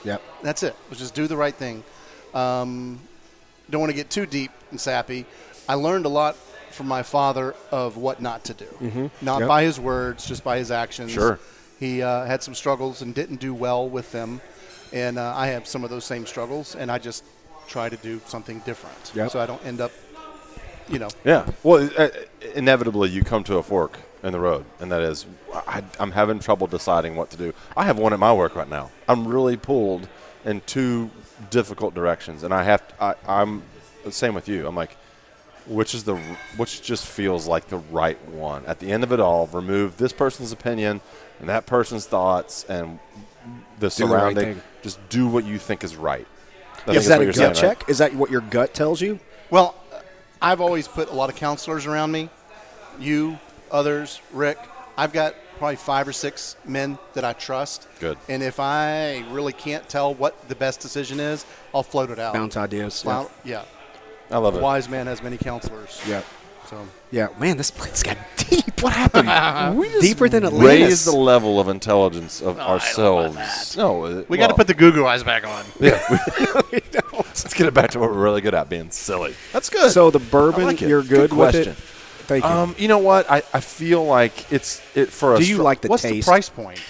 [SPEAKER 1] Yep.
[SPEAKER 6] That's it. Was just do the right thing. Um, don't want to get too deep and sappy. I learned a lot from my father of what not to do, not
[SPEAKER 1] Mm-hmm. Yep.
[SPEAKER 6] by his words, just by his actions.
[SPEAKER 4] Sure.
[SPEAKER 6] He uh, had some struggles and didn't do well with them, and uh, I have some of those same struggles, and I just try to do something different,
[SPEAKER 1] Yep.
[SPEAKER 6] so I don't end up, you know,
[SPEAKER 4] Yeah. Well, uh, inevitably you come to a fork in the road, and that is, I, I'm having trouble deciding what to do. I have one at my work right now. I'm really pulled in two difficult directions, and I have. To, I, I'm the same with you. I'm like, which is the which just feels like the right one. At the end of it all, remove this person's opinion and that person's thoughts and
[SPEAKER 1] the
[SPEAKER 4] the
[SPEAKER 1] right
[SPEAKER 4] surrounding.
[SPEAKER 1] thing.
[SPEAKER 4] just do what you think is right. I think
[SPEAKER 1] Is
[SPEAKER 4] that's
[SPEAKER 1] that
[SPEAKER 4] what
[SPEAKER 1] a
[SPEAKER 4] you're
[SPEAKER 1] gut
[SPEAKER 4] saying, right?
[SPEAKER 1] check? Is that what your gut tells you?
[SPEAKER 6] Well, I've always put a lot of counselors around me. You, others, Rick. I've got probably five or six men that I trust.
[SPEAKER 4] Good.
[SPEAKER 6] And if I really can't tell what the best decision is, I'll float it out.
[SPEAKER 1] Bounce ideas.
[SPEAKER 6] Flou- yeah.
[SPEAKER 4] I love
[SPEAKER 6] A
[SPEAKER 4] it.
[SPEAKER 6] wise man has many counselors.
[SPEAKER 1] Yeah.
[SPEAKER 6] So
[SPEAKER 1] Yeah. Yeah. Man, this place got deep. What happened? Deeper than Atlantis.
[SPEAKER 4] raise the level of intelligence of ourselves. No, uh,
[SPEAKER 6] we got to put the Goo Goo Eyes back on.
[SPEAKER 4] Let's get it back to what we're really good at, being silly. That's good.
[SPEAKER 1] so the bourbon,
[SPEAKER 4] like it.
[SPEAKER 1] you're good,
[SPEAKER 4] Good
[SPEAKER 1] with
[SPEAKER 4] question.
[SPEAKER 1] it. Thank you.
[SPEAKER 4] um, you know what? I, I feel like it's it for us.
[SPEAKER 1] Do you like the
[SPEAKER 6] What's
[SPEAKER 1] taste?
[SPEAKER 6] the price point?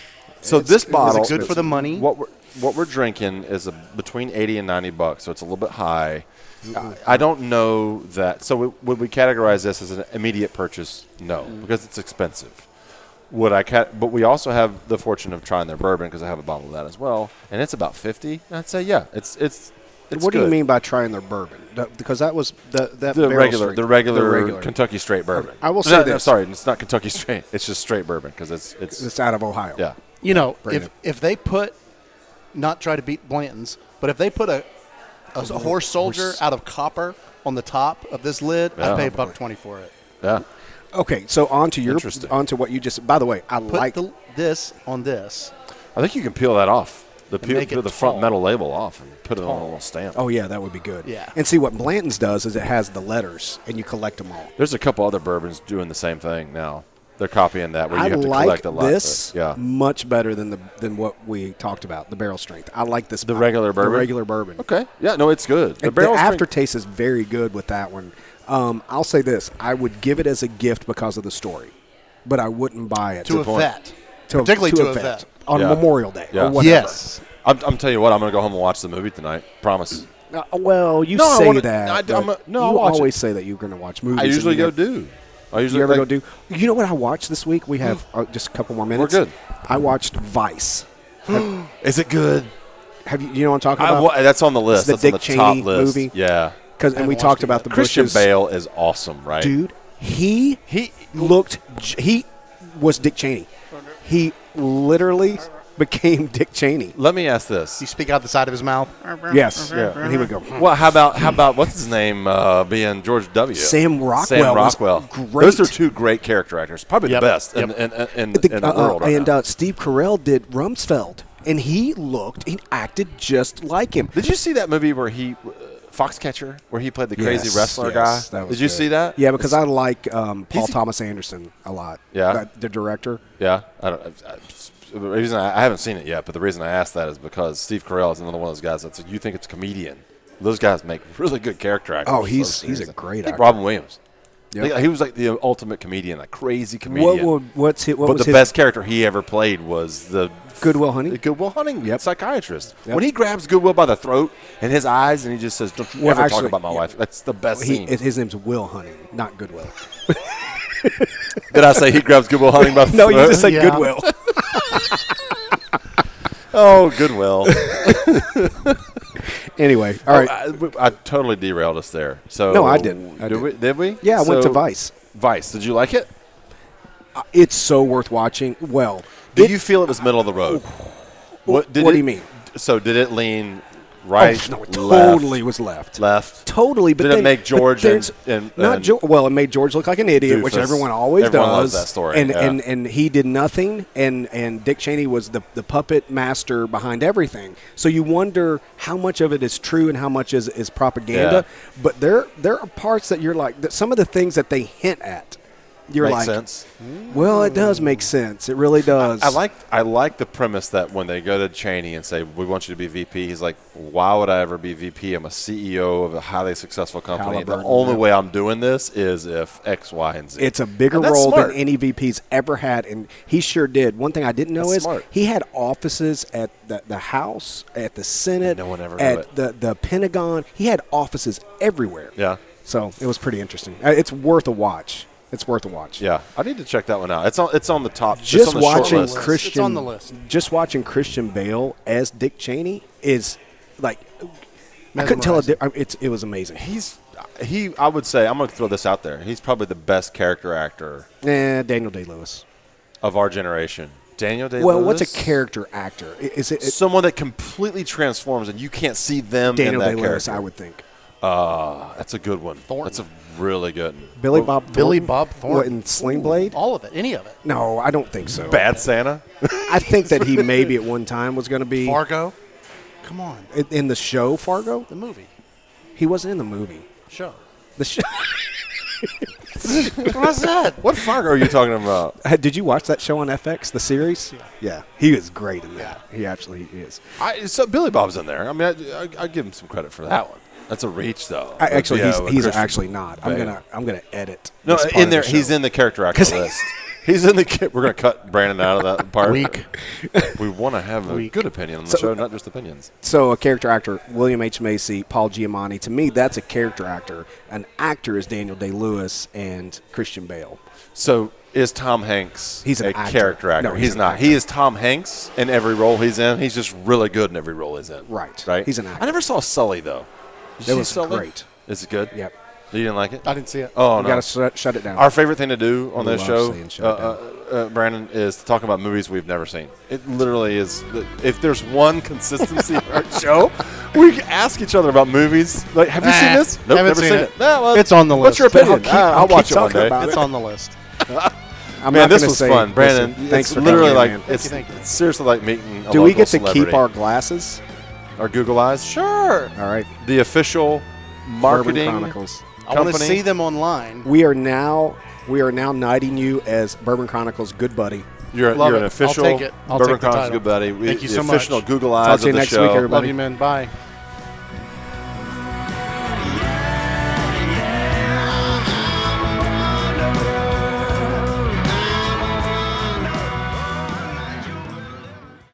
[SPEAKER 4] So
[SPEAKER 1] It's-
[SPEAKER 4] this
[SPEAKER 1] it was
[SPEAKER 4] bottle
[SPEAKER 6] good for the money?
[SPEAKER 4] What we're, what we're drinking is a, between 80 and 90 bucks, so it's a little bit high.
[SPEAKER 1] Mm-hmm.
[SPEAKER 4] I, I don't know that. So w- would we categorize this as an immediate purchase? No,
[SPEAKER 1] Mm-hmm.
[SPEAKER 4] because it's expensive. Would I? Ca- but we also have the fortune of trying their bourbon because I have a bottle of that as well, and it's about 50. And I'd say yeah, it's it's. it's
[SPEAKER 1] what do you
[SPEAKER 4] good.
[SPEAKER 1] mean by trying their bourbon? That- because that was the that
[SPEAKER 4] The
[SPEAKER 1] barrel
[SPEAKER 4] regular,
[SPEAKER 1] strength-
[SPEAKER 4] the regular,
[SPEAKER 1] regular.
[SPEAKER 4] Kentucky straight bourbon.
[SPEAKER 1] I will
[SPEAKER 4] No,
[SPEAKER 1] say
[SPEAKER 4] no,
[SPEAKER 1] this.
[SPEAKER 4] sorry, it's not Kentucky straight. It's just straight bourbon because it's it's
[SPEAKER 1] It's out of Ohio.
[SPEAKER 4] yeah.
[SPEAKER 6] You know, if,
[SPEAKER 1] it.
[SPEAKER 6] if they put, not try to beat Blanton's, but if they put a, a, s- horse soldier out of copper on the top of this lid,
[SPEAKER 4] Yeah.
[SPEAKER 6] I'd pay a buck twenty for it.
[SPEAKER 4] Yeah.
[SPEAKER 1] Okay, so on to your
[SPEAKER 4] Interesting.
[SPEAKER 1] on to what you just. By the way, I
[SPEAKER 6] Put
[SPEAKER 1] like
[SPEAKER 6] the, this on this.
[SPEAKER 4] I think you can peel that off. The peel,
[SPEAKER 6] make it
[SPEAKER 4] peel the front
[SPEAKER 6] tall.
[SPEAKER 4] metal label off and put it on a little stamp.
[SPEAKER 1] Oh yeah, that would be good.
[SPEAKER 6] Yeah.
[SPEAKER 1] And see what Blanton's does is it has the letters and you collect them all.
[SPEAKER 4] There's a couple other bourbons doing the same thing now. They're copying that where you
[SPEAKER 1] I
[SPEAKER 4] have to
[SPEAKER 1] like
[SPEAKER 4] collect a lot.
[SPEAKER 1] this
[SPEAKER 4] but- yeah.
[SPEAKER 1] much better than the than what we talked about the barrel strength. I like this
[SPEAKER 4] The regular bourbon?
[SPEAKER 1] The regular bourbon.
[SPEAKER 4] Okay. Yeah. No, it's good.
[SPEAKER 1] The,
[SPEAKER 4] The barrel strength-
[SPEAKER 1] aftertaste is very good with that one. Um, I'll say this: I would give it as a gift because of the story, but I wouldn't buy it
[SPEAKER 6] To a vet.
[SPEAKER 1] to,
[SPEAKER 6] Particularly
[SPEAKER 1] to
[SPEAKER 6] to a vet.
[SPEAKER 1] on
[SPEAKER 4] Yeah.
[SPEAKER 1] Memorial Day
[SPEAKER 4] Yeah.
[SPEAKER 1] or whatever.
[SPEAKER 6] Yes.
[SPEAKER 4] I'm, I'm telling you what. I'm gonna go home and watch the movie tonight. Promise.
[SPEAKER 1] Uh, well, you
[SPEAKER 4] No, I
[SPEAKER 1] say
[SPEAKER 4] wanna-
[SPEAKER 1] that.
[SPEAKER 4] I d- I'm
[SPEAKER 1] but
[SPEAKER 4] a- no, I'll
[SPEAKER 1] you
[SPEAKER 4] watch it.
[SPEAKER 1] always say that you're going to watch movies.
[SPEAKER 4] I
[SPEAKER 1] and
[SPEAKER 4] usually
[SPEAKER 1] you
[SPEAKER 4] go
[SPEAKER 1] never-
[SPEAKER 4] do. I usually
[SPEAKER 1] You ever
[SPEAKER 4] think-
[SPEAKER 1] go do? You know what I watched this week? We have uh, just a couple more minutes.
[SPEAKER 4] good.
[SPEAKER 1] I watched Vice.
[SPEAKER 4] Is it good?
[SPEAKER 1] Have you? You know what I'm talking
[SPEAKER 4] I,
[SPEAKER 1] about?
[SPEAKER 4] wa- that's on the list.
[SPEAKER 1] the
[SPEAKER 4] that's on the
[SPEAKER 1] Dick
[SPEAKER 4] top
[SPEAKER 1] Cheney
[SPEAKER 4] list.
[SPEAKER 1] movie.
[SPEAKER 4] Yeah.
[SPEAKER 1] 'Cause- and we talked about the
[SPEAKER 4] Christian
[SPEAKER 1] Bushes.
[SPEAKER 4] Bale is awesome, right?
[SPEAKER 1] dude. He
[SPEAKER 4] He-
[SPEAKER 1] looked. j- He was Dick Cheney. He literally became Dick Cheney.
[SPEAKER 4] Let me ask this.
[SPEAKER 6] You speak out the side of his mouth.
[SPEAKER 1] Yes.
[SPEAKER 4] Yeah.
[SPEAKER 1] And he would go. hmm.
[SPEAKER 4] Well, how about how about what's his name uh, being George W.
[SPEAKER 1] Sam Rockwell was
[SPEAKER 4] Sam Rockwell.
[SPEAKER 1] great.
[SPEAKER 4] Those are two great character actors, probably
[SPEAKER 6] Yep.
[SPEAKER 4] the best in,
[SPEAKER 6] Yep.
[SPEAKER 4] in, in, in,
[SPEAKER 1] The-
[SPEAKER 4] in the
[SPEAKER 1] uh, uh,
[SPEAKER 4] world. Right
[SPEAKER 1] and
[SPEAKER 4] now.
[SPEAKER 1] uh, Steve Carell did Rumsfeld, and he looked and acted just like him.
[SPEAKER 4] Did you see that movie where he uh, Foxcatcher, where he played the crazy
[SPEAKER 1] Yes,
[SPEAKER 4] wrestler
[SPEAKER 1] yes,
[SPEAKER 4] guy?
[SPEAKER 1] that was
[SPEAKER 4] Did you
[SPEAKER 1] good.
[SPEAKER 4] see that?
[SPEAKER 1] Yeah, because I like um, Paul
[SPEAKER 4] He's-
[SPEAKER 1] Thomas Anderson a lot.
[SPEAKER 4] Yeah.
[SPEAKER 1] That- the director.
[SPEAKER 4] Yeah. I don't. I, I, the reason I, I haven't seen it yet, but the reason I asked that is because Steve Carell is another one of those guys that's you think it's a comedian. Those guys make really good character actors.
[SPEAKER 1] Oh,
[SPEAKER 4] for
[SPEAKER 1] he's-
[SPEAKER 4] some
[SPEAKER 1] he's a
[SPEAKER 4] reason.
[SPEAKER 1] great
[SPEAKER 4] I think
[SPEAKER 1] actor.
[SPEAKER 4] Robin Williams.
[SPEAKER 1] Yep.
[SPEAKER 4] I think He was like the ultimate comedian, a crazy comedian.
[SPEAKER 1] What would what's his, what
[SPEAKER 4] but
[SPEAKER 1] was
[SPEAKER 4] the
[SPEAKER 1] his
[SPEAKER 4] best character he ever played was the
[SPEAKER 1] Goodwill Hunting?
[SPEAKER 4] the Goodwill Hunting psychiatrist.
[SPEAKER 1] Yep.
[SPEAKER 4] When he grabs Goodwill by the throat and his eyes, and he just says, "Don't you
[SPEAKER 1] Well,
[SPEAKER 4] ever talk
[SPEAKER 1] actually,
[SPEAKER 4] about my
[SPEAKER 1] yeah.
[SPEAKER 4] wife." That's the best
[SPEAKER 1] He,
[SPEAKER 4] scene.
[SPEAKER 1] his name's Will Hunting, not Goodwill.
[SPEAKER 4] Did I say he grabs Goodwill Hunting by the
[SPEAKER 1] No,
[SPEAKER 4] throat?
[SPEAKER 1] you just said
[SPEAKER 6] Yeah.
[SPEAKER 1] Goodwill.
[SPEAKER 4] "Oh, Goodwill."
[SPEAKER 1] anyway, all right.
[SPEAKER 4] I, I totally derailed us there. So
[SPEAKER 1] No, I didn't. I
[SPEAKER 4] did, we, did we?
[SPEAKER 1] yeah, I went to
[SPEAKER 4] So,
[SPEAKER 1] Vice.
[SPEAKER 4] Vice. Did you like it?
[SPEAKER 1] It's so worth watching. Well,
[SPEAKER 4] Do
[SPEAKER 1] it-
[SPEAKER 4] you feel it was middle of the road? What,
[SPEAKER 1] what
[SPEAKER 4] it-
[SPEAKER 1] do you mean?
[SPEAKER 4] So did it lean right?
[SPEAKER 1] oh, no, it
[SPEAKER 4] left,
[SPEAKER 1] totally was left.
[SPEAKER 4] left.
[SPEAKER 1] Totally, but
[SPEAKER 4] Did it
[SPEAKER 1] then-
[SPEAKER 4] make
[SPEAKER 1] but
[SPEAKER 4] George
[SPEAKER 1] there's-
[SPEAKER 4] and- and-
[SPEAKER 1] not
[SPEAKER 4] and-
[SPEAKER 1] George. Well, it made George look like an idiot, which
[SPEAKER 4] Doofus.
[SPEAKER 1] everyone always
[SPEAKER 4] Everyone
[SPEAKER 1] does.
[SPEAKER 4] loves that story,
[SPEAKER 1] And
[SPEAKER 4] yeah.
[SPEAKER 1] and and he did nothing, and and Dick Cheney was the the puppet master behind everything. So you wonder how much of it is true and how much is is propaganda. But there there are parts that you're like that some of the things that they hint at. You're like,
[SPEAKER 4] Makes sense.
[SPEAKER 1] well, it does make sense. It really does.
[SPEAKER 4] I like I like the premise that when they go to Cheney and say we want you to be VP, he's like, why would I ever be VP? I'm a CEO of a highly successful company. The
[SPEAKER 1] Halliburton,
[SPEAKER 4] only
[SPEAKER 1] yeah.
[SPEAKER 4] way I'm doing this is if X, Y, and Z.
[SPEAKER 1] It's a bigger
[SPEAKER 4] And that's
[SPEAKER 1] role
[SPEAKER 4] smart.
[SPEAKER 1] than any VP's ever had, and he sure did. One thing I didn't know
[SPEAKER 4] That's
[SPEAKER 1] is
[SPEAKER 4] smart.
[SPEAKER 1] he had offices at the, the House, at the Senate,
[SPEAKER 4] No one ever knew
[SPEAKER 1] at
[SPEAKER 4] it.
[SPEAKER 1] the the Pentagon. He had offices everywhere.
[SPEAKER 4] Yeah.
[SPEAKER 1] So it was pretty interesting. Uh, It's worth a watch. It's worth a watch.
[SPEAKER 4] Yeah, I need to check that one out. It's on it's on the top. it's
[SPEAKER 1] Just
[SPEAKER 4] on the
[SPEAKER 1] watching
[SPEAKER 4] short list.
[SPEAKER 6] Chris-
[SPEAKER 1] Christian.
[SPEAKER 6] It's on the list.
[SPEAKER 1] Just watching Christian Bale as Dick Cheney is like. I couldn't tell. A di- I- it's it was amazing.
[SPEAKER 4] he's he. I would say I'm going to throw this out there. He's probably the best character actor
[SPEAKER 1] Eh, Daniel Day Lewis.
[SPEAKER 4] of our generation. Daniel Day.
[SPEAKER 1] Well, what's a
[SPEAKER 4] Lewis?
[SPEAKER 1] character actor? I- Is it, it
[SPEAKER 4] Someone that completely transforms and you can't see them
[SPEAKER 1] Daniel
[SPEAKER 4] in
[SPEAKER 1] Day
[SPEAKER 4] that character.
[SPEAKER 1] Lewis? I would think.
[SPEAKER 4] Uh, that's a good one. That's a really good one.
[SPEAKER 1] Billy Bob Thornton?
[SPEAKER 6] Billy Bob Thornton.
[SPEAKER 1] What, in Sling Blade?
[SPEAKER 4] Oh.
[SPEAKER 6] All of it. Any of it.
[SPEAKER 1] No, I don't think so.
[SPEAKER 4] Bad Santa.
[SPEAKER 1] I think that he maybe at one time was going to be
[SPEAKER 6] Fargo. Come on.
[SPEAKER 1] in- in the show Fargo.
[SPEAKER 6] The movie.
[SPEAKER 1] He wasn't in the movie.
[SPEAKER 6] Show.
[SPEAKER 1] The show.
[SPEAKER 6] That's what I said.
[SPEAKER 4] What Fargo are you talking about?
[SPEAKER 1] Did you watch that show on FX? The series? Yeah. He was great in that. He actually is.
[SPEAKER 4] I, so Billy Bob's in there. I mean, I, I, I give him some credit for that one. That's a reach, though.
[SPEAKER 1] I, actually,
[SPEAKER 4] Yeah,
[SPEAKER 1] he's,
[SPEAKER 4] with
[SPEAKER 1] he's
[SPEAKER 4] Christian
[SPEAKER 1] actually not. I'm
[SPEAKER 4] Bale.
[SPEAKER 1] gonna I'm gonna edit.
[SPEAKER 4] no
[SPEAKER 1] this part
[SPEAKER 4] in
[SPEAKER 1] of the
[SPEAKER 4] there. he's
[SPEAKER 1] show.
[SPEAKER 4] in the character actor
[SPEAKER 1] 'Cause he-
[SPEAKER 4] list. He's in the. ki- We're gonna cut Brandon out of that part.
[SPEAKER 6] Weak.
[SPEAKER 4] We want to have a
[SPEAKER 6] Weak.
[SPEAKER 4] good opinion on the
[SPEAKER 1] So-
[SPEAKER 4] show, not just opinions.
[SPEAKER 1] So, a character actor, William H. Macy, Paul Giamatti, to me, that's a character actor. An actor is Daniel Day Lewis and Christian Bale.
[SPEAKER 4] So is Tom Hanks
[SPEAKER 1] He's an
[SPEAKER 4] a
[SPEAKER 1] actor.
[SPEAKER 4] character actor?
[SPEAKER 1] No, he's
[SPEAKER 4] he's,
[SPEAKER 1] an
[SPEAKER 4] not.
[SPEAKER 1] actor.
[SPEAKER 4] He is Tom Hanks in every role he's in. He's just really good in every role he's in.
[SPEAKER 1] Right.
[SPEAKER 4] Right.
[SPEAKER 1] He's an actor.
[SPEAKER 4] I never saw Sully though. Did
[SPEAKER 1] That
[SPEAKER 4] you see
[SPEAKER 1] was
[SPEAKER 4] Sully?
[SPEAKER 1] great.
[SPEAKER 4] Is it good?
[SPEAKER 1] Yep.
[SPEAKER 4] You didn't like it?
[SPEAKER 6] I didn't see it.
[SPEAKER 4] Oh
[SPEAKER 1] you
[SPEAKER 4] no.
[SPEAKER 1] got to sh- shut it down.
[SPEAKER 4] Our favorite thing to do on
[SPEAKER 1] We
[SPEAKER 4] this
[SPEAKER 1] love
[SPEAKER 4] show,
[SPEAKER 1] saying shut
[SPEAKER 4] uh,
[SPEAKER 1] it down.
[SPEAKER 4] uh, uh, Brandon, is to talk about movies we've never seen. It literally is. If there's one consistency in our show, we ask each other about movies. Like, have you
[SPEAKER 6] Nah,
[SPEAKER 4] seen this?
[SPEAKER 6] haven't
[SPEAKER 4] never
[SPEAKER 6] seen
[SPEAKER 4] seen
[SPEAKER 6] it.
[SPEAKER 4] it. Nah, well,
[SPEAKER 6] It's on the
[SPEAKER 4] What's your
[SPEAKER 6] list. I'll
[SPEAKER 4] opinion?
[SPEAKER 1] keep-
[SPEAKER 4] I- I'll,
[SPEAKER 1] I'll keep
[SPEAKER 4] watch it one
[SPEAKER 1] talking
[SPEAKER 4] day.
[SPEAKER 1] about
[SPEAKER 6] It's on the list.
[SPEAKER 1] I'm
[SPEAKER 4] Man,
[SPEAKER 1] not
[SPEAKER 4] this
[SPEAKER 1] gonna
[SPEAKER 4] was
[SPEAKER 1] say-
[SPEAKER 4] fun, Brandon.
[SPEAKER 1] Listen,
[SPEAKER 4] thanks
[SPEAKER 1] thanks
[SPEAKER 4] it's
[SPEAKER 1] for
[SPEAKER 4] literally
[SPEAKER 1] coming,
[SPEAKER 4] like
[SPEAKER 1] man.
[SPEAKER 4] it's,
[SPEAKER 6] Thank you, thank you.
[SPEAKER 4] it's seriously like meeting. A
[SPEAKER 1] Do we
[SPEAKER 4] local
[SPEAKER 1] get to
[SPEAKER 4] celebrity.
[SPEAKER 1] keep our glasses?
[SPEAKER 4] our Google eyes? Sure.
[SPEAKER 1] All right.
[SPEAKER 4] The official
[SPEAKER 1] Bourbon
[SPEAKER 4] marketing
[SPEAKER 1] Chronicles.
[SPEAKER 6] I want to
[SPEAKER 4] company.
[SPEAKER 6] see them online.
[SPEAKER 1] We are now we are now knighting you as Bourbon Chronicles good buddy.
[SPEAKER 4] You're,
[SPEAKER 6] Love
[SPEAKER 4] you're
[SPEAKER 6] it.
[SPEAKER 4] an
[SPEAKER 6] I'll
[SPEAKER 4] official
[SPEAKER 6] take it. I'll
[SPEAKER 4] Bourbon
[SPEAKER 6] take the
[SPEAKER 4] Chronicles
[SPEAKER 6] title.
[SPEAKER 4] good buddy. We-
[SPEAKER 6] Thank you
[SPEAKER 4] the
[SPEAKER 6] so much.
[SPEAKER 4] official Google
[SPEAKER 1] Talk
[SPEAKER 4] eyes
[SPEAKER 1] to you
[SPEAKER 4] of the
[SPEAKER 1] next
[SPEAKER 4] show.
[SPEAKER 1] week, everybody.
[SPEAKER 6] Love you, man. Bye.